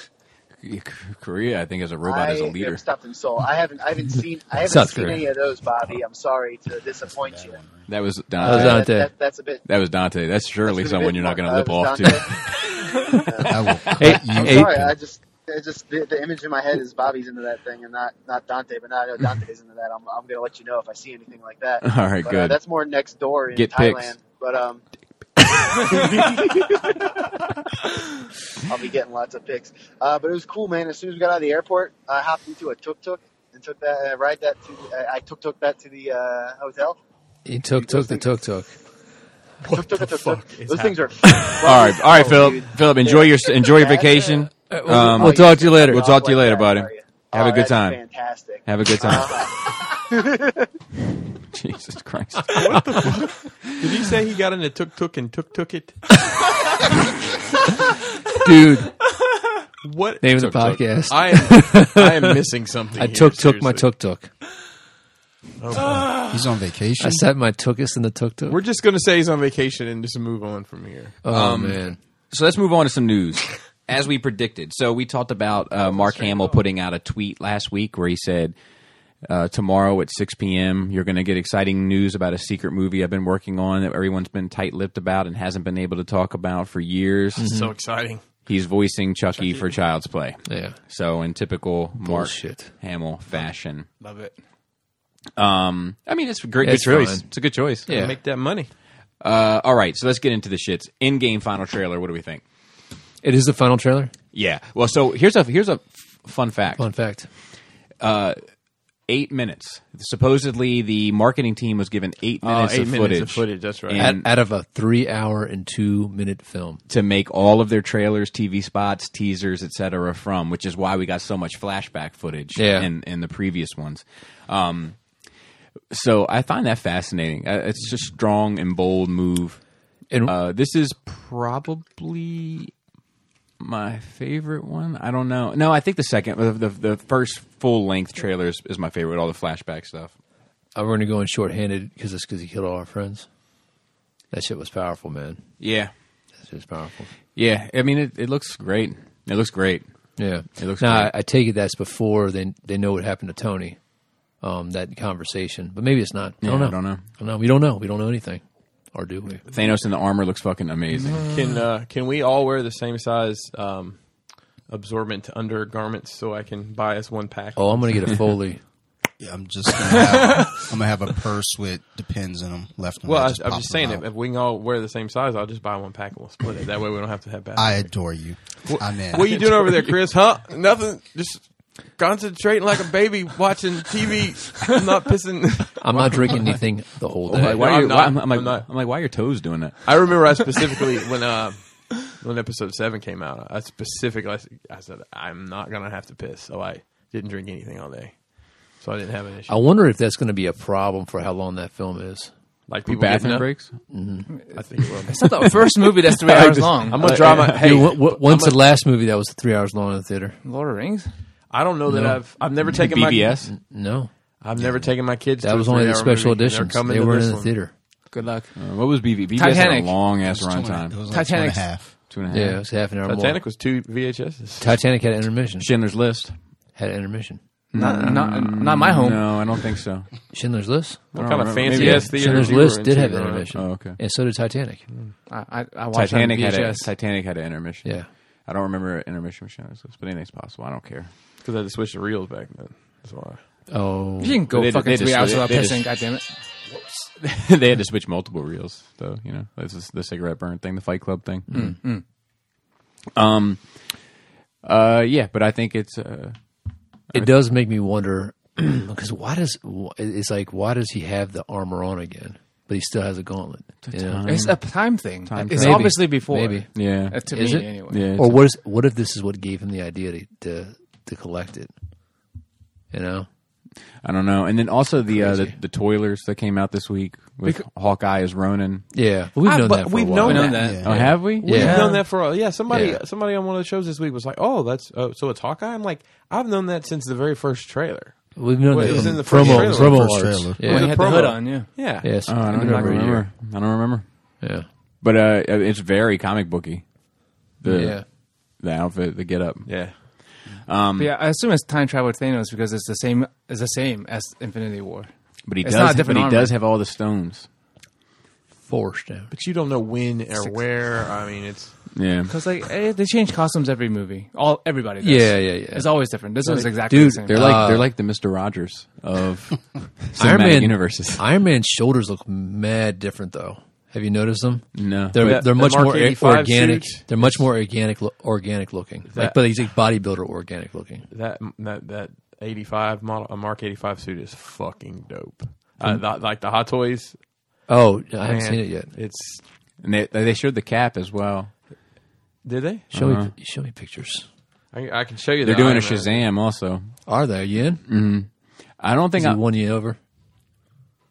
Korea, I think, as a robot as a I leader. am stuffed in Seoul. I haven't, [laughs] I haven't seen, I haven't South seen Korea. any of those, Bobby. I'm sorry to disappoint you. That was That was Dante. on- that, Dante. that, that's a bit. That was Dante. That's surely that's a someone bit you're not going to more- lip uh, off Dante. to. I will cut Hey, you I'm hey, sorry, I just, it just the, the image in my head is Bobby's into that thing and not not Dante, but now I know Dante's into that. I'm, I'm gonna let you know if I see anything like [laughs] that. All right, but, Uh, good. that's more next door in Get Thailand, pics. but um. I'll be getting lots of pics, uh, but it was cool, man. As soon as we got out of the airport, I hopped into a tuk tuk and took that uh, ride that to uh, I tuk tuk that to the uh, hotel. He took took the tuk tuk. Tuk tuk tuk tuk. fuck is Those things are [laughs] [laughs] All right, all right, Oh, Philip. dude. Philip, enjoy your enjoy your vacation. Um, We'll Oh, talk to you you're later. off We'll talk to you like later, that, buddy. are you? Have Oh, a good that's time. Fantastic. Have a good time. Uh, Uh-huh. [laughs] Jesus Christ. Did he say he got into tuk tuk and tuk tuk it? Dude, What [laughs] name of the Tuk-tuk. podcast. I am, [laughs] I am missing something. I here, took took my seriously. tuk tuk. Oh, He's on vacation. I sat my tookus in the tuk tuk. We're just going to say he's on vacation and just move on from here. Oh man, So let's move on to some news. [laughs] As we predicted, so we talked about uh, Mark Hamill putting out a tweet last week where he said, uh, "Tomorrow at 6 p.m., you're going to get exciting news about a secret movie I've been working on that everyone's been tight-lipped about and hasn't been able to talk about for years." Mm-hmm. So exciting. He's voicing Chucky, for Child's Play. yeah. So in typical Mark Bullshit. Hamill fashion, Love it. Um, I mean, it's a great It's good choice. fun. It's a good choice. Yeah. Make that money. Uh, all right, so let's get into the shits. In game final trailer. What do we think? It is the final trailer. Yeah. Well, so here's a here's a f- fun fact. Fun fact. Eight minutes. Supposedly, the marketing team was given eight minutes, Oh, eight of, minutes footage of footage, that's right. Out, and- out of a three hour and two minute film. to make all of their trailers, TV spots, teasers, etc. from, which is why we got so much flashback footage Yeah. in in the previous ones. Um, so I find that fascinating. Uh, It's just strong and bold move. And Uh, this is probably my favorite one. I don't know. No, I think the second, the the, the first full length trailer is, is my favorite. All the flashback stuff. uh, we're going to go in shorthanded because that's because he killed all our friends. That shit was powerful, man. Yeah, That shit was powerful. yeah. I mean, it, it looks great. It looks great. Yeah, It looks Now great. I, I take it that's before they they know what happened to Tony, um, that conversation. But maybe it's not. I don't Yeah, know. I don't know. I don't know. We don't know. We don't know anything, or do we? Thanos in the armor looks fucking amazing. Can uh, can we all wear the same size um, absorbent undergarments so I can buy us one pack? Oh, I'm gonna [laughs] get a Foley. Yeah, I'm just gonna have, I'm gonna have a purse with depends in them left. And well, I, right, I'm pop just them saying if, out. if we can all wear the same size, I'll just buy one pack and we'll split it. That way we don't have to have baskets. I adore you. I'm in. What are you doing over there, Chris? Huh? Nothing. Just concentrating like a baby watching TV. I'm not pissing. [laughs] I'm not drinking anything the whole day. Like, why are no, I'm you- not. why- I'm, I'm like, I'm not. I'm like, why are your toes doing that? I remember I specifically when uh when episode seven came out, I specifically I said I'm not gonna have to piss, so I didn't drink anything all day, so I didn't have an issue. I wonder if that's going to be a problem for how long that film is. like people Bathroom getting up, breaks. I think it will. It's not the first movie that's [laughs] three hours long. Uh, I'm gonna draw my. Hey, Dude, what, what, when's the last movie that was three hours long in the theater? Lord of the Rings. I don't know that I've I've never taken BBS. No, my I've never taken my kids. that to a was only the three-hour special movie, and they're editions. coming They to were this in the one. theater. Good luck. Uh, what was BB? BBS had Titanic. a long ass It was two and- runtime. It was like two and a Titanic's- half. Two and a half. Yeah, it was half an hour Titanic more. was two VHSs. Titanic had an intermission. Schindler's List. Had an intermission. Not, not, not my home. No, I don't think so. Schindler's List. What I kind don't of remember. fancy Maybe- ass theater? Schindler's you were List did into have an growing up? intermission. Oh, okay. And so did Titanic. Mm-hmm. I, I, I watched Titanic on had a, VHS. Titanic had an intermission. Yeah. I don't remember an intermission with Schindler's List, but anything's possible. I don't care. Because I had to switch the reels back then. That's why. Oh, you can go They- fucking they three just- hours they- without they pissing. just- God damn it! they had to switch multiple reels, though. You know, this is the cigarette burn thing, the Fight Club thing. Mm. Mm. Um. Uh. Yeah, but I think it's. Uh, it does make me wonder [clears throat] because why does wh- it's like why does he have the armor on again? But he still has a gauntlet. you know? time. It's a time thing. it's travel. obviously before. Maybe. yeah. Uh, to Is me, it? anyway. yeah. Or what is what if this is what gave him the idea to to, to collect it? You know, I don't know. And then also the uh, the, Crazy. the toilers that came out this week with Hawkeye as Ronan. yeah, but we've Ah, known but that. For we've a known while. We know that. that. Yeah. Oh, have we? Yeah. I've known that for a yeah. Somebody Yeah. somebody on one of the shows this week was like, "Oh, that's oh, so it's Hawkeye." I'm like, I've known that since the very first trailer. We've known Well, it that. was from in the first promo, trailer. promo First arts. trailer. When he Yeah, Yeah. had the hood Promo. on, yeah. Yeah, yes. Oh, I Been don't over a remember. year. I don't remember. Yeah, But uh, it's very comic booky. The yeah. the outfit, the get up. yeah. But yeah, I assume it's time travel with Thanos because it's the same. It's the same as Infinity War. But he It's not does. a But different he armor. does have all the stones. Four stone. But you don't know when or where. I mean, it's Yeah. Because like eh, they change costumes every movie. All everybody. Does. Yeah, yeah, yeah. It's always different. This one's exactly Dude, the same. they're like Uh, they're like the Mister Rogers of cinematic Iron Man universes. [laughs] Iron Man's shoulders look mad different though. Have you noticed them? No. they're Yeah, they're the much Mark more 85 organic. suit. They're much more organic lo- organic looking. like, That- but he's like bodybuilder organic looking. that that that 85 model, a Mark 85 suit is fucking dope. Uh, the, like the Hot Toys. Oh, Mm. I haven't man, seen it yet. It's and they they showed the cap as well. did they? Show Uh-huh. me show me pictures. I, I can show you. They're the doing a Iron Man. Shazam also. Are they? Are you in? I don't think Is he I. won you over?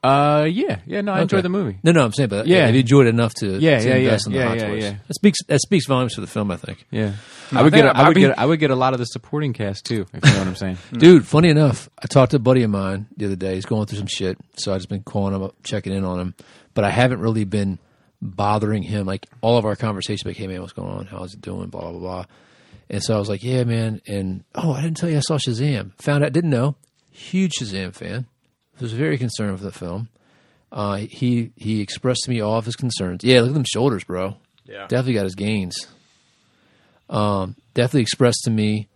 Uh, yeah, yeah. No, I enjoyed Okay. the movie. No, no, I'm saying, but Yeah. yeah, have you enjoyed enough to, Yeah, to yeah, invest yeah, in the yeah, hot yeah, toys? yeah. That speaks that speaks volumes for the film, I think. Yeah, I would I think get. A, I would I'd be- get. I would get a lot of the supporting cast too. If you know what I'm saying. Dude, funny enough, I talked to a buddy of mine the other day. He's going through some shit, so I've just been calling him up, checking in on him. But I haven't really been bothering him. Like all of our conversations, like, hey man, what's going on? How's it doing? Blah blah blah. And so I was like, yeah, man. And oh, I didn't tell you I saw Shazam. Found out, didn't know. Huge Shazam fan. Was very concerned with the film. Uh, he he expressed to me all of his concerns. Yeah, look at them shoulders, bro. Yeah. definitely got his gains. Um, definitely expressed to me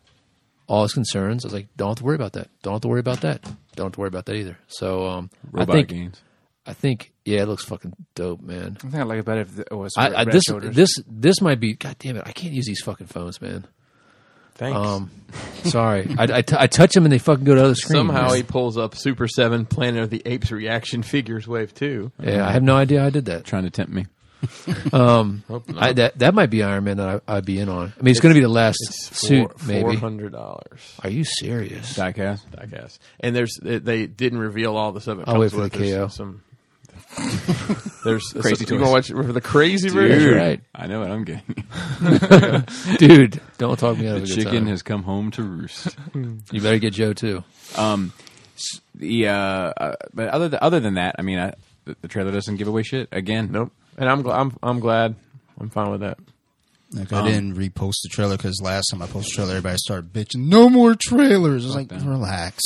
all his concerns. I was like, don't have to worry about that. Don't have to worry about that. Don't have to worry about that either. So um, I Robot think games. I think yeah, it looks fucking dope, man. I think I like it better if it was I, red, I, this shoulders. this this might be. God damn it! I can't use these fucking phones, man. Thanks. [laughs] Um, sorry. I, I, t- I touch them and they fucking go to other screens. Somehow he pulls up Super Seven Planet of the Apes reaction figures Wave Two. yeah, I have no idea I did that. Trying to tempt me. I, that that might be Iron Man that I, I'd be in on. I mean, it's, going to be the last suit, four maybe. hundred dollars. Are you serious? Diecast. I guess. And there's they- they didn't reveal all the stuff. It I'll wait comes for the with. There's KO. Some. [laughs] There's Crazy You gonna watch the crazy That's version? right, I know what I'm getting. dude. Don't talk me out of The a good chicken time. has come home to roost. you better get Joe too. the uh, uh, but other th- other than that, I mean, I, the, the trailer doesn't give away shit again. Nope. And I'm gl- I'm I'm glad. I'm fine with that. Like Um, I didn't repost the trailer because last time I posted the trailer, everybody started bitching. No more trailers. I was like, relax.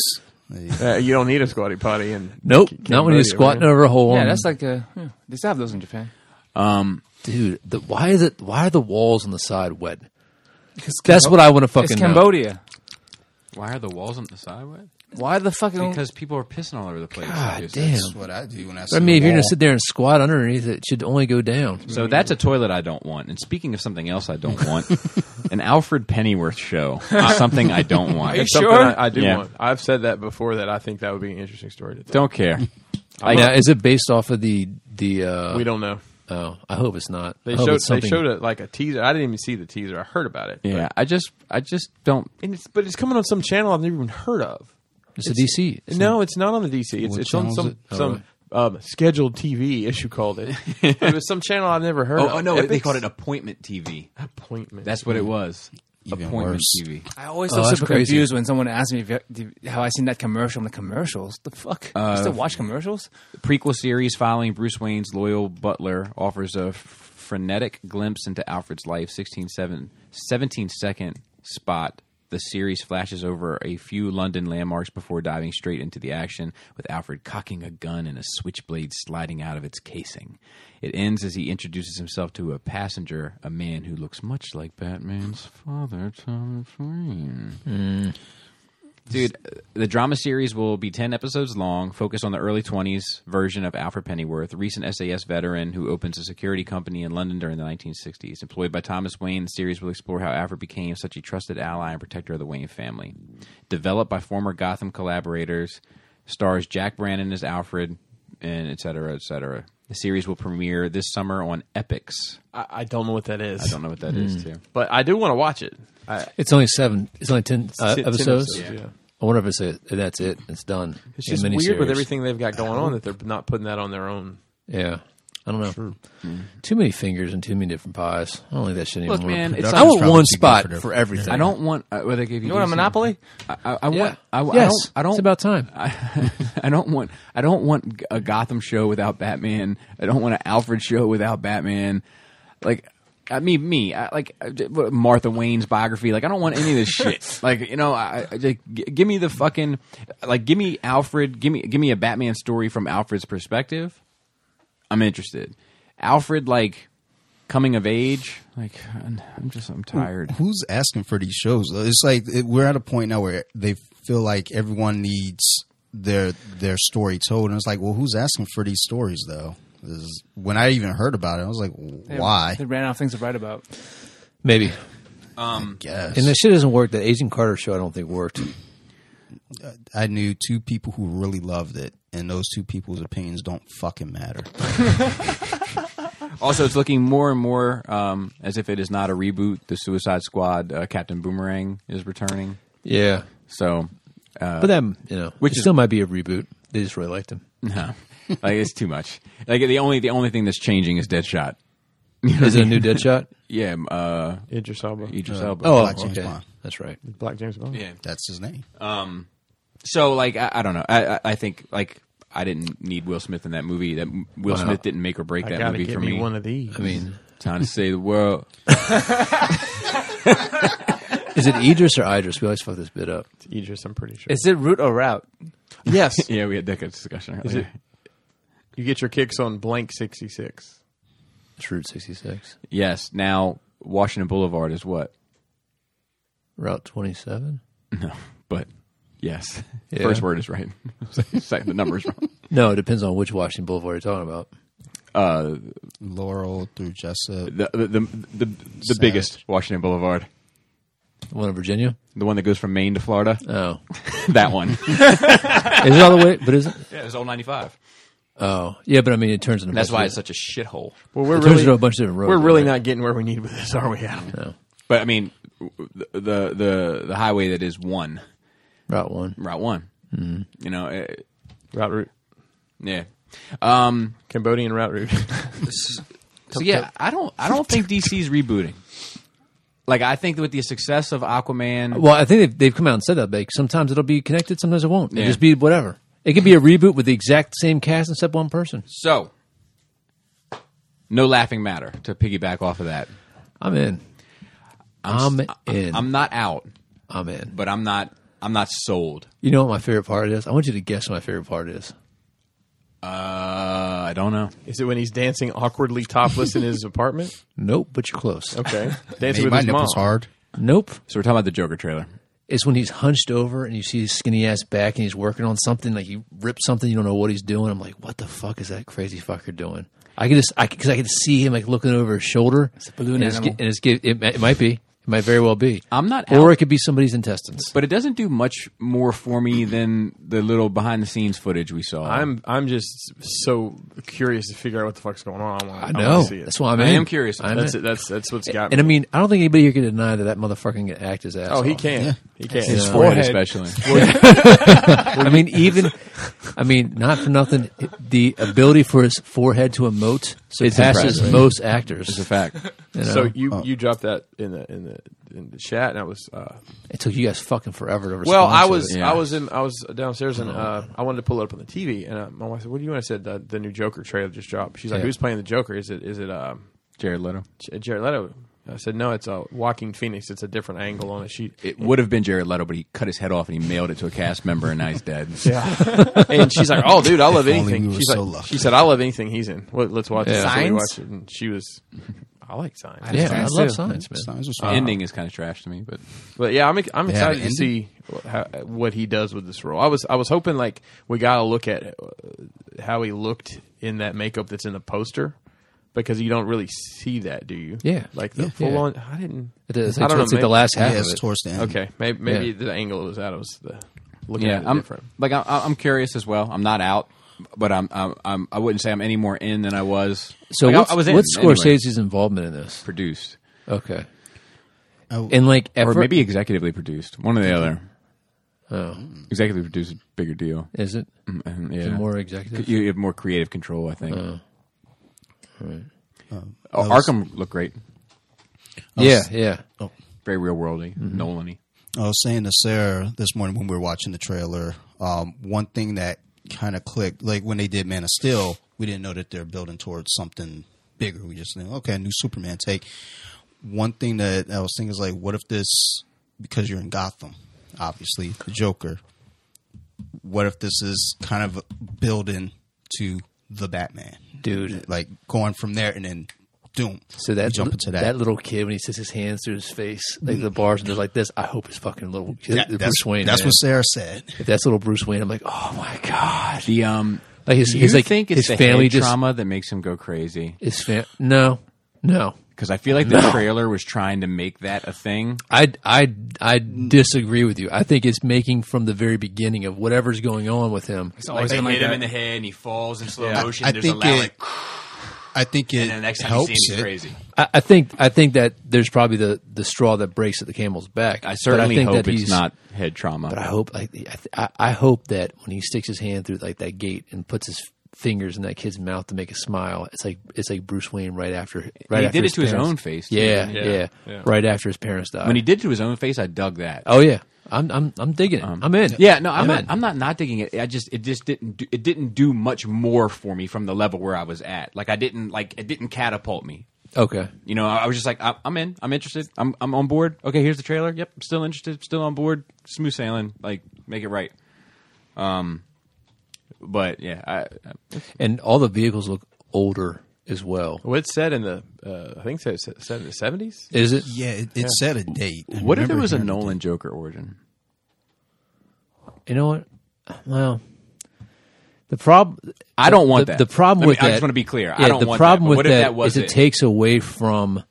Like, Uh, you don't need a squatty potty and Nope, C- not when Cambodia, you're squatting right? over a hole. yeah, on- that's like a. Yeah, they still have those in Japan. dude. The, why is it? Why are the walls on the side wet? That's what I want to fucking uh, It's know. Cambodia. Why are the walls on the side wet? Why the fucking? Because people are pissing all over the place. God obviously. damn. that's what I do when I. See But I mean, if you're wall. going to sit there and squat underneath it, it should only go down. So that's a toilet I don't want. And speaking of something else I [laughs] don't want, an Alfred Pennyworth show. is something I don't want. It's Sure. something I, I do Yeah. want. I've said that before. That I think that would be an interesting story to tell. Don't care. now, is it based off of the the? Uh, we don't know. Oh, I hope it's not. They I hope showed it's they something- showed a, like a teaser. I didn't even see the teaser. I heard about it. Yeah, I just I just don't. But, and it's but it's coming on some channel I've never even heard of. It's a DC. It's no, it's not on the DC. It's, What it's on channel is some it? Oh, some really? um, scheduled TV issue called it. it was some channel I've never heard. Oh, of. oh, no, they Epic's called it appointment TV. appointment. That's what it was. Even appointment worse. TV. I always Oh, look that's super crazy. confused when someone asks me if, do- how I seen that commercial. I'm like, commercials? The fuck? Uh, you still watch commercials? prequel series following Bruce Wayne's loyal butler offers a frenetic glimpse into Alfred's life. 16 seven- 17 second spot. The series flashes over a few London landmarks before diving straight into the action, with Alfred cocking a gun and a switchblade sliding out of its casing. It ends as he introduces himself to a passenger, a man who looks much like Batman's father, Thomas Wayne. Dude, the drama series will be 10 episodes long, focus on the early 20s version of Alfred Pennyworth, recent SAS veteran who opens a security company in London during the 1960s. Employed by Thomas Wayne, the series will explore how Alfred became such a trusted ally and protector of the Wayne family. Developed by former Gotham collaborators, stars Jack Brandon as Alfred, and et cetera, et cetera. The series will premiere this summer on Epics. I, I don't know what that is. I don't know what that is, too. but I do want to watch it. I, It's only seven. It's only ten, Ten- uh, ten episodes. episodes, yeah. I wonder if it's it. That's it. It's done. it's In just a weird with miniseries. everything they've got going on that they're not putting that on their own. Yeah. I don't know. Too many fingers and too many different pies. I don't think that should even Look, work. [laughs] man, it's I want probably one too good spot for for, their- everything. I don't want uh, well, they gave you. You want a decent- Monopoly? I, I, I Yeah. want. I, I yes. don't. I don't It's about time. I, [laughs] I don't want I don't want a Gotham show without Batman. I don't want an Alfred show without Batman. Like I mean me, I, like I- Martha Wayne's biography. Like I don't want any of [laughs] this shit. Like you know, I, I just, g- give me the fucking like give me Alfred, give me give me a Batman story from Alfred's perspective. I'm interested. Alfred like coming of age. Like [sighs] I'm I'm just I'm tired. Who's asking for these shows? though? It's like it, we're at a point now where they feel like everyone needs their their story told, and it's like, well, who's asking for these stories though? This is- when I even heard about it, I was like, why? They ran out of things to write about. Maybe. Yes. And that shit doesn't work. That Agent Carter show I don't think worked. I knew two people who really loved it, and those two people's opinions don't fucking matter. Also, it's looking more and more um, as if it is not a reboot. The Suicide Squad, uh, Captain Boomerang is returning. Yeah. So, but that, you know, which which is- still might be a reboot. They just really liked him. no, like it's too much. Like the only the only thing that's changing is Deadshot. Is it a new Deadshot? [laughs] Yeah, um, uh, Idris Elba, Idris Elba. Oh, Black James okay. Bond. That's right. Black James Bond. Yeah. That's his name. Uh, so like I, I don't know. I, I I think like I didn't need Will Smith in that movie. That Will Smith didn't make or break I that gotta movie get for me me. one of these. I mean, Time to save the world. is it Idris or Idris? We always fuck this bit up. Idris, I'm pretty sure. Is it root or route? yes, Yeah, we had that good discussion Is earlier. you get your kicks on blank sixty six. It's [laughs] Route 66. Yes. Now Washington Boulevard is what Route 27? No, but yes. Yeah. First word is right. [laughs] Second, the number is wrong. No, it depends on which Washington Boulevard you're talking about. Uh, Laurel through Jessup. the the the, the, the Savage. biggest Washington Boulevard, The one in Virginia? the one that goes from Maine to Florida. [laughs] Oh. that [laughs] one. Is it all the way? But is it? yeah, it's all ninety five. Oh. Yeah, but I mean, it turns into. a That's bunch why of- it's such a shithole. Well, we're It turns really into a bunch of different roads, We're really right? not getting where we need with this, are we, Adam? But I mean, the the the highway that is one Route 1. Route One. Mm-hmm. You know, it, Route route, yeah. Um, Cambodian route route. so yeah, I don't I don't think DC's rebooting. Like I think with the success of Aquaman, Well, I think they've, they've come out and said that. Like, sometimes it'll be connected, sometimes it won't. It'll Yeah. just be whatever. It could be a reboot with the exact same cast except one person. so no laughing matter to piggyback off of that. I'm in. I'm, in. I'm not out, I'm in. but I'm not I'm not sold. You know what my favorite part is? I want you to guess what my favorite part is. Uh, I don't know. [laughs] Is it when he's dancing awkwardly topless in his apartment? Nope, but you're close. Okay, Made dancing with my his mom. nipples hard. Nope. So we're talking about the Joker trailer. It's when he's hunched over and you see his skinny ass back and he's working on something. Like he ripped something, you don't know what he's doing. I'm like, what the fuck is that crazy fucker doing? I can just, I because I can see him like looking over his shoulder. It's a balloon and animal. It's, and it's, gi- it, mi- it might be. It might very well be. I'm not out. Or it could be somebody's intestines. But it doesn't do much more for me than the little behind the scenes footage we saw. I'm I'm just so curious to figure out what the fuck's going on. I, want, I I know. want to see it. That's why I'm I in. am curious. I'm that's in. it. That's that's what's got And I me. mean, I don't think anybody here can deny that that motherfucker can act his ass oh, he off. can. He can. His Yeah. forehead, forehead. especially. [laughs] [laughs] I mean, even, I mean, not for nothing, the ability for his forehead to emote surpasses impressive. most actors. It's a fact. you know? So you you dropped that in the in the in the chat, and I was uh, it took you guys fucking forever to respond. well, I to was it. Yeah. I was in I was downstairs, and uh, I wanted to pull it up on the TV, and uh, my wife said, "What do you want?" I said, "The, the new Joker trailer just dropped." She's like, Yeah. "Who's playing the Joker? Is it is it um, Jared Leto. J- Jared Leto?" I said, "No, it's a Walking Phoenix. It's a different angle on a sheet." It would have been Jared Leto, but he cut his head off and he mailed it to a cast member, and now he's dead. [laughs] Yeah. and she's like, "Oh, dude, I love If only anything." we were she's so like, lucky. she said, "I love anything he's in. Well, let's watch it." Yeah. So we Signs? watched it, and she was, I like signs. Yeah, I Signs love too. science, man. Signs was The ending is kind of trash to me, but But yeah, I'm I'm have excited an to see wh- how, what he does with this role. I was I was hoping like we got to look at uh, how he looked in that makeup that's in the poster because you don't really see that, do you? Yeah. like the Yeah. full Yeah. on. I didn't. It is. It's, I don't know, it's like maybe- the last half Yeah, it's of it. towards the end. Okay, maybe maybe Yeah. the angle it was at it was the looking yeah, at it I'm different. like I, I'm curious as well. I'm not out, but I'm, I'm, I'm I wouldn't say I'm any more in than I was. So like, I- what's, I was in, what's anyway. Scorsese's involvement in this? produced Okay. Oh. And like, or effort, maybe executively produced? One or the other. Oh, executively produced is a bigger deal. is it Mhm, Yeah, it more Oh. executive? You have more creative control, I think. Right. Oh, That was- Arkham looked great. Yeah, yeah. Very real worldy, Mm-hmm. Nolan-y. I was saying to Sarah this morning when we were watching the trailer, um, one thing that kind of clicked, like when they did Man of Steel, we didn't know that they're building towards something bigger. We just think, okay, new Superman take. One thing that I was thinking is like, what if this, because you're in Gotham, obviously, the Joker, what if this is kind of building to the Batman? Dude. Like going from there and then doom. So that jump into that little kid when he sticks his hands through his face, like the bars, and they're like this. I hope it's fucking little That- Bruce that's, Wayne. that's man. what Sarah said. if that's little Bruce Wayne, I'm like, oh my god. The um, Like his, do his you like think it's the his family head just trauma that makes him go crazy? his fam- No, no. Because I feel like the trailer was trying to make that a thing. I I I disagree with you. I think it's making from the very beginning of whatever's going on with him. It's always been like that. head, and he falls in slow I- I think it, I think it helps it. I, I think I think that there's probably the the straw that breaks at the camel's back. I But certainly think hope that it's he's- not head trauma. But I hope I, I, th- I I hope that when he sticks his hand through like that gate and puts his fingers in that kid's mouth to make a smile, it's like it's like Bruce Wayne right after right he after did his it to his parents- own face. too, Yeah didn't he? yeah, yeah. right after his parents died. When he did it to his own face, I dug that. oh yeah, I'm I'm I'm digging it. I'm in. Um, Yeah, no, I'm, not. in. I'm not not digging it. I just it just didn't do, it didn't do much more for me from the level where I was at. Like I didn't like it didn't catapult me. okay. You know, I I was just like, I- I'm in, I'm interested, I'm I'm on board. Okay, here's the trailer. Yep, I'm still interested, still on board. Smooth sailing, like make it right. Um, but yeah, I, And all the vehicles look older as well. What it said in the uh, I think it said, said in the seventies. Is it? Yeah, it, it said a date. I what if remember there was a hearing- Nolan Joker origin? You know what? Well, the problem. I don't want the, that. The problem Let me- with I that. just want to be clear. yeah, I don't the want problem that. But with what that if that was is it, takes away from.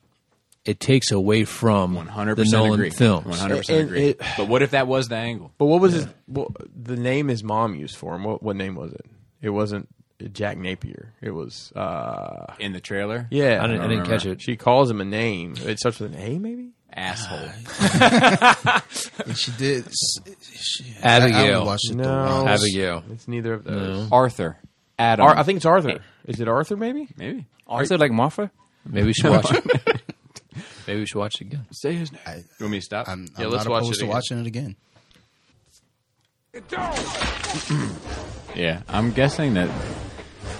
It takes away from 100% the Nolan agree. films. 100% And agree. it- but what if that was the angle? But what was his? Well, the name his mom used for him. What what name was it? It wasn't Jack Napier. It was uh In the trailer? yeah. I didn't, I didn't catch it. She calls him a name. It starts with an A, maybe. Asshole. And she did. s- She, I, I Abigail. would watch it the No. wrong- Abigail. It's neither of those. Arthur. Adam. Ar- I think it's Arthur. Is it Arthur? Maybe. Maybe. Also, like Martha. Maybe [laughs] we should watch it. Maybe we should watch it again. Say his name. you want me to stop? I'm, Yeah, I'm let's not watch opposed it to again. watching it again. yeah. I'm guessing that.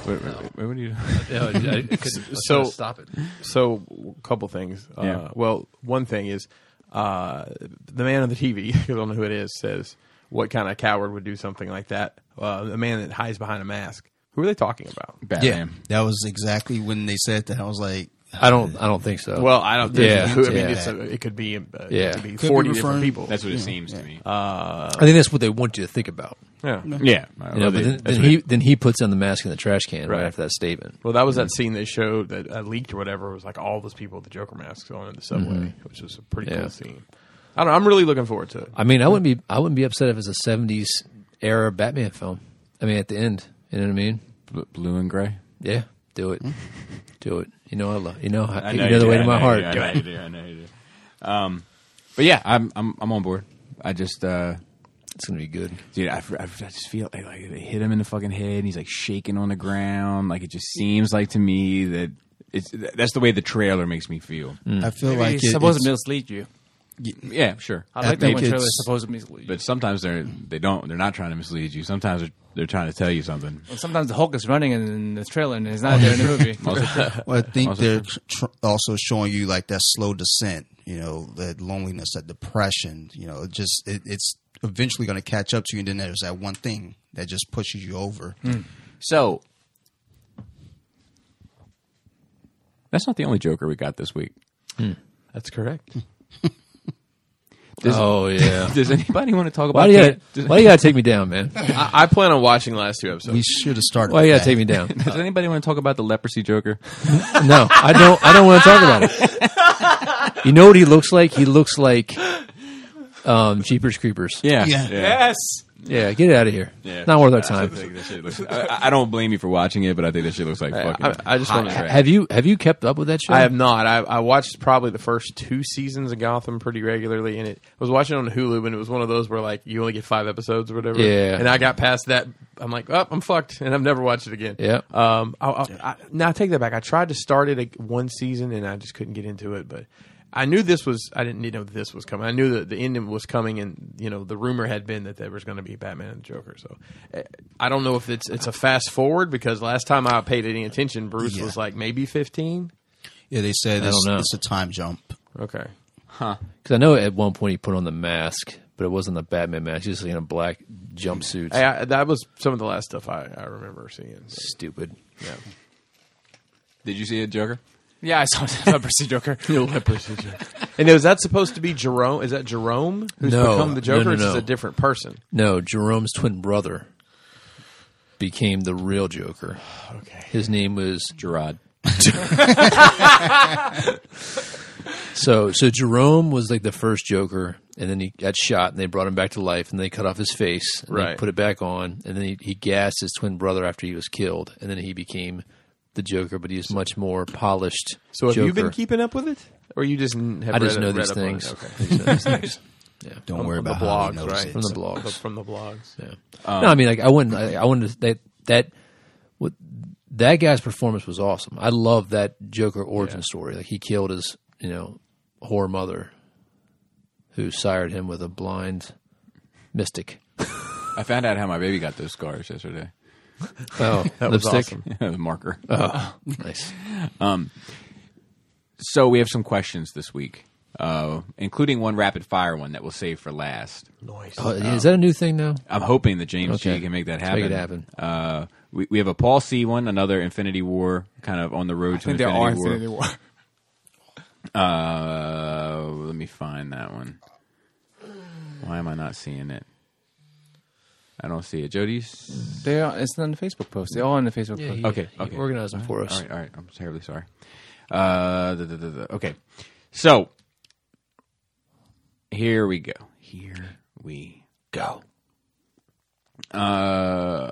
Wait, wait, wait, what do you? No, I, I couldn't So- stop it. So, a couple things. Uh, Yeah. Well, one thing is uh, the man on the TV, 'cause [laughs] I don't know who it is, says, What kind of coward would do something like that? Uh, a man that hides behind a mask. Who are they talking about? Yeah, Batman. that was exactly when they said that. I was like, I don't. I don't think so. Well, I don't think Yeah, who, I mean, yeah. It's a, it could be, uh, Yeah. it could be Could be 40 referring- different people. That's what it seems to me. I think that's what they want you to think about. yeah. yeah. You know, but then, then he then he puts on the mask in the trash can right, Right. after that statement. Well, that was that scene they showed that uh, leaked or whatever. It was like all those people with the Joker masks on in the subway, which was a pretty Mm-hmm. Yeah. cool scene. I don't know. I'm really looking forward to it. I mean, I wouldn't be I wouldn't be upset if it's a '70s era Batman film. I mean, at the end, you know what I mean? blue and gray. Yeah, do [laughs] it, do it. You know I love you know I, you you know the do, way I to my know heart. you do, I know you do. I know you do. Um, but yeah, I'm I'm I'm on board. I just uh, It's gonna be good. dude, I, I, I just feel like, like they hit him in the fucking head, and he's like shaking on the ground. Like it just seems like to me that it's that's the way the trailer makes me feel. Mm. I feel like It's it, supposed to it's- mislead you. Yeah, sure. I I like that think one trailer. it's- It's supposed to mislead you. But sometimes they're they don't they're not trying to mislead you. Sometimes they're, they're trying to tell you something. And sometimes the Hulk is running in, in the trailer and he's not there [laughs] in the movie. [laughs] Well, I think Also they're tr- also showing you like that slow descent, you know, that loneliness, that depression, you know, it just it, it's eventually going to catch up to you. And then there's that one thing that just pushes you over. So that's not the only Joker we got this week. [laughs] That's [laughs] correct. Does, [laughs] oh yeah. does anybody want to talk about Why do you that? gotta, why do you gotta take me down, man? I, I plan on watching the last two episodes. We should have started. Why with you gotta that. take me down? [laughs] Does anybody want to talk about the leprosy Joker? No, I don't. I don't want to talk about [laughs] it. You know what he looks like? He looks like um, Jeepers Creepers. Yeah, Yeah. yes. Yeah, get it out of here. Yeah. Not worth our I, time. think that shit looks- I- I don't blame you for watching it, but I think that shit looks like fucking. I, I just hot want to. trash. Have you have you kept up with that show? I have not. I, I watched probably the first two seasons of Gotham pretty regularly, and it I was watching it on Hulu, and it was one of those where like you only get five episodes or whatever. Yeah. And I got past that. I'm like, oh, I'm fucked, and I've never watched it again. Yeah. Um. I, I, I, now I take that back. I tried to start it like, one season, and I just couldn't get into it. But I knew this was. I didn't need to know this was coming. I knew that the ending was coming, and you know the rumor had been that there was going to be Batman and the Joker. So eh, I don't know if it's it's a fast forward because last time I paid any attention, Bruce Yeah. was like maybe 15. Yeah, they said it's, know. it's a time jump. Okay. because I know at one point he put on the mask, but it wasn't the Batman mask. He was like in a black jumpsuit. Hey, I, that was some of the last stuff I, I remember seeing. Stupid. Yeah. Did you see it, Joker? Yeah, I saw [laughs] the leprosy [laughs] Joker. And is that supposed to be Jerome? Is that Jerome who's No. become the Joker? No, no, or is this no. a different person? No, Jerome's twin brother became the real Joker. Okay. His name was Gerard. So so Jerome was like the first Joker, and then he got shot, and they brought him back to life, and they cut off his face, and they Right. put it back on, and then he, he gassed his twin brother after he was killed, and then he became the Joker, but he was much more polished. So have Joker. you been keeping up with it, or you just n- have I just read- know read these up on it? things. Okay. [laughs] I just know these things. Don't worry From about the how we blogs, notice right? it. from the But blogs. From the blogs. Yeah. no, I mean, like I wouldn't. I, I wanted to, that that what that guy's performance was awesome. I love that Joker origin story. Like he killed his you know whore mother, who sired him with a blind mystic. I found out how my baby got those scars yesterday. Oh, [laughs] was lipstick. awesome. the [laughs] marker. Nice. So we have some questions this week, uh, including one rapid fire one that we'll save for last. Noise. Oh, is that a new thing now? I'm hoping that James G Okay. can make that Let's happen. make it happen. Uh, we, we have a Paul C one, another Infinity War kind of on the road I to think there Infinity are War. Infinity War. Uh, let me find that one. Why am I not seeing it? I don't see it. Jody's. They are. It's on the Facebook post. They're all on the Facebook post. he- Okay, he okay. organized them for us. All right, all right. I'm terribly sorry. Uh, the, the, the, the, okay, so here we go. Here we go. Uh,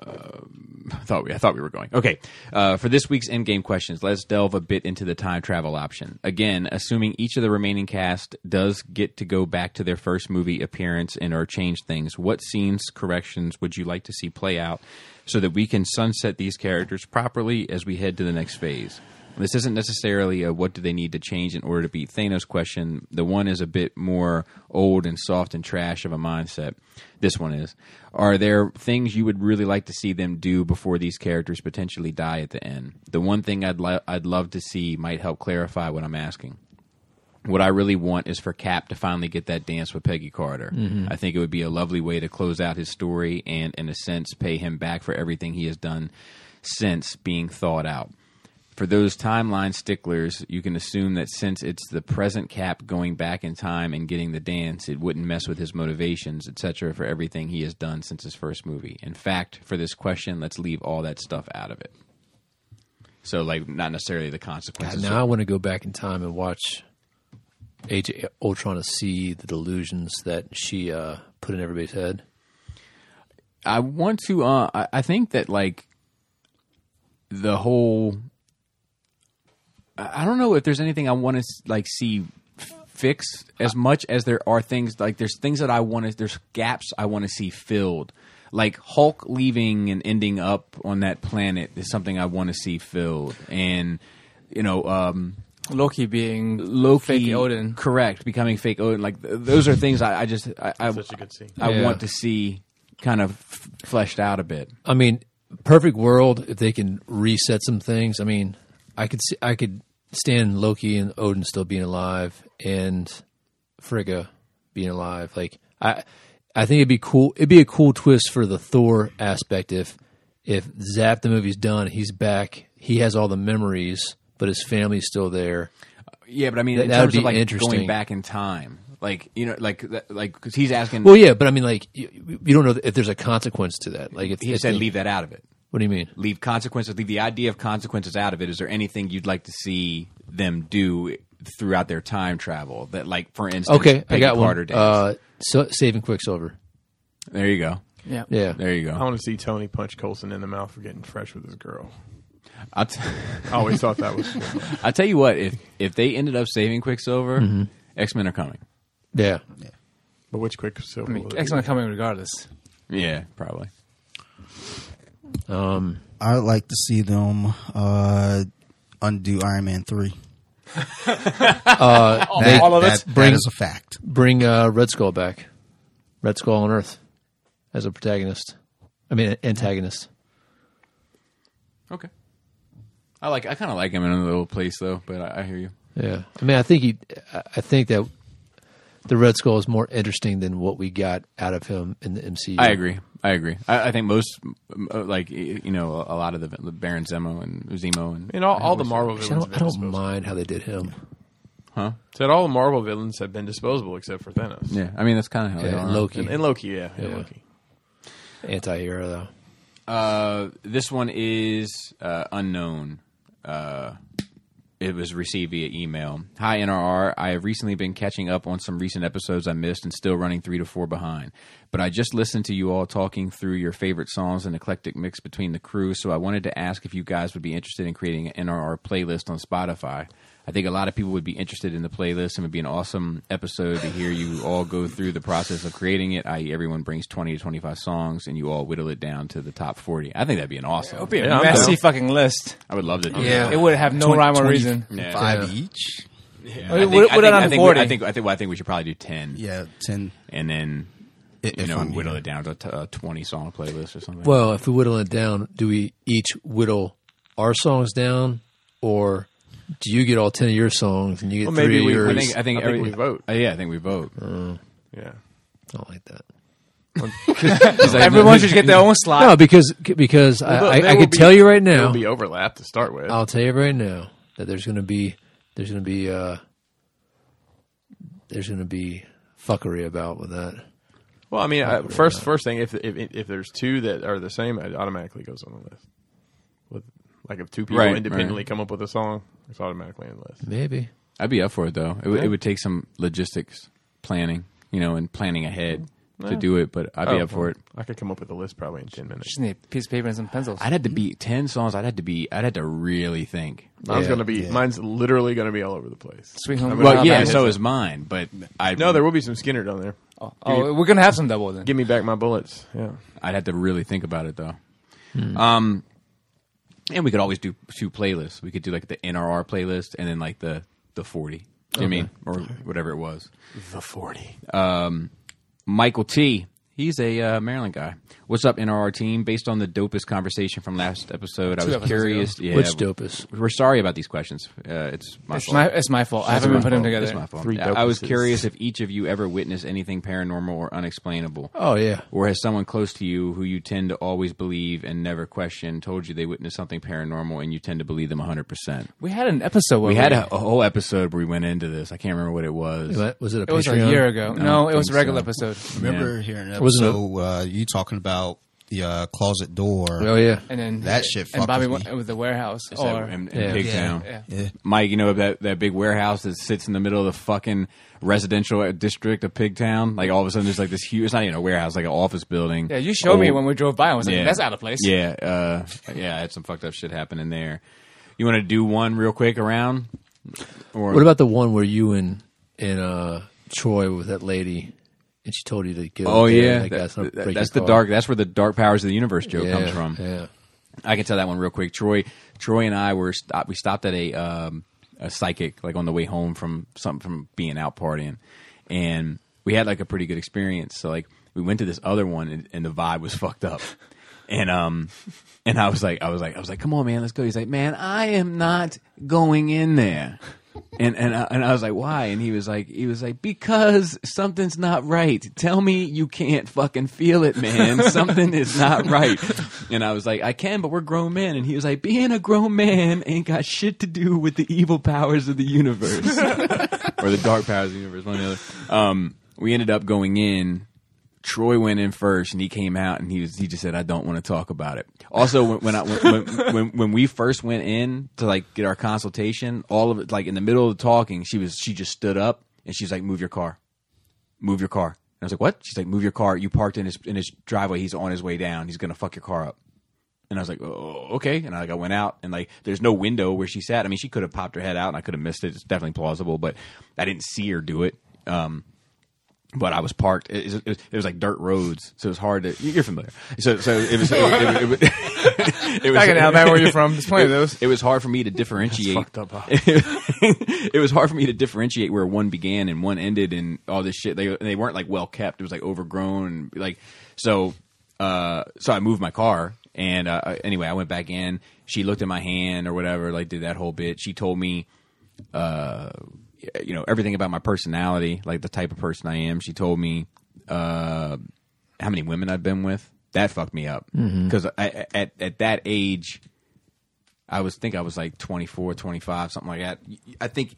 I thought we I thought we were going okay. Uh, for this week's endgame questions, let's delve a bit into the time travel option. Again, assuming each of the remaining cast does get to go back to their first movie appearance and or change things, what scenes corrections would you like to see play out so that we can sunset these characters properly as we head to the next phase? This isn't necessarily a what do they need to change in order to beat Thanos question. The one is a bit more old and soft and trash of a mindset. This one is. Are there things you would really like to see them do before these characters potentially die at the end? The one thing I'd lo- I'd love to see might help clarify what I'm asking. What I really want is for Cap to finally get that dance with Peggy Carter. I think it would be a lovely way to close out his story and, in a sense, pay him back for everything he has done since being thawed out. For those timeline sticklers, you can assume that since it's the present Cap going back in time and getting the dance, it wouldn't mess with his motivations, etc., for everything he has done since his first movie. In fact, for this question, let's leave all that stuff out of it. So, like, not necessarily the God, consequences. now I want to go back in time and watch Age of Ultron to see the delusions that she uh, put in everybody's head. I want to. Uh, I, I think that like the whole. I I don't know if there's anything I want to like see f- fixed as much as there are things like there's things that I want to there's gaps I want to see filled. Like Hulk leaving and ending up on that planet is something I want to see filled, and you know, um, Loki being Loki, fake Odin. correct, becoming fake Odin. Like th- those are things I, I just I, I, Such a good scene. I Yeah. want to see kind of f- fleshed out a bit. I mean, perfect world if they can reset some things. I mean, I could see, I could stand Loki and Odin still being alive and Frigga being alive. Like I, I think it'd be cool. It'd be a cool twist for the Thor aspect if if Zap the movie's done, he's back, he has all the memories, but his family's still there. Yeah, but I mean, That- in that would terms of be like interesting. going back in time, like you know, like that- like because he's asking. Well, yeah, but I mean, like you, you don't know if there's a consequence to that. Like if he if said, they- leave that out of it. What do you mean? Leave consequences. Leave the idea of consequences out of it. Is there anything you'd like to see them do throughout their time travel? That, like, for instance, Okay, I Peggy got Carter one. days. Uh, so, saving Quicksilver. there you go. Yeah. Yeah, There you I go. want to see Tony punch Colson in the mouth for getting fresh with his girl. I'll, t- [laughs] I always thought that was. cool. I'll tell you what. If if they ended up saving Quicksilver, X Men are coming. yeah. But which quick silver? I mean, X Men coming regardless. Yeah, probably. Um, I'd like to see them uh, undo Iron Man [laughs] three. That- all of it? that- Bring- that is a fact. bring uh, Red Skull back. Red Skull on Earth as a protagonist. I mean, a- antagonist. Okay. I like. I kind of like him in another little place though. But I, I hear you. Yeah. I mean, I think he. I I think that the Red Skull is more interesting than what we got out of him in the MCU. I agree. I agree. I, I think most, m- uh, like y- you know, a lot of the the Baron Zemo and Zemo and and all, all the always- Marvel Actually, villains. have I don't, I been don't disposable. mind how they did him. huh? Said all the Marvel villains have been disposable except for Thanos. Yeah, I mean that's kind of how Yeah, they are. and Loki, And, and Loki, yeah, and Yeah. Loki. anti-hero though. Uh, this one is uh, unknown. Uh, it was received via email. Hi NRR, I have recently been catching up on some recent episodes I missed and still running three to four behind. But I just listened to you all talking through your favorite songs and eclectic mix between the crew, so I wanted to ask if you guys would be interested in creating an NRR playlist on Spotify. I think a lot of people would be interested in the playlist and it would be an awesome episode to hear you all go through the process of creating it, i.e., everyone brings 20 to 25 songs and you all whittle it down to the top 40. I think that'd be an awesome. It'd be a Yeah, I'm messy down. fucking list. I would love to do that. It would have no rhyme or reason. Yeah. Five each. Yeah, Well, I it think- would- I would think- have I think we- 40. I think I think well, I think we should probably do ten, Yeah, ten. and then i- you if know I'm whittle here. it down to t- a twenty song playlist or something. Well, if we whittle it down, do we each whittle our songs down, or do you get all ten of your songs and you get Well, three maybe of we- I yours? I think I think, I think every- we vote. Uh, yeah, I think we vote. Yeah. I don't like that. He's like, Everyone should get their own slot. No, because because Well, I, there I, I will could be- tell you right There'll now. be overlap to start with. I'll tell you right now that there's going to be there's going to be uh, there's going to be fuckery about with that. Well, I mean, I, first first thing, if, if if there's two that are the same, it automatically goes on the list. With like if two people Right, independently right. come up with a song, it's automatically on the list. Maybe. I'd be up for it though. It, w- Yeah. it would take some logistics planning, you know, and planning ahead to do it. But I'd be Oh, up for it. I could come up with a list probably in ten minutes. Just need a piece of paper and some pencils. I'd had to be ten songs. I'd had to be. I'd had to really think. Mine's Yeah, gonna be mine's literally gonna be all over the place. Sweet home. I mean, Alabama. Well, yeah, bad. so is mine. But I No, there will be some Skinner down there. Oh, oh, we're gonna have some double then. Give me back my bullets. Yeah. I'd have to really think about it though. Hmm. Um, and we could always do two playlists. We could do like the NRR playlist and then like the the forty. You know what I mean, or whatever it was. Um, The forty. Michael T. He's a uh, Maryland guy. What's up, NRR team? Based on the dopest conversation from last episode, I was episodes curious. Yeah, Which dopest? We're sorry about these questions. Uh, it's my It's fault. my, it's my fault. I haven't been putting them together. It's my fault. Three I I was dopuses. curious if each of you ever witnessed anything paranormal or unexplainable. Oh yeah. Or has someone close to you who you tend to always believe and never question told you they witnessed something paranormal and you tend to believe them 100%? We had an episode. Where We had a, a whole episode where we went into this. I can't remember what it was. What? Was it It a was a Patreon? year ago. I No, don't it was a think regular so. episode. Remember hearing an Wasn't it- episode uh, you talking about the uh, closet door? Oh yeah. And then That shit And fucked Bobby with went with the warehouse. Is that Or in, in Yeah. Pigtown. yeah. Yeah. Mike, you know that that big warehouse that sits in the middle of the fucking residential district of Pigtown. Like all of a sudden, there's like this huge. It's not even a warehouse, like an office building. yeah, you showed me Old- when we drove by. I was like, Oh. yeah. that's out of place. Yeah, uh, yeah, I had some fucked up shit happening there. You want to do one real quick around? Or What about the one where you and and uh, Troy were with that lady, and she told you to go? Oh there, yeah, like, That- that's, not that- break that's the your dark. That's where the dark powers of the universe joke car. comes Yeah, from. Yeah. I can tell that one real quick. Troy, Troy and I were stop, we stopped at a um, a psychic like on the way home from something from being out partying, and we had like a pretty good experience. So like we went to this other one and, and the vibe was fucked up, and um and I was like I was like I was like come on man let's go. He's like man I am not going in there. And and I, and I was like, why? And he was like, he was like, because something's not right. Tell me you can't fucking feel it, man. Something is not right. And I was like, I can, but we're grown men. And he was like, being a grown man ain't got shit to do with the evil powers of the universe or the dark powers of the universe, one or the other. Um, we ended up going in. Troy went in first, and he came out, and he was he just said, "I don't want to talk about it." Also, when when, I, when, when- when when we first went in to like get our consultation, all of it like in the middle of the talking, she was she just stood up and she's like, "Move your car, move your car." And I was like, "What?" She's like, "Move your car. You parked in his in his driveway. He's on his way down. He's gonna fuck your car up." And I was like, oh, okay. And I, like, I went out and like, there's no window where she sat. I mean, she could have popped her head out and I could have missed it. It's definitely plausible, but I didn't see her do it. Um, but I was parked. It, it, was, it was like dirt roads, so it was hard to. You're familiar. So, so it was. It, it, it, was- it was Back in [laughs] Alabama, where you're from, there's plenty of those. It was hard for me to differentiate. [laughs] fucked up, huh? [laughs] it was hard for me to differentiate where one began and one ended, and all this shit. They they weren't like well kept. It was like overgrown, and like so. Uh, so I moved my car, and uh, anyway, I went back in. She looked at my hand or whatever, like did that whole bit. She told me uh, you know everything about my personality, like the type of person I am. She told me uh, how many women I've been with. That fucked me up because at at that age, I was think I was like 24, 25, something like that. I think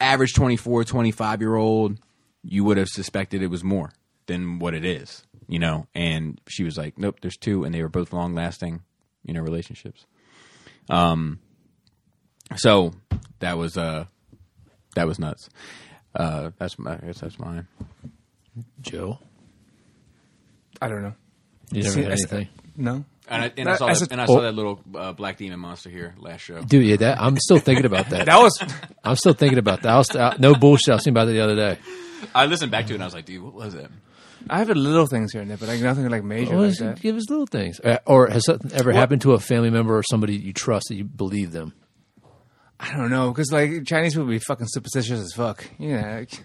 average 24, 25 year old, you would have suspected it was more than what it is, you know. And she was like, "Nope, there's two, and they were both long lasting, you know, relationships." Um, so that was uh that was nuts. Uh, that's my. I guess that's mine. Joe, I don't know. you never See, had that's- anything. No. And I, and I I saw saw That's that, that- a- and I saw that little uh, black demon monster here last show. Dude, yeah, that I'm still thinking about [laughs] that. That was I'm still thinking about that. I was, I, no bullshit. I was thinking about that the other day. I listened back to it, and I was like, dude, what was it? I have a little things here and there, but like nothing like major Well, like just that. give us little things. Uh, Or has something ever happened to a family member or somebody you trust that you believe them? I don't know because like Chinese people be fucking superstitious as fuck. You know, like,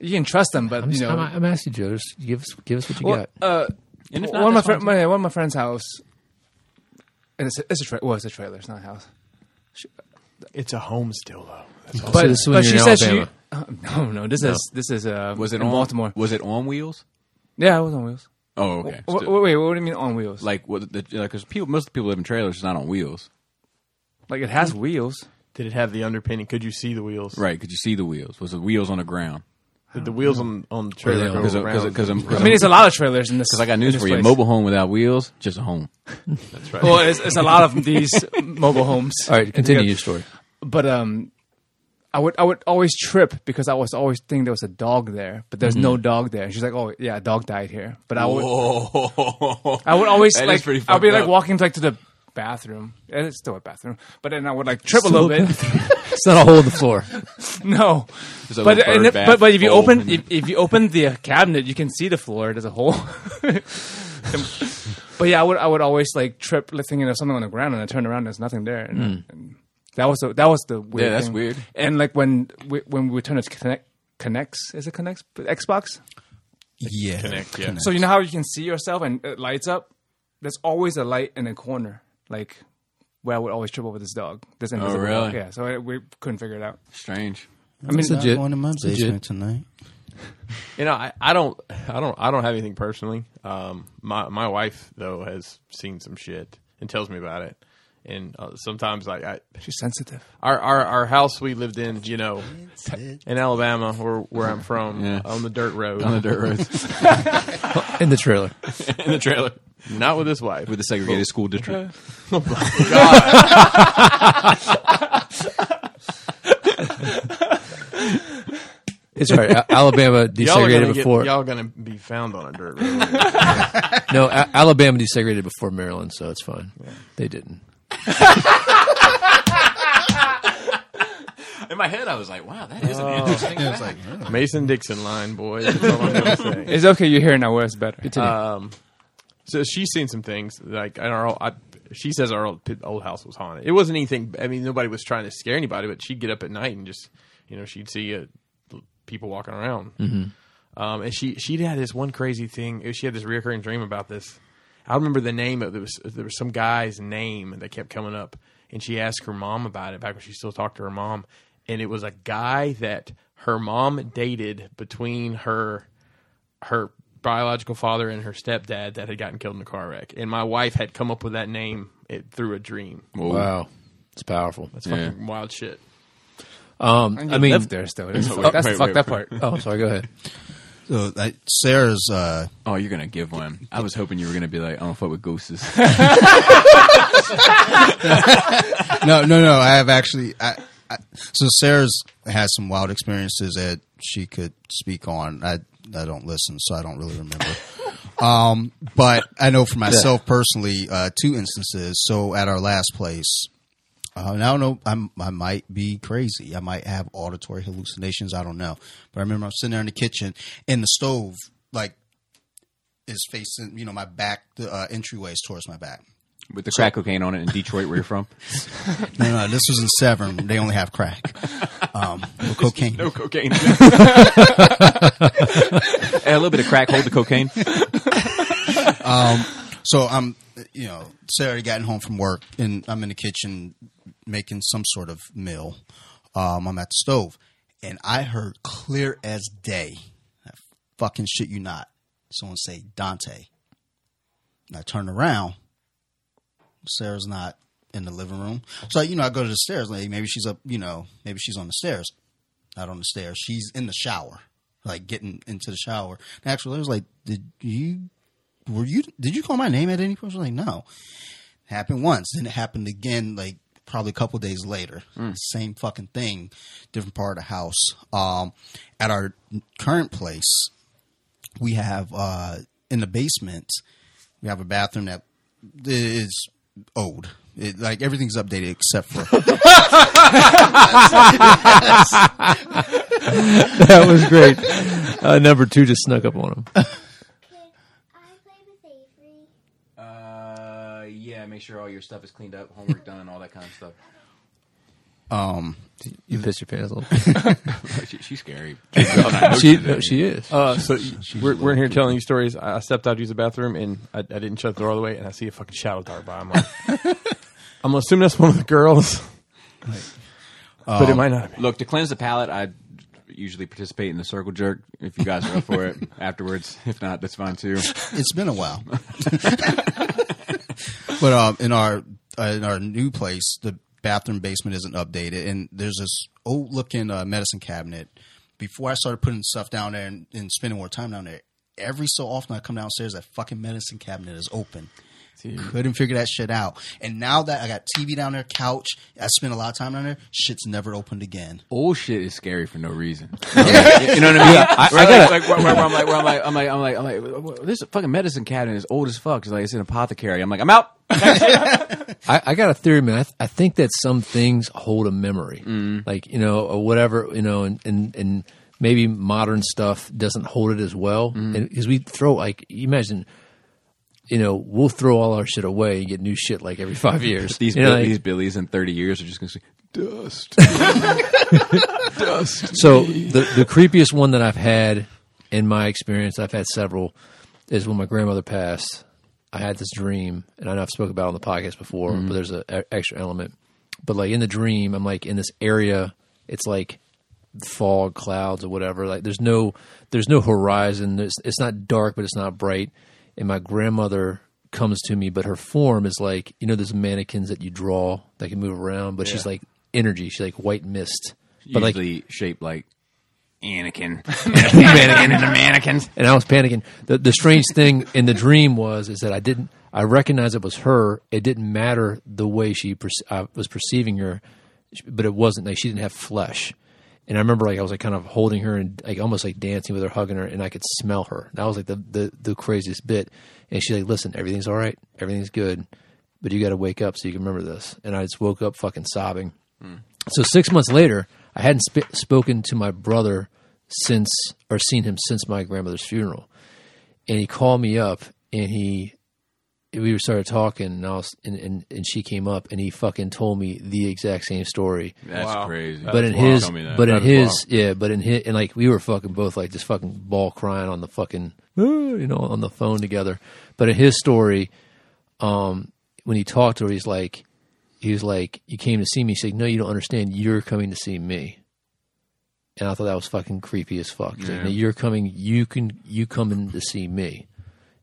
you can trust them, but I'm, you just, know. I'm, I'm asking you, Joe. Just give us, give us what you Well, got. uh, And if not, one of my, that's friend, fine. my one of my friend's house. And it's a, it's a tra- well, it's a trailer. It's not a house. It's a home still though. So this is when you're in Alabama. Uh, [laughs] no, no. This is this is uh, was it in on Baltimore? Was it on wheels? Yeah, it was on wheels. Oh, okay. Wha- wha- wait, what do you mean on wheels? Like, like, what? Because people, most of the people live in trailers, it's not on wheels, it has Hmm? wheels. Did it have the underpinning? Could you see the wheels? right? Could you see the wheels? Was the wheels on the ground? Did the wheels on on the trailer go Because around? I mean, it's a lot of trailers in this. Because I got in news this for you. place. Mobile home without wheels, just a home. Well, it's, it's a lot of [laughs] these mobile homes. All right, continue your story. But um, I would I would always trip because I was always thinking there was a dog there, but there's Mm-hmm. no dog there. And she's like, "Oh yeah, a dog died here." But I would I would always That is like pretty I'll be fucked like up. walking like to the bathroom. And it's still a bathroom, but then I would like trip a little bit. It's not a hole in the floor. [laughs] no, a but, little and bird if- bath but but if you hole open in if, if you open the cabinet, you can see the floor. There's a hole. [laughs] but yeah, I would I would always like trip, like, thinking of something on the ground, and I turn around, and there's nothing there. And, and that was the, that was the Hmm. weird. Yeah, that's thing. weird. And like when we, when we turn it to connect. Connects is it connects Xbox? Yeah. Connect. So you know how you can see yourself and it lights up. There's always a light in a corner, like where I would always trip over this dog. This invisible dog. really? Yeah, so I, we couldn't figure it out. Strange. I mean, Not legit. going to my It's legit. basement tonight. You know, I, I don't, I don't, I don't have anything personally. Um, my my wife though has seen some shit and tells me about it. And uh, sometimes, like, I, she's sensitive. our, our our house we lived in, you know, in Alabama, where where I'm from, Yeah. on the dirt road, On the dirt [laughs] roads In the trailer. [laughs] in the trailer, not with his wife. with the segregated school district. It's all right. [laughs] A- Alabama y'all are gonna desegregated get- before. y'all gonna be found on a dirt road. [laughs] no, A- Alabama desegregated before Maryland, so it's fine. They didn't. In my head, I was like, wow, that is an interesting. Yeah, it's like, oh. Mason Dixon line, boys. That's all I'm gonna say. It's okay. You hear now where it's better. Um, so she's seen some things like in our old, I, she says our old, old house was haunted. It wasn't anything. I mean, nobody was trying to scare anybody, but she'd get up at night and just you know she'd see uh, people walking around. Um, and she she'd had this one crazy thing. She had this reoccurring dream about this. I remember the name of there was there was some guy's name that kept coming up, and she asked her mom about it back when she still talked to her mom, and it was a guy that her mom dated between her her biological father and her stepdad that had gotten killed in a car wreck. And my wife had come up with that name it, through a dream. Wow. It's powerful. That's fucking wild shit. Um, I mean, live there still. [laughs] That's, fuck- that's the wait, fuck wait, that part. oh, sorry. Go ahead. So like, Sarah's uh, Oh, you're gonna give one. I was hoping you were gonna be like, I don't fuck with ghosts. [laughs] [laughs] no, no, no. I have actually. I, I, so Sarah's has some wild experiences that she could speak on. I I don't listen, so I don't really remember. Um, but I know for myself personally, uh, two instances. So at our last place, uh, and I don't know. I'm, I might be crazy. I might have auditory hallucinations. I don't know. But I remember I'm sitting there in the kitchen, and the stove like is facing. You know, my back. The uh, entryway is towards my back. with the crack cocaine on it in Detroit, where you're from. No, no, this was in Severn. They only have crack, um, no cocaine. No [laughs] cocaine. a little bit of crack, hold the cocaine. So I'm, you know, Sarah had gotten home from work, and I'm in the kitchen making some sort of meal. Um, I'm at the stove, and I heard clear as day, I fucking shit you not, someone say Dante. And I turn around, Sarah's not in the living room. So you know, I go to the stairs. Like maybe she's up. You know, maybe she's on the stairs. Not on the stairs. She's in the shower, like getting into the shower. And actually, I was like, "Did you? Were you? Did you call my name at any point?" She was like, "No." Happened once. Then it happened again. Like probably a couple days later. Same fucking thing, different part of the house. Um, at our current place, we have uh, in the basement we have a bathroom that is old it, like everything's updated except for That was great. [laughs] Uh, number two just snuck up on him. Uh, yeah, make sure all your stuff is cleaned up, homework done, all that kind of stuff. um You pissed your pants a little. [laughs] [laughs] She, she's scary. she, no, she is. Uh, so we're, we're in here telling you stories. I I stepped out to use the bathroom, and I, I didn't shut the door all the way, and I see a fucking shadow dart by. I'm like, [laughs] I'm gonna assume that's one of the girls. but it might not have been. Look, to cleanse the palate, I usually participate in the circle jerk. If you guys are up for it [laughs] afterwards, if not, that's fine too. it's been a while [laughs] but um in our uh, in our new place the bathroom basement isn't updated and there's this old looking uh, medicine cabinet be- before I started putting stuff down there and, and spending more time down there, every so often I come downstairs, that fucking medicine cabinet is open. Couldn't figure that shit out. And now that I got TV down there, couch, I spend a lot of time down there, shit's never opened again. Old shit is scary for no [laughs] reason. you know what I mean? I, I got like, where, where I'm like, where I'm like, I'm like, I'm like, I'm like, "Well, this fucking medicine cabinet is old as fuck. It's like it's an apothecary. I'm like, I'm out. I, I got a theory, man. I, th- I think that some things hold a memory, Mm-hmm. like you know, or whatever, you know, and and and maybe modern stuff doesn't hold it as well, Mm-hmm. because we throw like you imagine, you know, we'll throw all our shit away and get new shit like every five years. These You know, bill- like- these billies in 30 years are just gonna say dust. dust. So the the creepiest one that I've had in my experience, I've had several, is when my grandmother passed. I had this dream, and I know I've spoken about it on the podcast before, but there's an extra element. But like in the dream, I'm like in this area. It's like fog, clouds, or whatever. Like there's no there's no horizon. There's, it's not dark, but it's not bright. And my grandmother comes to me, but her form is like you know those mannequins that you draw that can move around, but she's like energy. She's like white mist. But like Usually shaped like [laughs] Anakin. Anakin and the mannequins. and I was panicking. The, the strange thing in the dream was is that I didn't. I recognized it was her. It didn't matter the way she perce- I was perceiving her, but it wasn't like she didn't have flesh. And I remember like I was like kind of holding her and like almost like dancing with her, hugging her, and I could smell her. That was like the the, the craziest bit. And she's like, "Listen, everything's all right. Everything's good, but you got to wake up so you can remember this." And I just woke up fucking sobbing. So six months later, I hadn't sp- spoken to my brother since or seen him since my grandmother's funeral, and he called me up and he we started talking and I was and, and, and she came up and he fucking told me the exact same story. That's crazy. But in Wow. his, Tell me that. but in That's his, yeah, but in his, and like we were fucking both like just fucking ball crying on the fucking, "Ah," you know, on the phone together. But in his story, um, when he talked to her, he's like, he was like, you came to see me. She's like, no, you don't understand. You're coming to see me. And I thought that was fucking creepy as fuck. He's like, "No, you're coming. You can. You coming to see me?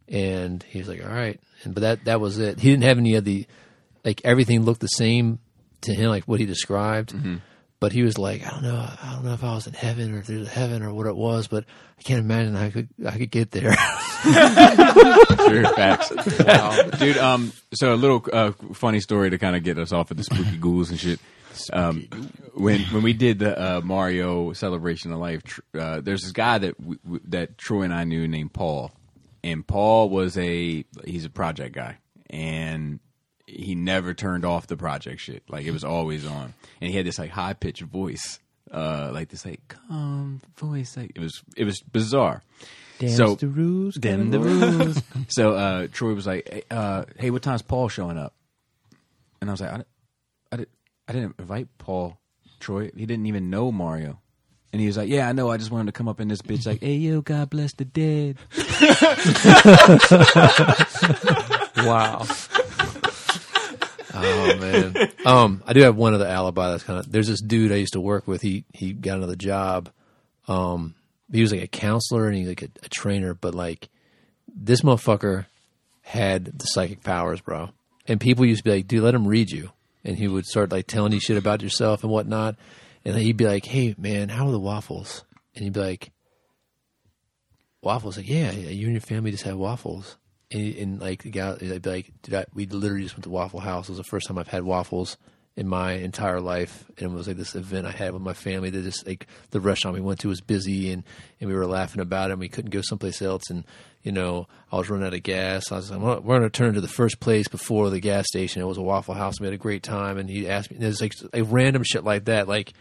And he was like, all right. And but that that was it. He didn't have any of the, like everything looked the same to him, like what he described. Mm-hmm. But he was like, I don't know, I don't know if I was in heaven or if there's a heaven or what it was, but I can't imagine I could I could get there. [laughs] Sure, [laughs] facts. Wow. [laughs] Dude, um, so a little uh, funny story to kind of get us off of the spooky ghouls and shit. Um, when when we did the uh, Mario Celebration of Life, tr- uh, there's this guy that w- w- that Troy and I knew named Paul, and Paul was a he's a project guy, and he never turned off the project shit. Like it was always on, and he had this like high pitched voice, uh, like this like calm voice. Like it was it was bizarre. so the rules, the rules. so uh, Troy was like, hey, uh, "Hey, what time's Paul showing up?" And I was like, "I, di- I, di- I didn't invite Paul. Troy, he didn't even know Mario." And he was like, "Yeah, I know. I just wanted to come up in this bitch [laughs] like, hey yo, God bless the dead." Wow. oh man. Um, I do have one other alibi that's kind of there's this dude I used to work with. He he got another job. Um, he was like a counselor and he like a, a trainer, but like this motherfucker had the psychic powers, bro. And people used to be like, dude, let him read you. And he would start like telling you shit about yourself and whatnot. And he'd be like, hey, man, how are the waffles? And he'd be like, waffles? Like, yeah, yeah you and your family just had waffles. And, and like, the guy, I'd be like, dude, I, we literally just went to Waffle House. It was the first time I've had waffles in my entire life. And it was like this event I had with my family that just like the restaurant we went to was busy and, and we were laughing about it and we couldn't go someplace else. And, you know, I was running out of gas. I was like, well, we're going to turn to the first place before the gas station. It was a Waffle House. We had a great time. And he asked me, there's like a random shit like that, like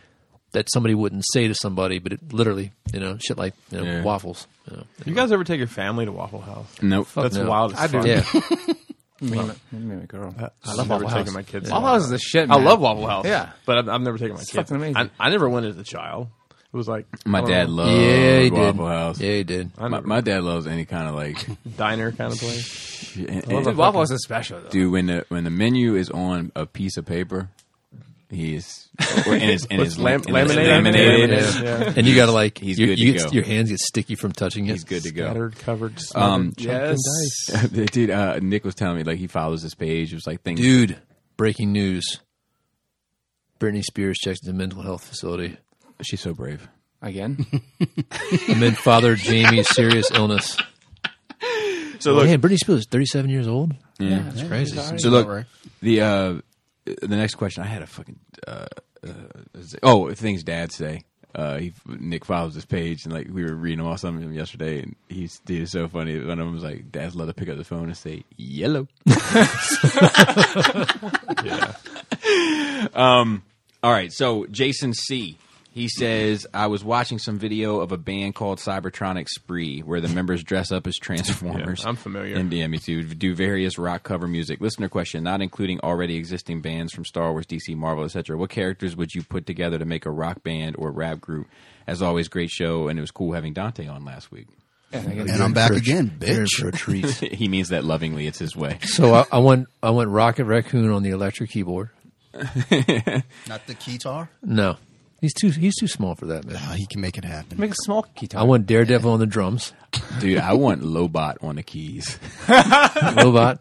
that somebody wouldn't say to somebody, but it literally, you know, shit like you know, Yeah. waffles. [laughs] You know. You guys ever take your family to Waffle House? Nope. That's no. wild. As I fuck. do. [laughs] Yeah. Me, and my- me and my girl. Uh, I love Waffle never House. taking my kids. to Waffle House is the shit. I Man. love Waffle House. Yeah. but I've, I've never taken my It's kids. fucking amazing. I, I never went as a child. It was like I My don't dad know, loved yeah, he Oh, Waffle did. House. Yeah, he did. I My, never- my dad loves any kind of like, diner kind of place. Dude, Waffle House is special. Though. dude. When the when the menu is on a piece of paper, he's and it's and it's, Lam- and it's laminated. laminated. Laminated. Yeah. Yeah. And you gotta like He's your, good to you get- go. your hands get sticky from touching it. He's good to go. Battered, covered, Um, smothered, chunked in yes. dice. [laughs] Dude, uh, Nick was telling me like he follows this page. It was like things. Dude, breaking news. Britney Spears checked into mental health facility. She's so brave. [laughs] Again? amid Father Jamie's serious illness. So Oh, look, yeah, Britney Spears, 37 years old. Yeah. that's crazy. So look, the uh, the next question I had a fucking uh, uh, oh things dad say. Uh, he, Nick follows this page and like we were reading off some of them yesterday, and he's dude is so funny. One of them was like, "Dad's allowed to pick up the phone and say yellow." Um. All right. So Jason C. He says, I was watching some video of a band called Cybertronic Spree where the members dress up as Transformers. Yeah, I'm familiar. In DME to do various rock cover music. Listener question, not including already existing bands from Star Wars, DC, Marvel, etc. What characters would you put together to make a rock band or rap group? As always, great show, and it was cool having Dante on last week. [laughs] And I'm back again, You're in bitch. for a treat. he means that lovingly. It's his way. so I, I went I went Rocket Raccoon on the electric keyboard. [laughs] Not the keytar. No. He's too he's too small for that, man. Oh, he can make it happen. Make a small guitar. I want Daredevil on the drums. Dude, I want Lobot on the keys. Robot.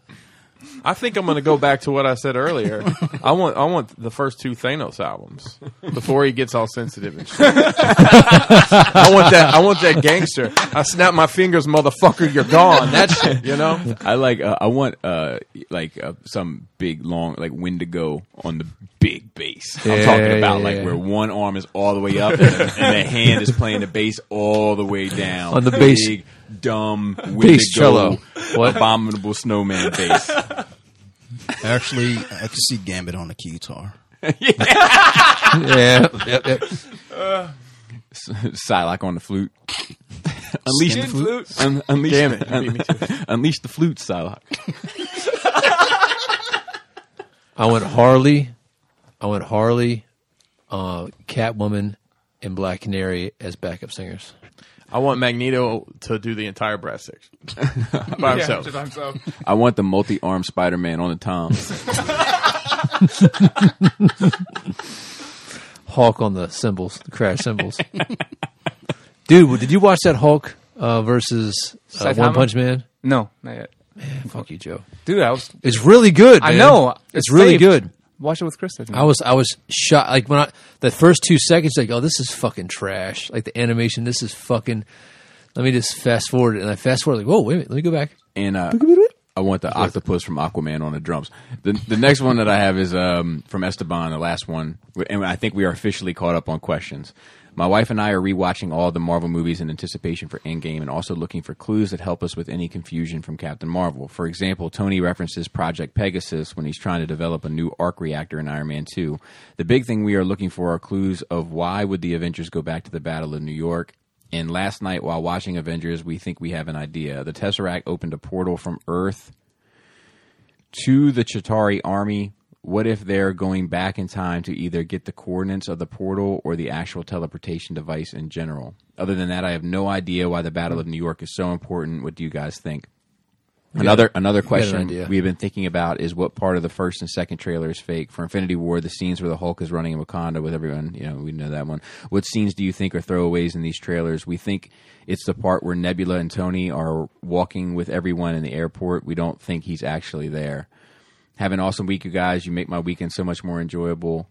I think I'm going to go back to what I said [laughs] earlier. I want I want the first two Thanos albums before he gets all sensitive and [laughs] shit. I want that I want that gangster. I snap my fingers, motherfucker, you're gone. That shit, you [laughs] know. I like. Uh, I want uh, like uh, some big long like Wendigo on the big bass. I'm Yeah, talking about yeah, like yeah. where one arm is all the way up and, the [laughs] hand is playing the bass all the way down On the bass- Big, dumb Wendigo, cello. What? abominable snowman bass. Actually, I could see Gambit on the keytar. [laughs] yeah. Yep, yep. Psylocke on the [laughs] flute. Unleash the Skin flute. Un- unleash, Damn it. un- [laughs] unleash the flute, Psylocke. I went Harley. I went Harley, uh, Catwoman, and Black Canary as backup singers. I want Magneto to do the entire brass [laughs] section by himself. just by himself. I want the multi-armed Spider-Man on the toms. Hulk on the cymbals, the crash [laughs] cymbals. Dude, well, did you watch that Hulk uh, versus uh, One Saitama? Punch Man? [laughs] No, not yet. Fuck you, Joe. Dude, I was. It's really good. I man. know. It's, really saved. good. Watch it with Chris. I was I was shot like when I the first two seconds like oh this is fucking trash like the animation this is fucking let me just fast forward it. and I fast forward like whoa wait a minute let me go back and uh, I want the octopus from Aquaman on the drums. The the next one that I have is um, from Esteban, the last one, and I think we are officially caught up on questions. My wife and I are rewatching all the Marvel movies in anticipation for Endgame, and also looking for clues that help us with any confusion from Captain Marvel. For example, Tony references Project Pegasus when he's trying to develop a new arc reactor in Iron Man Two. The big thing we are looking for are clues of why would the Avengers go back to the Battle of New York and last night, while watching Avengers, we think we have an idea. The Tesseract opened a portal from Earth to the Chitari army. What if they're going back in time to either get the coordinates of the portal or the actual teleportation device in general? Other than that, I have no idea why the Battle of New York is so important. What do you guys think? Another another question idea. we've been thinking about is what part of the first and second trailer is fake. For Infinity War, the scenes where the Hulk is running in Wakanda with everyone, you know, we know that one. What scenes do you think are throwaways in these trailers? We think it's the part where Nebula and Tony are walking with everyone in the airport. We don't think he's actually there. Have an awesome week, you guys. You make my weekend so much more enjoyable.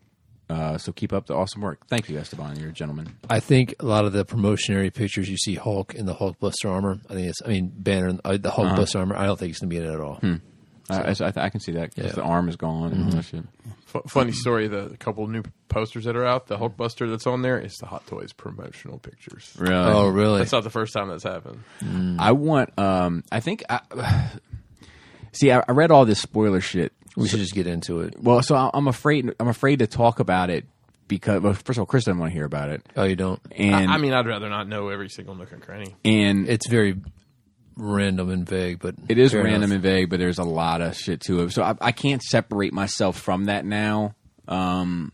Uh, so keep up the awesome work. Thank you, Esteban. You're a gentleman. I think a lot of the promotionary pictures you see Hulk in the Hulk Buster armor I think it's I mean Banner in uh, the Uh-huh. Hulk Buster armor I don't think he's gonna be in it at all Hmm. I, I, I can see that 'cause Yeah. the arm is gone and all that shit. F- funny story: the couple new posters that are out, the Hulkbuster that's on there is the Hot Toys promotional pictures. Really? oh really That's not the first time that's happened. I want. Um, I think. I, [sighs] see, I, I read all this spoiler shit. we should just get into it Well, so I, I'm afraid. I'm afraid to talk about it because well, first of all, Chris doesn't want to hear about it, oh you don't and I mean, I'd rather not know every single nook and cranny. and it's very random and vague but it is fair enough. random and vague, but there's a lot of shit to it. So I, I can't separate myself from that now. Um,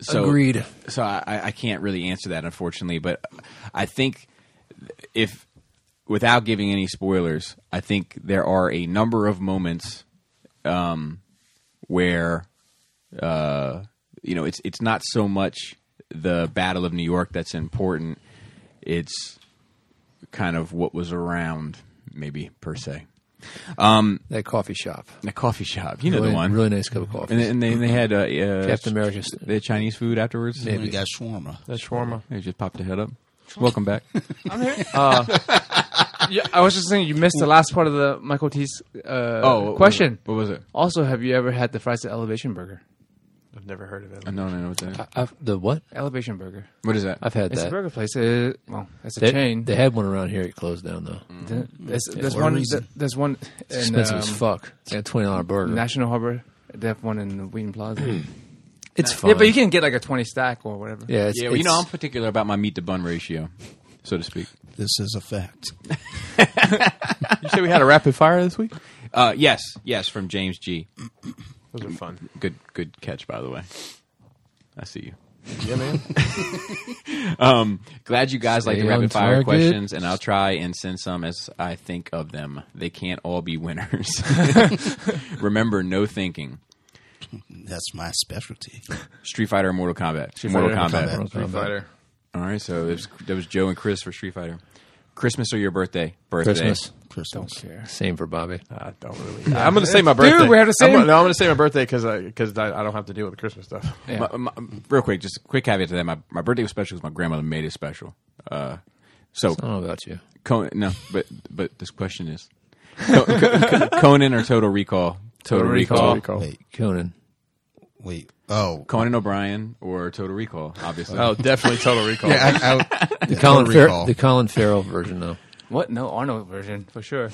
so Agreed. So I, I can't really answer that unfortunately, but I think if without giving any spoilers, I think there are a number of moments um, where uh, you know it's it's not so much the Battle of New York that's important. It's kind of what was around, maybe per se. That coffee shop. a coffee shop. You know really, the one. really nice cup of coffee. and, they- and they, and they had uh, uh, Captain America's. They had Chinese food afterwards. We got shawarma. That's shawarma. They just popped a head up. Welcome [laughs] back. Uh, [laughs] Yeah, I was just saying you missed the last part of the Michael T's uh, Oh, Oh, what was question. it? What was it? Also, have you ever had the fries at Elevation Burger? I've never heard of it. I don't know what Uh, that. I, I've, the what? Elevation Burger. What is that? I've had It's that. a burger place. Uh, well, it's a they, chain. They had one around here. It closed down though. Th- there's, there's For a one. reason. th- There's one. In, Expensive as um, fuck. It's like a twenty dollar burger. National Harbor. They have one in Wheaton Plaza. it's fun. yeah, but you can get like a twenty stack or whatever. Yeah, it's, yeah, well, you it's- [laughs] know, I'm particular about my meat to bun ratio, so to speak. This is a fact. You said we had a rapid fire this week. Uh, yes, yes, from James G. Those are fun. Good, good catch, by the way. I see you. Um, Yeah, man. [laughs] Glad you guys like Stay the on rapid fire target. questions, and I'll try and send some as I think of them. They can't all be [laughs] winners. Remember, no thinking. That's my [laughs] specialty. Street Fighter or Mortal Kombat? Street Mortal Fighter. Kombat. Mortal Kombat. All right, so it was, that was Joe and Chris for Street Fighter. Christmas or your birthday? Birthday. Christmas. Christmas. Don't care. Same for Bobby. I don't really. [laughs] I'm going to say my birthday. we had the same- I'm gonna- no, I'm going to say my birthday because I, 'cause I, I don't have to deal with the Christmas stuff. Yeah. My- my- real quick, just a quick caveat to that. My, my birthday was special because my grandmother made it special. Uh, so, I don't know about you. Conan, no, but but this question is Co- Co- Conan or Total Recall? Total, Recall. Recall. Wait, Conan. wait. Oh, Conan O'Brien or Total Recall, obviously. Oh, definitely Total Recall. [laughs] [laughs] yeah, I, I, The Colin, Total Fer- Recall. the Colin Farrell version, though. What? No Arnold version for sure.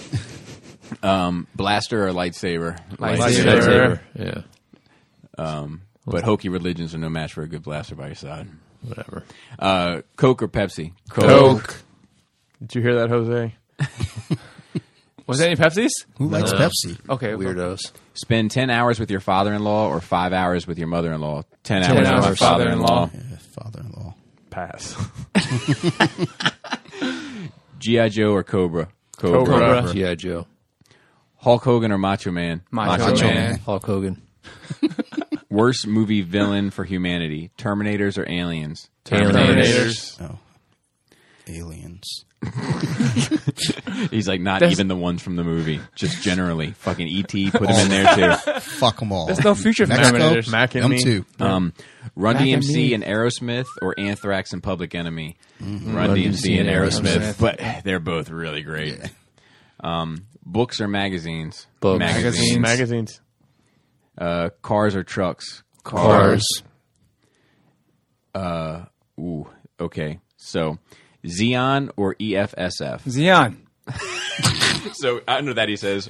Blaster or Lightsaber? Lightsaber. Lightsaber. Yeah. But hokey religions are no match for a good blaster by your side. Whatever. Uh, Coke or Pepsi? Coke. Did you hear that, Jose? Was there any Pepsis? who likes Pepsi? Oh. Okay, Weirdos. Spend 10 hours with your father in law or 5 hours with your mother in law? 10, hours, hours with with father in law. Yeah, father-in-law. Pass. G.I. Joe or Cobra? Cobra. G.I. Joe. Hulk Hogan or Macho Man? Macho Man. Hulk Hogan. Worst movie villain for humanity? Terminators or Aliens? Aliens. Oh, aliens. He's like, not There's- even the ones from the movie. Just generally. Fucking E.T., put him in [laughs] there too. Fuck them all. There's no future for Mexico, Terminators. Mac and them me. too. Um, Run Mac and DMC me. and Aerosmith or Anthrax and Public Enemy. Mm-hmm. Run, Run DMC, DMC and and Aerosmith, Aerosmith. but they're both really great. Um, books or magazines? Books. Magazines. Magazines. Uh, cars or trucks? Cars. Ooh, okay. So, Xeon or E EFSF? Xeon. So under that he says,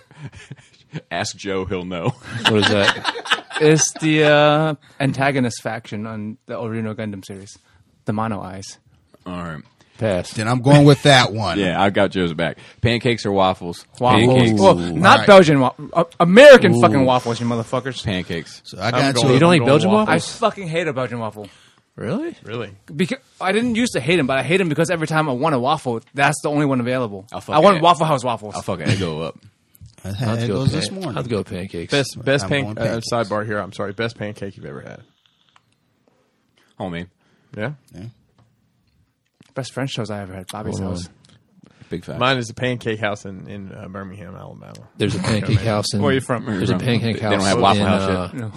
[laughs] "Ask Joe, he'll know." What is that? It's the uh, antagonist faction on the original Gundam series, the Mono Eyes. All right. Pass. Then I'm going with that one. Yeah, I've got Joe's back. Pancakes or waffles? Pancakes. Waffles. Well, not Alright. Belgian wa- uh, American fucking waffles, you motherfuckers. Pancakes. So I got going- you. You don't I'm eat going Belgian waffles. I waffles? fucking hate a Belgian waffle. Really? Really? Because I didn't used to hate them, but I hate them because every time I want a waffle, that's the only one available. I'll fuck I want it. Waffle House waffles. I'll fucking go up. I had I'd go those pan- this morning. I'd go pancakes. Best best I'm pan- going uh, pancakes. sidebar here. I'm sorry. Best pancake you've ever had. Homie, Yeah. Best French toast I ever had. Bobby's Hold house. on. big fat. Mine is the Pancake House in in uh, Birmingham, Alabama. There's a pancake house in. Where you from? There's a pancake They house. don't have Waffle in, House uh, No.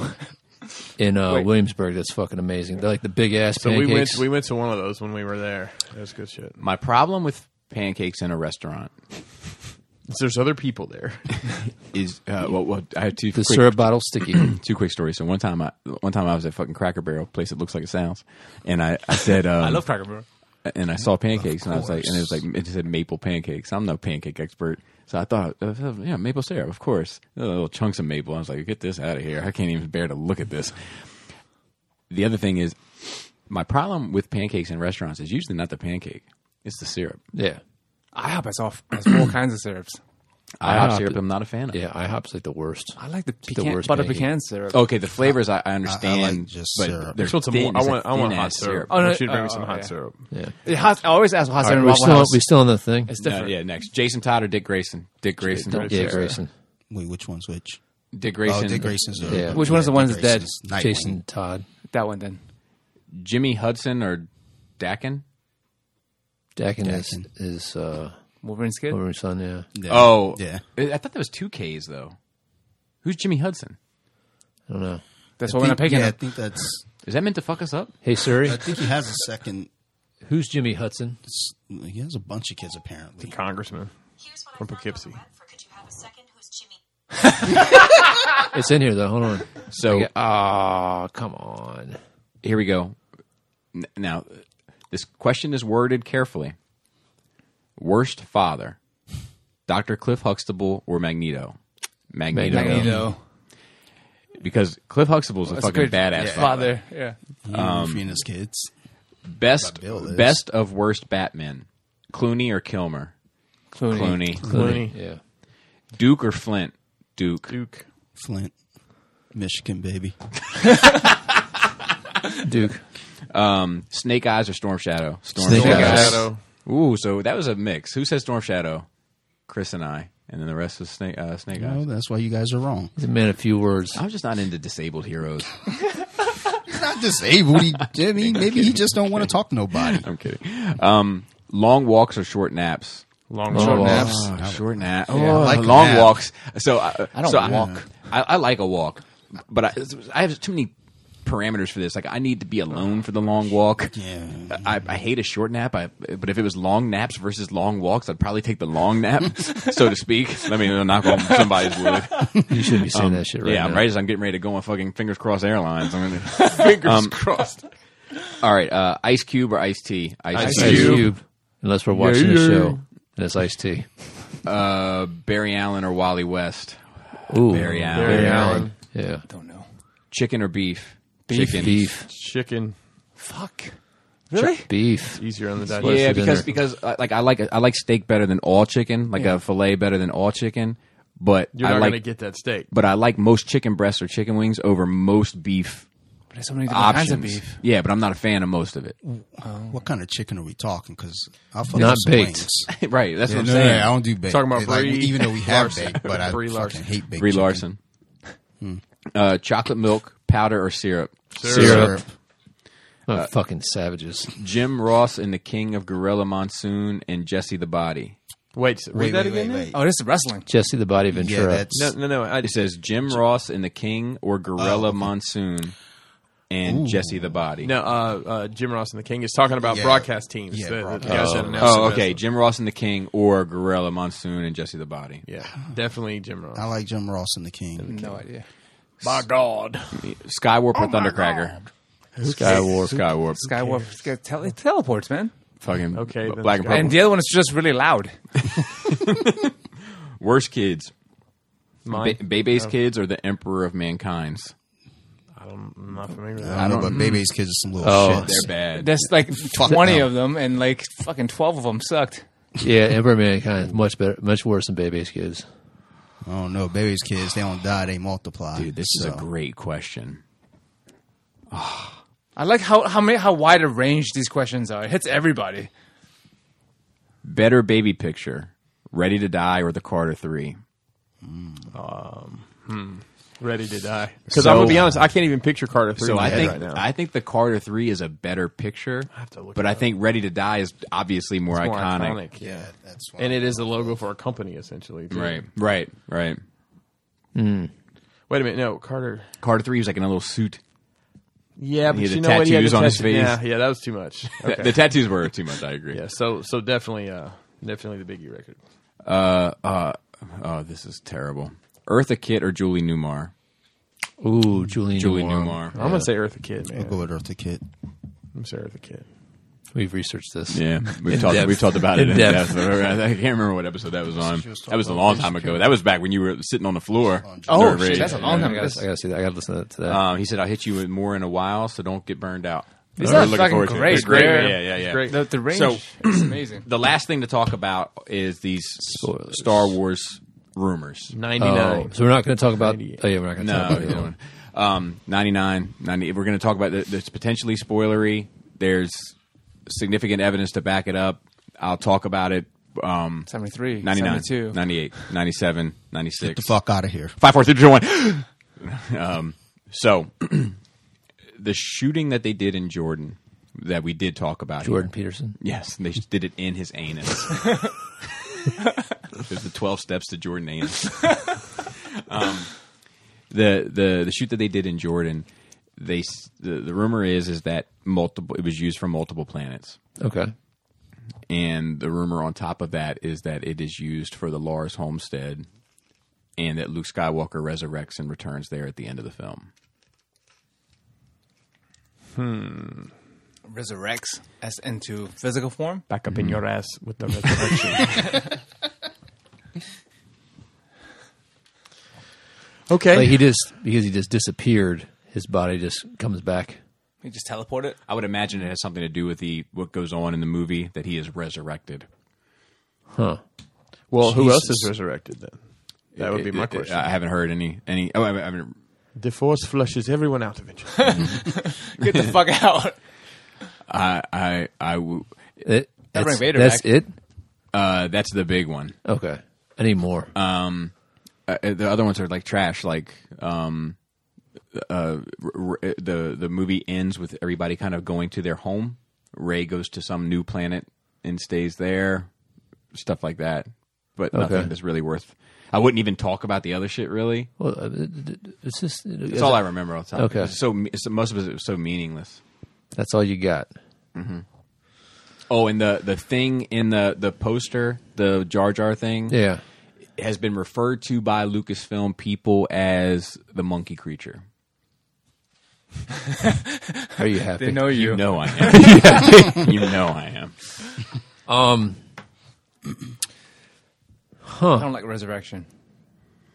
in uh, Wait. Williamsburg. That's fucking amazing. They're like the big ass So we went pancakes. we went to one of those when we were there. It was good shit. My problem with pancakes in a restaurant There's other people there. [laughs] is uh, well, well, I have two the quick syrup bottle sticky. [clears throat] two quick stories. So one time, I one time I was at fucking Cracker Barrel, place that looks like it sounds, and I, I said, um, [laughs] I Mm. love Cracker Barrel, and I saw pancakes, and I was like, and it was like it said maple pancakes. I'm no pancake expert, so I thought, uh, yeah, maple syrup, of course, Uh, little chunks of maple. I was like, get this out of here. I can't even bear to look at this. The other thing is, my problem with pancakes in restaurants is usually not the pancake; it's the syrup. yeah. IHOP has all, has all kinds of syrups. IHOP IHOP syrup, I'm not a fan of. Yeah. IHOP's like the worst. I like the, the pecan, worst butter pancake. pecan syrup. Okay, the flavors I, I understand, just but syrup. they're Just want some thin. more- I It's a want I want hot thin-ass syrup. Oh, I no, want you to bring uh, me some oh, hot yeah. syrup. Yeah. It has- I always ask hot All syrup right, in we're Waffle still House. we still on the thing. it's No, different. yeah, next. Jason Todd or Dick Grayson? Dick Grayson. yeah, Grayson. Wait, which one's which? Dick Grayson. Oh, Dick Grayson's. the- Yeah. Which one's the one that's dead? Grayson's Nightwing. Jason Todd. That one then. Jimmy Hudson or Dakin? Dakin is Dakin. is uh, Wolverine's kid. Wolverine's son, yeah. Yeah. Oh, yeah. I I thought that was two Ks though. Who's Jimmy Hudson? I don't know. That's I why we're not think- picking yeah, I it. think that's. Is that meant to fuck us up? Hey Siri, I think he has a second. who's Jimmy Hudson? He has a bunch of kids apparently. Congressman. Here's From what I found on the Poughkeepsie. web for Could You Have a Second? Who's Jimmy? It's in here though. Hold on. So Ah, come on. here we go. N- Now, this question is worded carefully. Worst father, Doctor Cliff Huxtable or Magneto? Magneto, Magneto. because Cliff Huxtable's a That's a fucking good- badass yeah. father. Father, yeah. He um, freeing his kids. Best, Bill is. best of worst Batman, Clooney or Kilmer? Clooney. Clooney, Clooney. Yeah. Duke or Flint? Duke. Duke. Flint, Michigan baby. Duke. Snake Eyes or Storm Shadow? Storm Snake Storm Eyes. Shadow. Ooh, so that was a mix. Who said Storm Shadow? Chris and I, and then the rest was Snake uh, Snake Oh, Eyes. that's why you guys are wrong. He's a man of few words. I'm just not into disabled heroes. [laughs] He's not disabled. He, I mean, maybe he just don't want to talk to nobody. I'm kidding. Um, long walks or short naps? Long Long short walk. naps. Oh, short nap. Oh, I like a long nap. walks. So I, I don't so walk. I, I like a walk, but I, I have too many parameters for this. Like I need to be alone for the long walk. Yeah. I, I hate a short nap. I, but if it was long naps versus long walks, I'd probably take the long nap, so to speak. Let me knock on somebody's wood. You shouldn't be saying that shit right yeah, now. I'm right as I'm getting ready to go on fucking fingers crossed airlines. I'm gonna, fingers crossed. All right, uh, Ice Cube or Ice Tea? Ice Ice Cube. Cube. Unless we're watching Yeah, the yeah. show. And it's iced tea. Uh, Barry Allen or Wally West? Ooh. Barry Allen. Barry Allen. Yeah. Don't know. Chicken or beef? Chicken. Beef. Chicken. Fuck. Beef. Easier on the digestion. Yeah, for because dinner. because uh, like I like I like steak better than all chicken, like a fillet better than all chicken. But You're I not like going to get that steak. but I like most chicken breasts or chicken wings over most beef But there's so many different options. kinds of beef. Yeah, but I'm not a fan of most of it. What kind of chicken are we talking? Because I'll fuck Not up some baked. wings. right, that's Yeah, what I'm no, saying. yeah, I don't do baked. Talking about Like, Brie even though we have Larson. baked, but I Brie fucking Larson. hate baked. Brie chicken. Larson. Uh, chocolate milk, powder, or syrup. Syrup. Oh, fucking savages. Jim Ross and the King of Gorilla Monsoon and Jesse the Body. Wait, read Wait, that wait, wait, again. wait. Oh, this is wrestling. Jesse the Body Yeah, Ventura. that's No, no, no. I It says Jim Ross and the King or Gorilla Monsoon and Jesse the Body. no. Uh, uh, Jim Ross and the King is talking about Yeah. broadcast teams. Yeah, the, the broadcast. guys that announced Oh, the okay. wrestling. Jim Ross and the King or Gorilla Monsoon and Jesse the Body. Yeah, definitely Jim Ross. I like Jim Ross and the King. No idea. My God, Skywarp or Thundercracker? Skywarp. Skywarp. Skywalker it's got tele- it teleports, man. Fucking Okay, then black and Skywarp. purple. And the other one is just really loud. Worst kids. Ba- mine. Oh. Bebe's kids or the Emperor of Mankind's? I don't, I'm not familiar with I that. don't, know, but Baby's kids are some little Oh, shits. They're bad. There's like Fuck 20 no. of them, and like fucking 12 of them sucked. [laughs] yeah, Emperor of Mankind. Much better. Much worse than Baby's Kids. I don't know. Baby's kids, they don't die, they multiply. Dude, this is So, a great question. I like how how many how wide a range these questions are. It hits everybody. Better baby picture, Ready to Die or The Carter Three? Ready to die. Because So- I'm gonna be honest, I can't even picture Carter three. So in my I head think right now. I think The Carter Three is a better picture, have to look but it I up. think Ready to Die is obviously more, More iconic. Yeah. That's why. And it is the logo for a company, essentially. too. Right, right, right. Wait a minute. No, Carter. Carter Three was like in a little suit. Yeah, but had the you know what? He had tattoos the on his tat- face. Yeah, yeah, that was too [laughs] much. The- Okay. The tattoos were too much. I agree. yeah. So, so definitely, uh, definitely the Biggie record. Oh, this is terrible. Eartha Kitt or Julie Newmar? Ooh, Julie Julie Newmar. Newmar. I'm gonna say Eartha Kid. Man. I'll go with Eartha Kitt. I'm sorry, Eartha Kid. We've researched this. Yeah, we've talked depth. we've talked about it In in depth. depth. I can't remember what episode that was on. was talking that was a about long this time ago. period. That was back when you were sitting on the floor. Oh, during shit, rage. that's a long I time gotta, ago. I gotta see that. I gotta listen to that. To that. Um, he said, "I'll hit you with more in a while, so don't get burned out." This I'm really is looking fucking forward to it. great, It's great. man. Yeah, yeah, yeah. Great. The, the range So- [clears throat] is amazing. The last thing to talk about is these Spoilers. Star Wars rumors. Uh, Ninety oh, nine. so we're not gonna talk about. Oh yeah, we're not gonna No, talk about no, that one. Um, 99, 90, we're going to talk about that. There's potentially spoilery. There's significant evidence to back it up. I'll talk about it. Um, 73, 99, 72. 98, 97, 96. The fuck out of here. Five, four, three, two, one. [gasps] um, so [clears throat] the shooting that they did in Jordan that we did talk about. Jordan here. Peterson. [laughs] Yes, they did it in his anus. There's the 12 steps to Jordan and. [laughs] um, the the the shoot that they did in Jordan, they s- the, the rumor is is that multiple it was used from multiple planets. Okay. And the rumor on top of that is that it is used for the Lars homestead and that Luke Skywalker resurrects and returns there at the end of the film. Resurrects as into physical form. Back up in your ass with the resurrection. [laughs] okay. Like he just because he just disappeared, his body just comes back. You just [laughs] teleport it. I would imagine it has something to do with the what goes on in the movie that he is resurrected. Huh. well, who else Jesus. is resurrected then? That would be It- my it- question. I haven't heard any any. Oh, I haven't- I haven't the force flushes everyone out of it. Get the fuck out. I I I w- It, that's bring Vader that's back. it. uh, that's the big one. Okay. I need more. Uh, the other ones are like trash. Like um, uh, r- r- the the movie ends with everybody kind of going to their home. Ray goes to some new planet and stays there. Stuff like that, but nothing Okay. that's really worth. I wouldn't even talk about the other shit really. well, uh, it- it- it's just That's all I remember. All the time. Okay. It's so me- it's, most of it was so meaningless. That's all you got. Oh, and the the thing in the the poster, the Jar Jar thing, Yeah. has been referred to by Lucasfilm people as the monkey creature. Are you happy? They know you. You know [laughs] I am. you know I am. I don't like resurrection.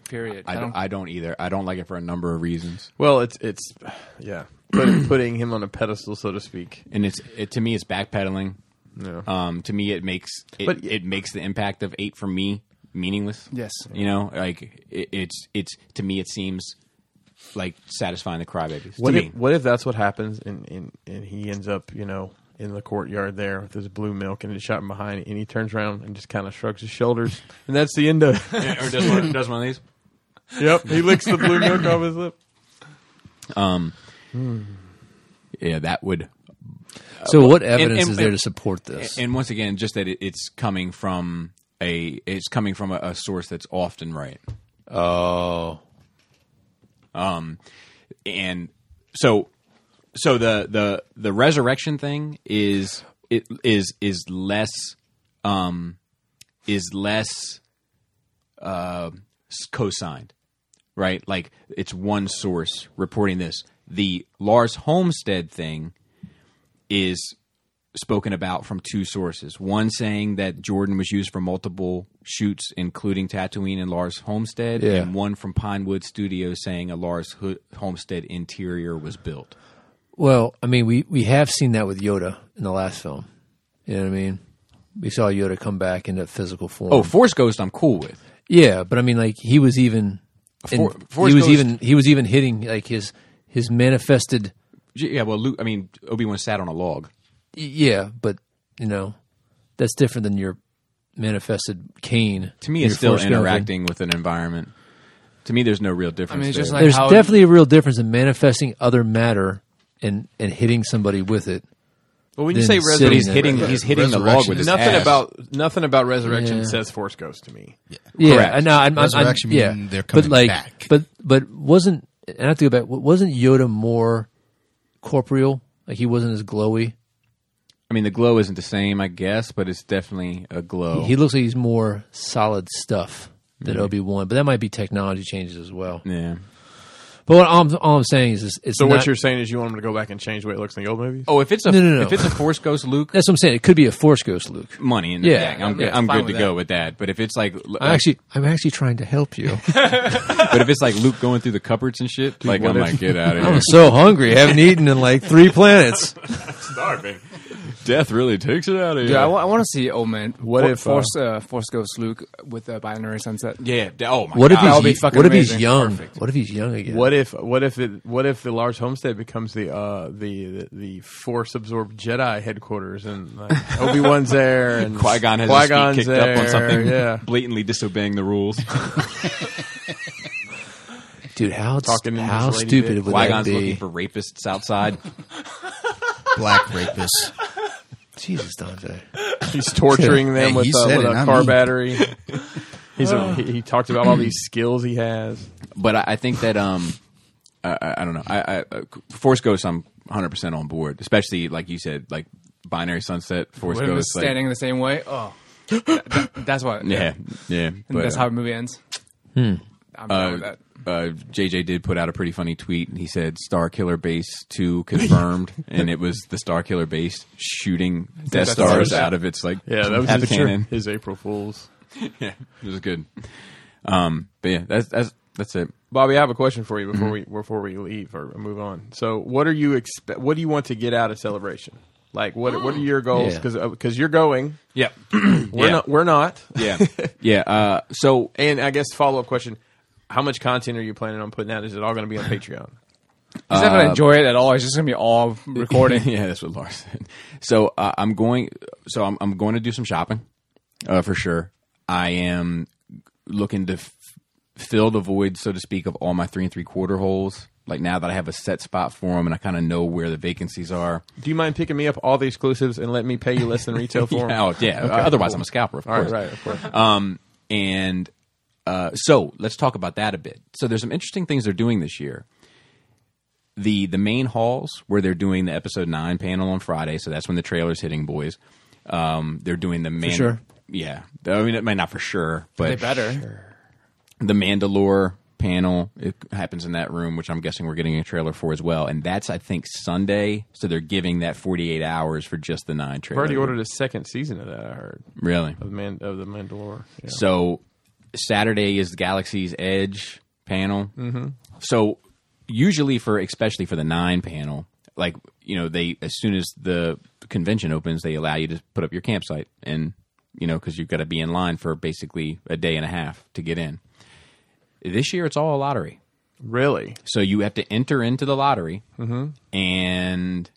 Period. I don't, I don't either. I don't like it for a number of reasons, [laughs] Well, it's it's yeah, Put, putting him on a pedestal, so to speak. and it's it, to me it's backpedaling. No. Um, to me, it makes it, But- it makes the impact of eight for me meaningless. Yes. you know, like it, it's it's to me it seems like satisfying the crybabies. what to if me. what if that's what happens and, and and he ends up you know in the courtyard there with his blue milk and it's shot from behind and he turns around and just kind of shrugs his shoulders and that's the end of [laughs] it. or does one, does one of these? yep he licks the blue milk off his lip. Yeah, that would So what evidence and- is there and- to support this? And once again, just that it, it's coming from a it's coming from a, a source that's often right. oh. Um, And so so the the the resurrection thing is it is is less um is less uh s- cosigned. Right? Like it's one source reporting this. The Lars Homestead thing is spoken about from two sources. One saying that Jordan was used for multiple shoots, including Tatooine and Lars Homestead, Yeah. and one from Pinewood Studio saying a Lars Ho- Homestead interior was built. Well, I mean, we, we have seen that with Yoda in the last film. You know what I mean? We saw Yoda come back in a physical form. Oh, Force Ghost, I'm cool with. yeah, but I mean, like he was even, and For- Force he was Ghost- even, he was even hitting like his his manifested. J- Yeah, well, Luke. I mean, Obi Wan sat on a log. y- Yeah, but you know, that's different than your manifested Cain. To me, it's your still Force Ghost. interacting with an environment. To me, there's no real difference. mean, it's just there. like- There's how- definitely a real difference in manifesting other matter and and hitting somebody with it. Well, when you Then say sitting resurrection, but he's hitting. He's hitting the log Resurrection with his is- nothing ass. about nothing about resurrection Yeah. says force ghost to me. Yeah, Correct. I know. I'm, I'm, Resurrection I'm, yeah, meaning they're but coming like, back. But but wasn't and I have to go back. wa- Wasn't Yoda more corporeal? Like he wasn't as glowy. I mean, the glow isn't the same, I guess, but it's definitely a glow. He looks like he's more solid stuff than Obi Wan. But that might be technology changes as well. yeah. But what, all, I'm, all I'm saying is, is it's So not- what you're saying is you want him to go back and change the way it looks in the old movies? Oh, if it's a No, no, no. if it's [laughs] a Force Ghost Luke, that's what I'm saying. It could be a Force Ghost, Luke. money in the Yeah, bank. I'm yeah, I'm fine good to with go that. with that. But if it's like, like- I'm actually, I'm actually trying to help [laughs] you. but if it's like Luke going through the cupboards and shit, like I'm what if- like, get out of [laughs] I'm here. so hungry. I haven't eaten in like three planets. starving. Death really takes it out of you. Yeah, I want to see Old Man. What if, Force uh, Force Ghost Luke with the binary sunset? yeah. d- Oh my [laughs] What if god. That'll be he's fucking what if he's amazing. young? Perfect. What if he's young again? What if what if it what if the large homestead becomes the uh the the, the force absorbed Jedi headquarters and [laughs] like, Obi Wan's there and Qui Gon has his feet Qui-Gon's kicked up on there, something, Yeah, blatantly disobeying the [laughs] rules. dude? How Talking to how this lady stupid dick. would Qui that Gon's looking be? for rapists outside. [laughs] Black rapists. [laughs] Jesus, Dante. He's torturing them Hey, with, he uh, said with it, a not car me. battery. [laughs] Uh. He's a, he, he talked about all these skills he has. but I, I think that um, I, I- I don't know. I, I uh, Force Ghost, I'm 100 percent on board, especially like you said, like Binary Sunset, Force Would have been Ghost, like- standing in the same way. [gasps] Oh, That- that- that's what. yeah, yeah. and but, that's uh, Hmm. how the movie ends. I'm down with uh, that. uh, JJ did put out a pretty funny tweet, and he said Star Killer Base Two confirmed, and it was the Star Killer Base shooting Death Death Stars Stars. out of its like Yeah, that was half his, cannon. his April Fools. [laughs] Yeah, it was good. Um, but yeah, that's that's that's it. Bobby, I have a question for you before we before we leave or move on. So, what are you expe- What do you want to get out of celebration? Like, what what are your goals? Yeah. Because you're going, Yeah, we're Yeah. not. We're not. [coughs] yeah, yeah. Uh, so And I guess follow up question: How much content are you planning on putting out? Is it all going to be on Patreon? He's not gonna enjoy it at all. It's just gonna be all recording. uh, [laughs] yeah, that's what Lars said. So uh, I'm going. So I'm, I'm going to do some shopping, uh, for sure. I am looking to f- fill the void, so to speak, of all my three and three quarter holes. Like now that I have a set spot for them, and I kind of know where the vacancies are. Do you mind picking me up all the exclusives and let me pay you less than retail for [laughs] them? Yeah, oh, yeah. Otherwise, I'm a scalper, of All right, course. right, of course. Um, and uh, so let's talk about that a bit. So there's some interesting things they're doing this year. The the main halls where they're doing the episode nine panel on Friday, so that's when the trailer's hitting boys. Um, they're doing the man. sure. Yeah, I mean, it might not for sure, but They better. the Mandalore panel it happens in that room which i'm guessing we're getting a trailer for as well and that's i think sunday so they're giving that 48 hours for just the nine I've trailer already ordered a second season of that. I heard really of the Man of the Mandalore. Yeah. So Saturday is the Galaxy's Edge panel. Mm-hmm. So usually for especially for the nine panel, like you know they as soon as the convention opens, they allow you to put up your campsite and you know because you've got to be in line for basically a day and a half to get in. This year it's all a lottery, Really? so you have to enter into the lottery Mm-hmm. and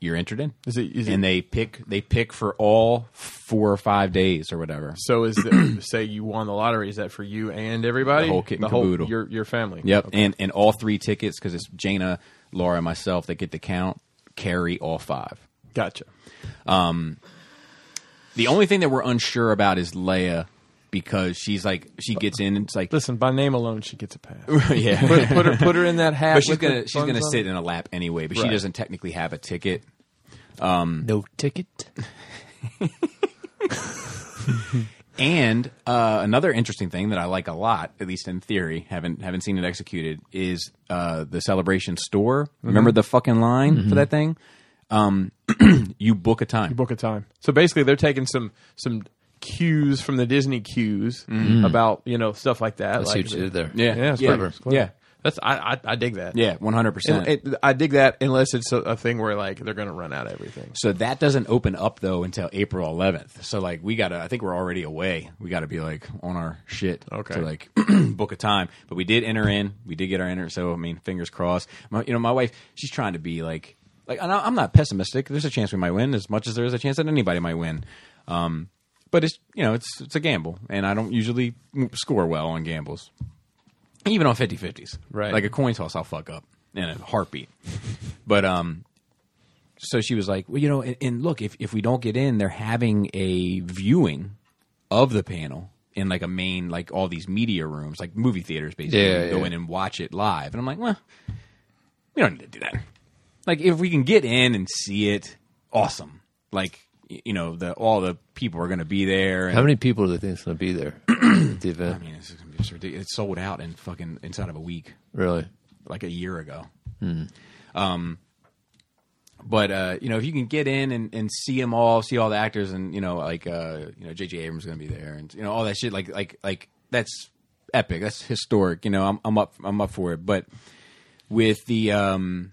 you're entered in. Is it- is it- and they pick they pick for all four or five days or whatever. So is the, [coughs] say you won the lottery? Is that for you and everybody? The whole kit and caboodle. your your family. Yep, and and all three tickets because it's Jana, Laura, and myself that get the count carry all five. Gotcha. The only thing that we're unsure about is Leia because she's like she gets in and it's [laughs] like Listen, by name alone, she gets a pass. [laughs] yeah, put, put her put her in that hat. but she's with the gonna she's gonna buns on sit it. in a lap anyway, but she Right. doesn't technically have a ticket. No ticket. And uh, another interesting thing that I like a lot, at least in theory, haven't haven't seen it executed, is uh, the celebration store. Mm-hmm. Remember the fucking line for that thing? Um, [clears throat] you book a time. book a time. So basically, they're taking some some cues from the Disney cues Mm-hmm. about you know stuff like that. I see like, what you did there. yeah, Yeah, it's yeah, clever. It's clever. yeah, That's I I, I dig that. yeah, one hundred percent. And it- I dig that unless it's a, a thing where like they're gonna run out of everything. So that doesn't open up though until April 11th. So like we gotta, I think we're already away. We gotta be like on our shit Okay. to like [clears throat] book a time. But we did enter in. We did get our enter. So I mean, fingers crossed. My, you know, my wife, she's trying to be like, like and I- I'm not pessimistic. There's a chance we might win as much as there is a chance that anybody might win. Um, but it's you know it's it's a gamble, and I don't usually score well on gambles, even on 50-50s. Right. Like a coin toss, I'll fuck up in a heartbeat. But um, so she was like, well, you know, and, and look, if if we don't get in, they're having a viewing of the panel in like a main, like all these media rooms, like movie theaters, basically. Yeah, You can go yeah. in and watch it live, and I'm like, well, we don't need to do that. Like, if we can get in and see it, awesome. Like, y- you know, the all the people are going to be there. And, How many people do they think is going to be there? at the event? [clears throat] I mean, it's, gonna be just ridiculous. It's sold out in fucking inside of a week really? like a year ago. Hmm. Um, but uh, you know, if you can get in and, and see them all, see all the actors, and you know, like uh, you know, J.J. Abrams is going to be there, and you know, all that shit, like like like that's epic, that's historic. You know, I'm I'm up I'm up for it. But with the um,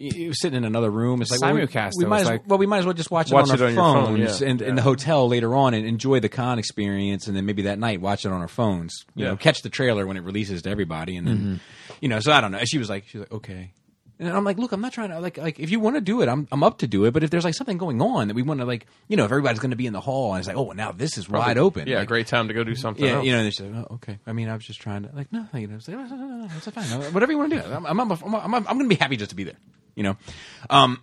y- you were sitting in another room, it's like well, we- Simulcast, We, though, might it's as, like- well, we might as well just watch it Watch on it our on your phones phone, yeah, and in yeah. the hotel later on, and enjoy the con experience, and then maybe that night watch it on our phones. You know, Yeah. Mm-hmm. catch the trailer when it releases to everybody, and then you know. So I don't know. She was like, she's like, okay, and I'm like, look, I'm not trying to like like if you want to do it, I'm I'm up to do it. But if there's like something going on that we want to like, you know, if everybody's going to be in the hall, and it's like, oh, well, now this is wide open. Yeah, Like, great time to go do something. Yeah, else. you know, and she's like, oh, okay. I mean, I was Uh, just trying to like, no, you know, it's like, no, no, no, no, it's fine. Whatever you want to do, I'm I'm I'm, I'm, I'm going to be happy just to be there. you know. Um,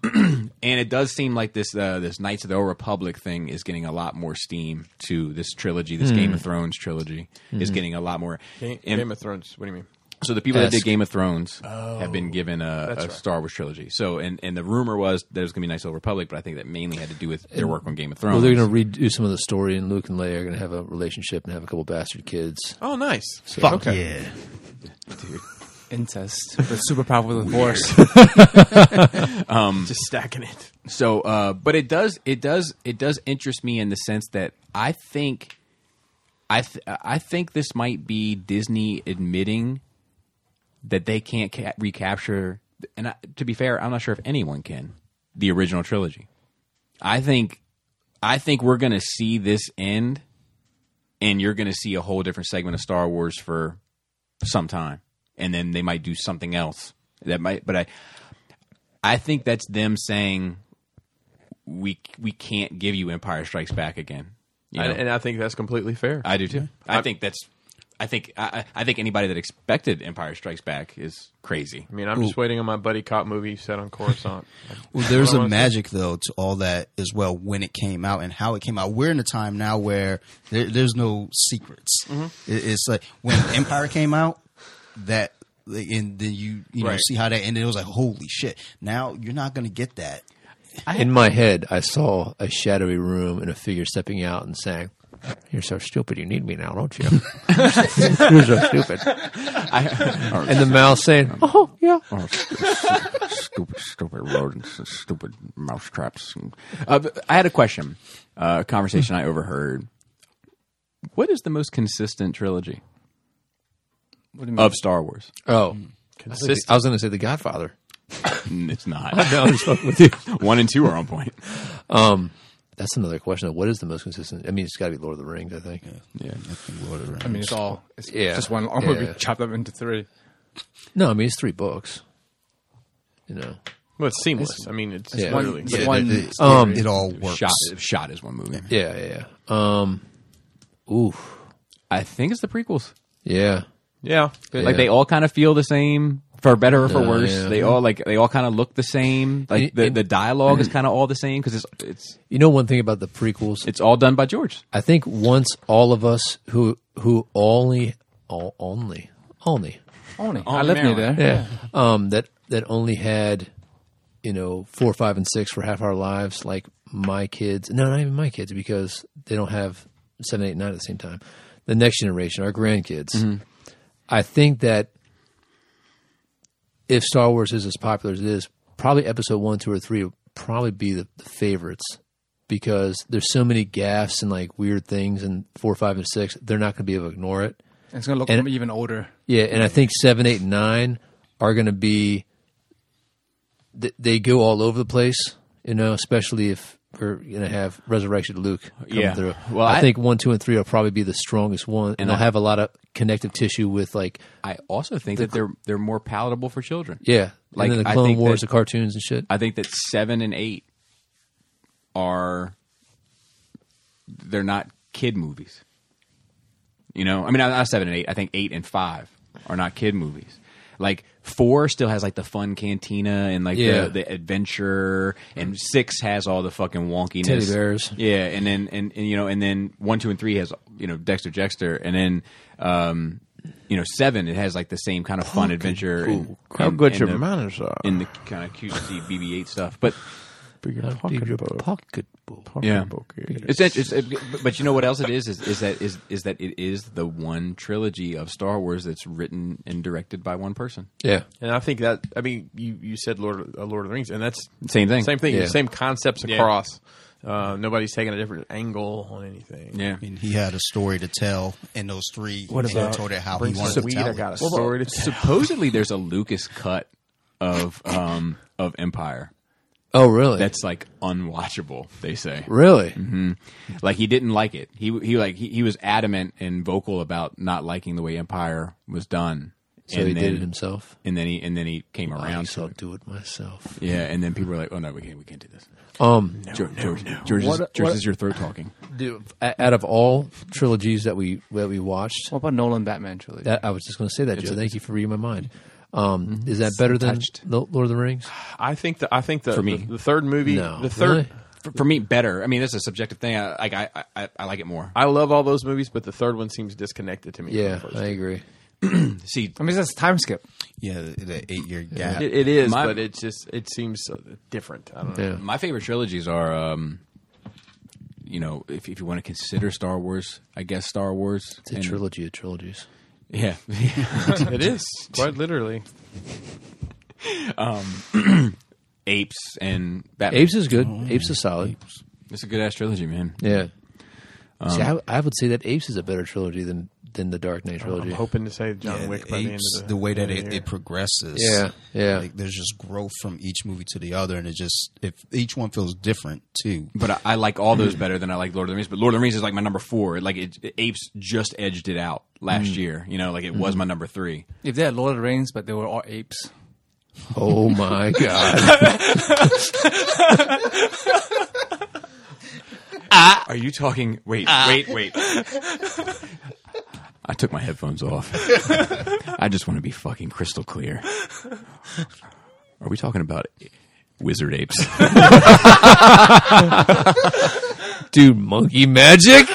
[clears throat] and it does seem like this uh, this Knights of the Old Republic thing is getting a lot more steam to this trilogy. Hmm. This Game of Thrones trilogy is getting a lot more. Game, and- Game of Oh, Thrones. What do you mean? so the people that did Esque. Game of Thrones have been given a, a Star Wars trilogy. So and and the rumor was that it was going to be Knights of the Old Republic, but I think that mainly had to do with their work on Game of Thrones. Well, they're going to redo some of the story, and Luke and Leia are going to have a relationship and have a couple bastard kids. Oh, nice. Fuck yeah. [laughs] Incest, but super powerful with a horse. Just stacking it. So, uh, but it does, it does, it does interest me in the sense that I think, I, th- I think this might be Disney admitting that they can't ca- recapture. And I, to be fair, I'm not sure if anyone can the original trilogy. I think, I think we're going to see this end, and you're going to see a whole different segment of Star Wars for some time, and then they might do something else that might. But I, I think that's them saying we we can't give you Empire Strikes Back again. You know? And, and I think that's completely fair. I do too. I think that's. I think I, I I think anybody that expected Empire Strikes Back is [laughs] crazy. I mean, I'm just waiting on my buddy cop movie set on Coruscant. Well, there's Well, a I- magic though to all that as well when it came out and how it came out. We're in a time now where there, there's no secrets. Mm-hmm. It- it's like when Empire came out, that like, and then you you know Right. see how that ended. It was like holy shit. Now you're not gonna get that. in my head, I saw a shadowy room and a figure stepping out and saying, "You're so stupid. You need me now, don't you? You're so stupid." and the mouse saying, "Oh yeah." stupid, stupid rodents, and stupid mousetraps. Uh, but I had a question, uh, a conversation I overheard. What is the most consistent trilogy What do you mean? of Star Wars? Oh, I was gonna- I was going to say The Godfather. Mm, It's [laughs] not. No, I'm just fucking with you. One and two are on point. That's another question. What is the most consistent? I mean, it's got to be Lord of the Rings. I think. Yeah. Lord of the Rings. I mean, it's all. It's Yeah. just one long movie Yeah. chopped up into three. No, I mean it's three books. You know, Well, it's seamless. I mean, it's Yeah. literally. Yeah, one- it, it- um, it all works. Shot, shot is one movie. yeah, yeah, yeah. Um, ooh, I think it's the prequels. yeah. Yeah. Like Yeah. they all kind of feel the same, for better or for Yeah, worse. yeah. They all like they all kind of look the same. Like It- the, it- the [clears throat] dialogue is kind of all the same because it's it's You know, one thing about the prequels, it's all done by George. I think once all of us who who only all, only only Only. I live near there. yeah um that that only had you know four five and six for half our lives like my kids no not even my kids because they don't have seven eight nine at the same time the next generation our grandkids I think that if Star Wars is as popular as it is probably episode one two or three will probably be the, the favorites because there's so many gaffes and like weird things and four five and six they're not going to be able to ignore it It's gonna look And- even older. yeah, and I think seven, eight, and nine are going to be. th- They go all over the place, you know. Especially if we're going to have Resurrection Luke come Yeah. through. Well, Well, I, I- think one, two, and three will probably be the strongest one, and, I'll have a lot of connective tissue with like, I also think that they're they're more palatable for children. yeah, Like, like the I Clone think Wars, that- the cartoons and shit. I think that seven and eight are they're not kid movies. You know, I mean, not not seven and eight. I think eight and five are not kid movies. Like four still has like the fun cantina and like Yeah. the, the adventure, and six has all the fucking wonkiness. Teddy bears. Yeah, and then and, and you know, and then one, two, and three has you know Dexter Jexter, and then um, you know seven it has like the same kind of fun adventure. and- and- and the- are. in the kind of QC BB8 stuff. But Uh, Pocketbook. yeah, it's, int- it's it, but you know what else it is is, is that is, is that it is the one trilogy of Star Wars that's written and directed by one person. Yeah, And I think that I mean you, you said Lord uh, Lord of the Rings, and that's Same thing. same thing. Yeah. Same concepts across. Uh, nobody's taking a different angle on anything. Yeah. I mean, he had a story to tell in those three. What and about- he told it how he Bring wanted some to weed. tell I it. got [laughs] a story to tell. Supposedly, there's a Lucas cut of um, of Empire Oh, really? that's Mm-hmm. like unwatchable. They say. really. like he didn't like it. He he like he, he was adamant and vocal about not liking the way Empire was done. So he did it himself. Oh, and then he and then he came I around. guess I'll do it myself. Yeah, and then people were like, "Oh no, we can't, we can't do this." Um, George, George, George, is, What- George what- is your throat talking. do, out of all trilogies that we that we watched, What about Nolan Batman trilogy? That I was just going to say that, Joe. Thank you for reading my mind. Um, Mm-hmm. Is that better than the Lord of [sighs] the Rings? I think the I think the For me. the, the third movie, No. the third. Really? For, for me, better. I mean, that's a subjective thing. I like I, I, I like it more. I love all those movies, but the third one seems disconnected to me. from Yeah, the first I agree. See, I mean, it's just a time skip. Yeah, the, the eight year gap. It, it is, My- but it's just it seems uh, different. I don't know. Yeah. my favorite trilogies are, um, you know, if, if you want to consider Star Wars, I guess Star Wars. It's a and- trilogy of trilogies. [laughs] Yeah. [laughs] [laughs] it is quite literally. Apes and Batman. Apes is good. Oh, Apes is solid. It's a good ass trilogy, man. Yeah. See, Um, I, I would say that Apes is a better trilogy than than the Dark Knight I'm trilogy. hoping to say John Yeah, Wick the by the end apes, of the, way that end of it, the it progresses. Yeah, yeah. Like, there's just growth from each movie to the other, and it just if each one feels different too. But I, I like all those better than I like Lord of the Rings. But Lord of the Rings is like my number four. Like it, it- Apes just edged it out Mm. last year. You know, like Mm-hmm. it was my number three. If they had Lord of the Rings, but they were all apes. [laughs] Oh my god! [laughs] Are you talking? Wait, wait, wait. I took my headphones off. I just want to be fucking crystal clear. Are we talking about wizard apes? Dude, monkey magic.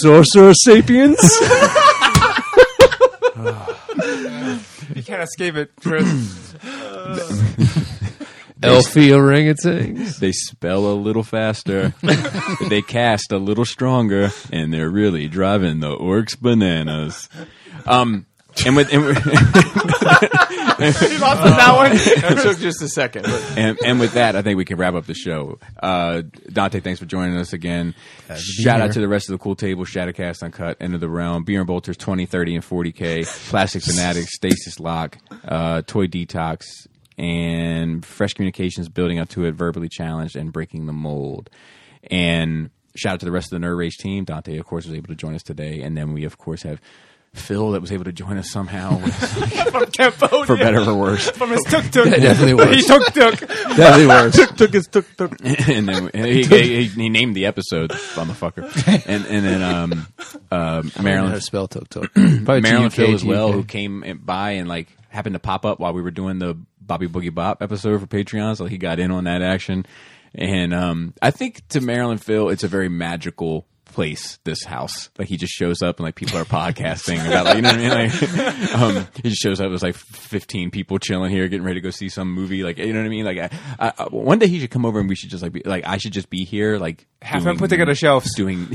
Sorcerer sapiens. You [laughs] can't escape it. Elfie [laughs] orangutans. they spell a little faster, they cast a little stronger, and they're really driving the orcs bananas. Um, and with and, with- year. It took just a second. But and, and with that, I think we can wrap up the show. Uh, Dante, thanks for joining us again. Shout out to the rest of the cool table, Shattercast Uncut, End of the Realm, Beer and Bolters 20, 30, and 40K, Plastic Fanatics, Stasis Lock, uh, Toy Detox, and Fresh Communications, Building Up to It, Verbally Challenged, and Breaking the Mold. And shout out to the rest of the Nerd Rage team. Dante, of course, was able to join us today. And then we, of course, have Phil that was able to join us somehow, [laughs] From Cambodia. for better or for worse. From his tuk-tuk. That definitely works. He tuk-tuk. Definitely worse. took his took took. [laughs] and then and he, he, he named the episode motherfucker and and then um um How Maryland to spell [clears throat] tuk tuk? Probably Maryland T-U-K, Phil as well who T-U-K. came in- by and like happened to pop up while we were doing the Bobby Boogie Bop episode for Patreon so he got in on that action and um I think to Maryland Phil it's a very magical place this house like he just shows up and like people are [laughs] podcasting about like you know what I mean like um he just shows up there's like 15 people chilling here getting ready to go see some movie like you know what I mean like I, I, I- one day he should come over and we should just like be like I should just be here like Have him put together shelves. [laughs] doing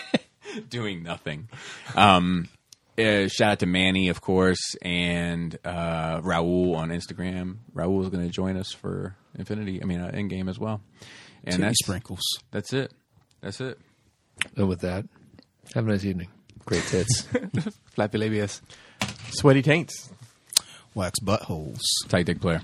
[laughs] doing nothing um uh, shout out to Manny, of course, and uh, Raul on Instagram. Raul is going to join us for Infinity. I mean, uh, Endgame as well. And Titty that's sprinkles. that's it. That's it. And with that, have a nice evening. Great [laughs] tits. Flappy labias. Sweaty taints. Wax buttholes. Tight dick player.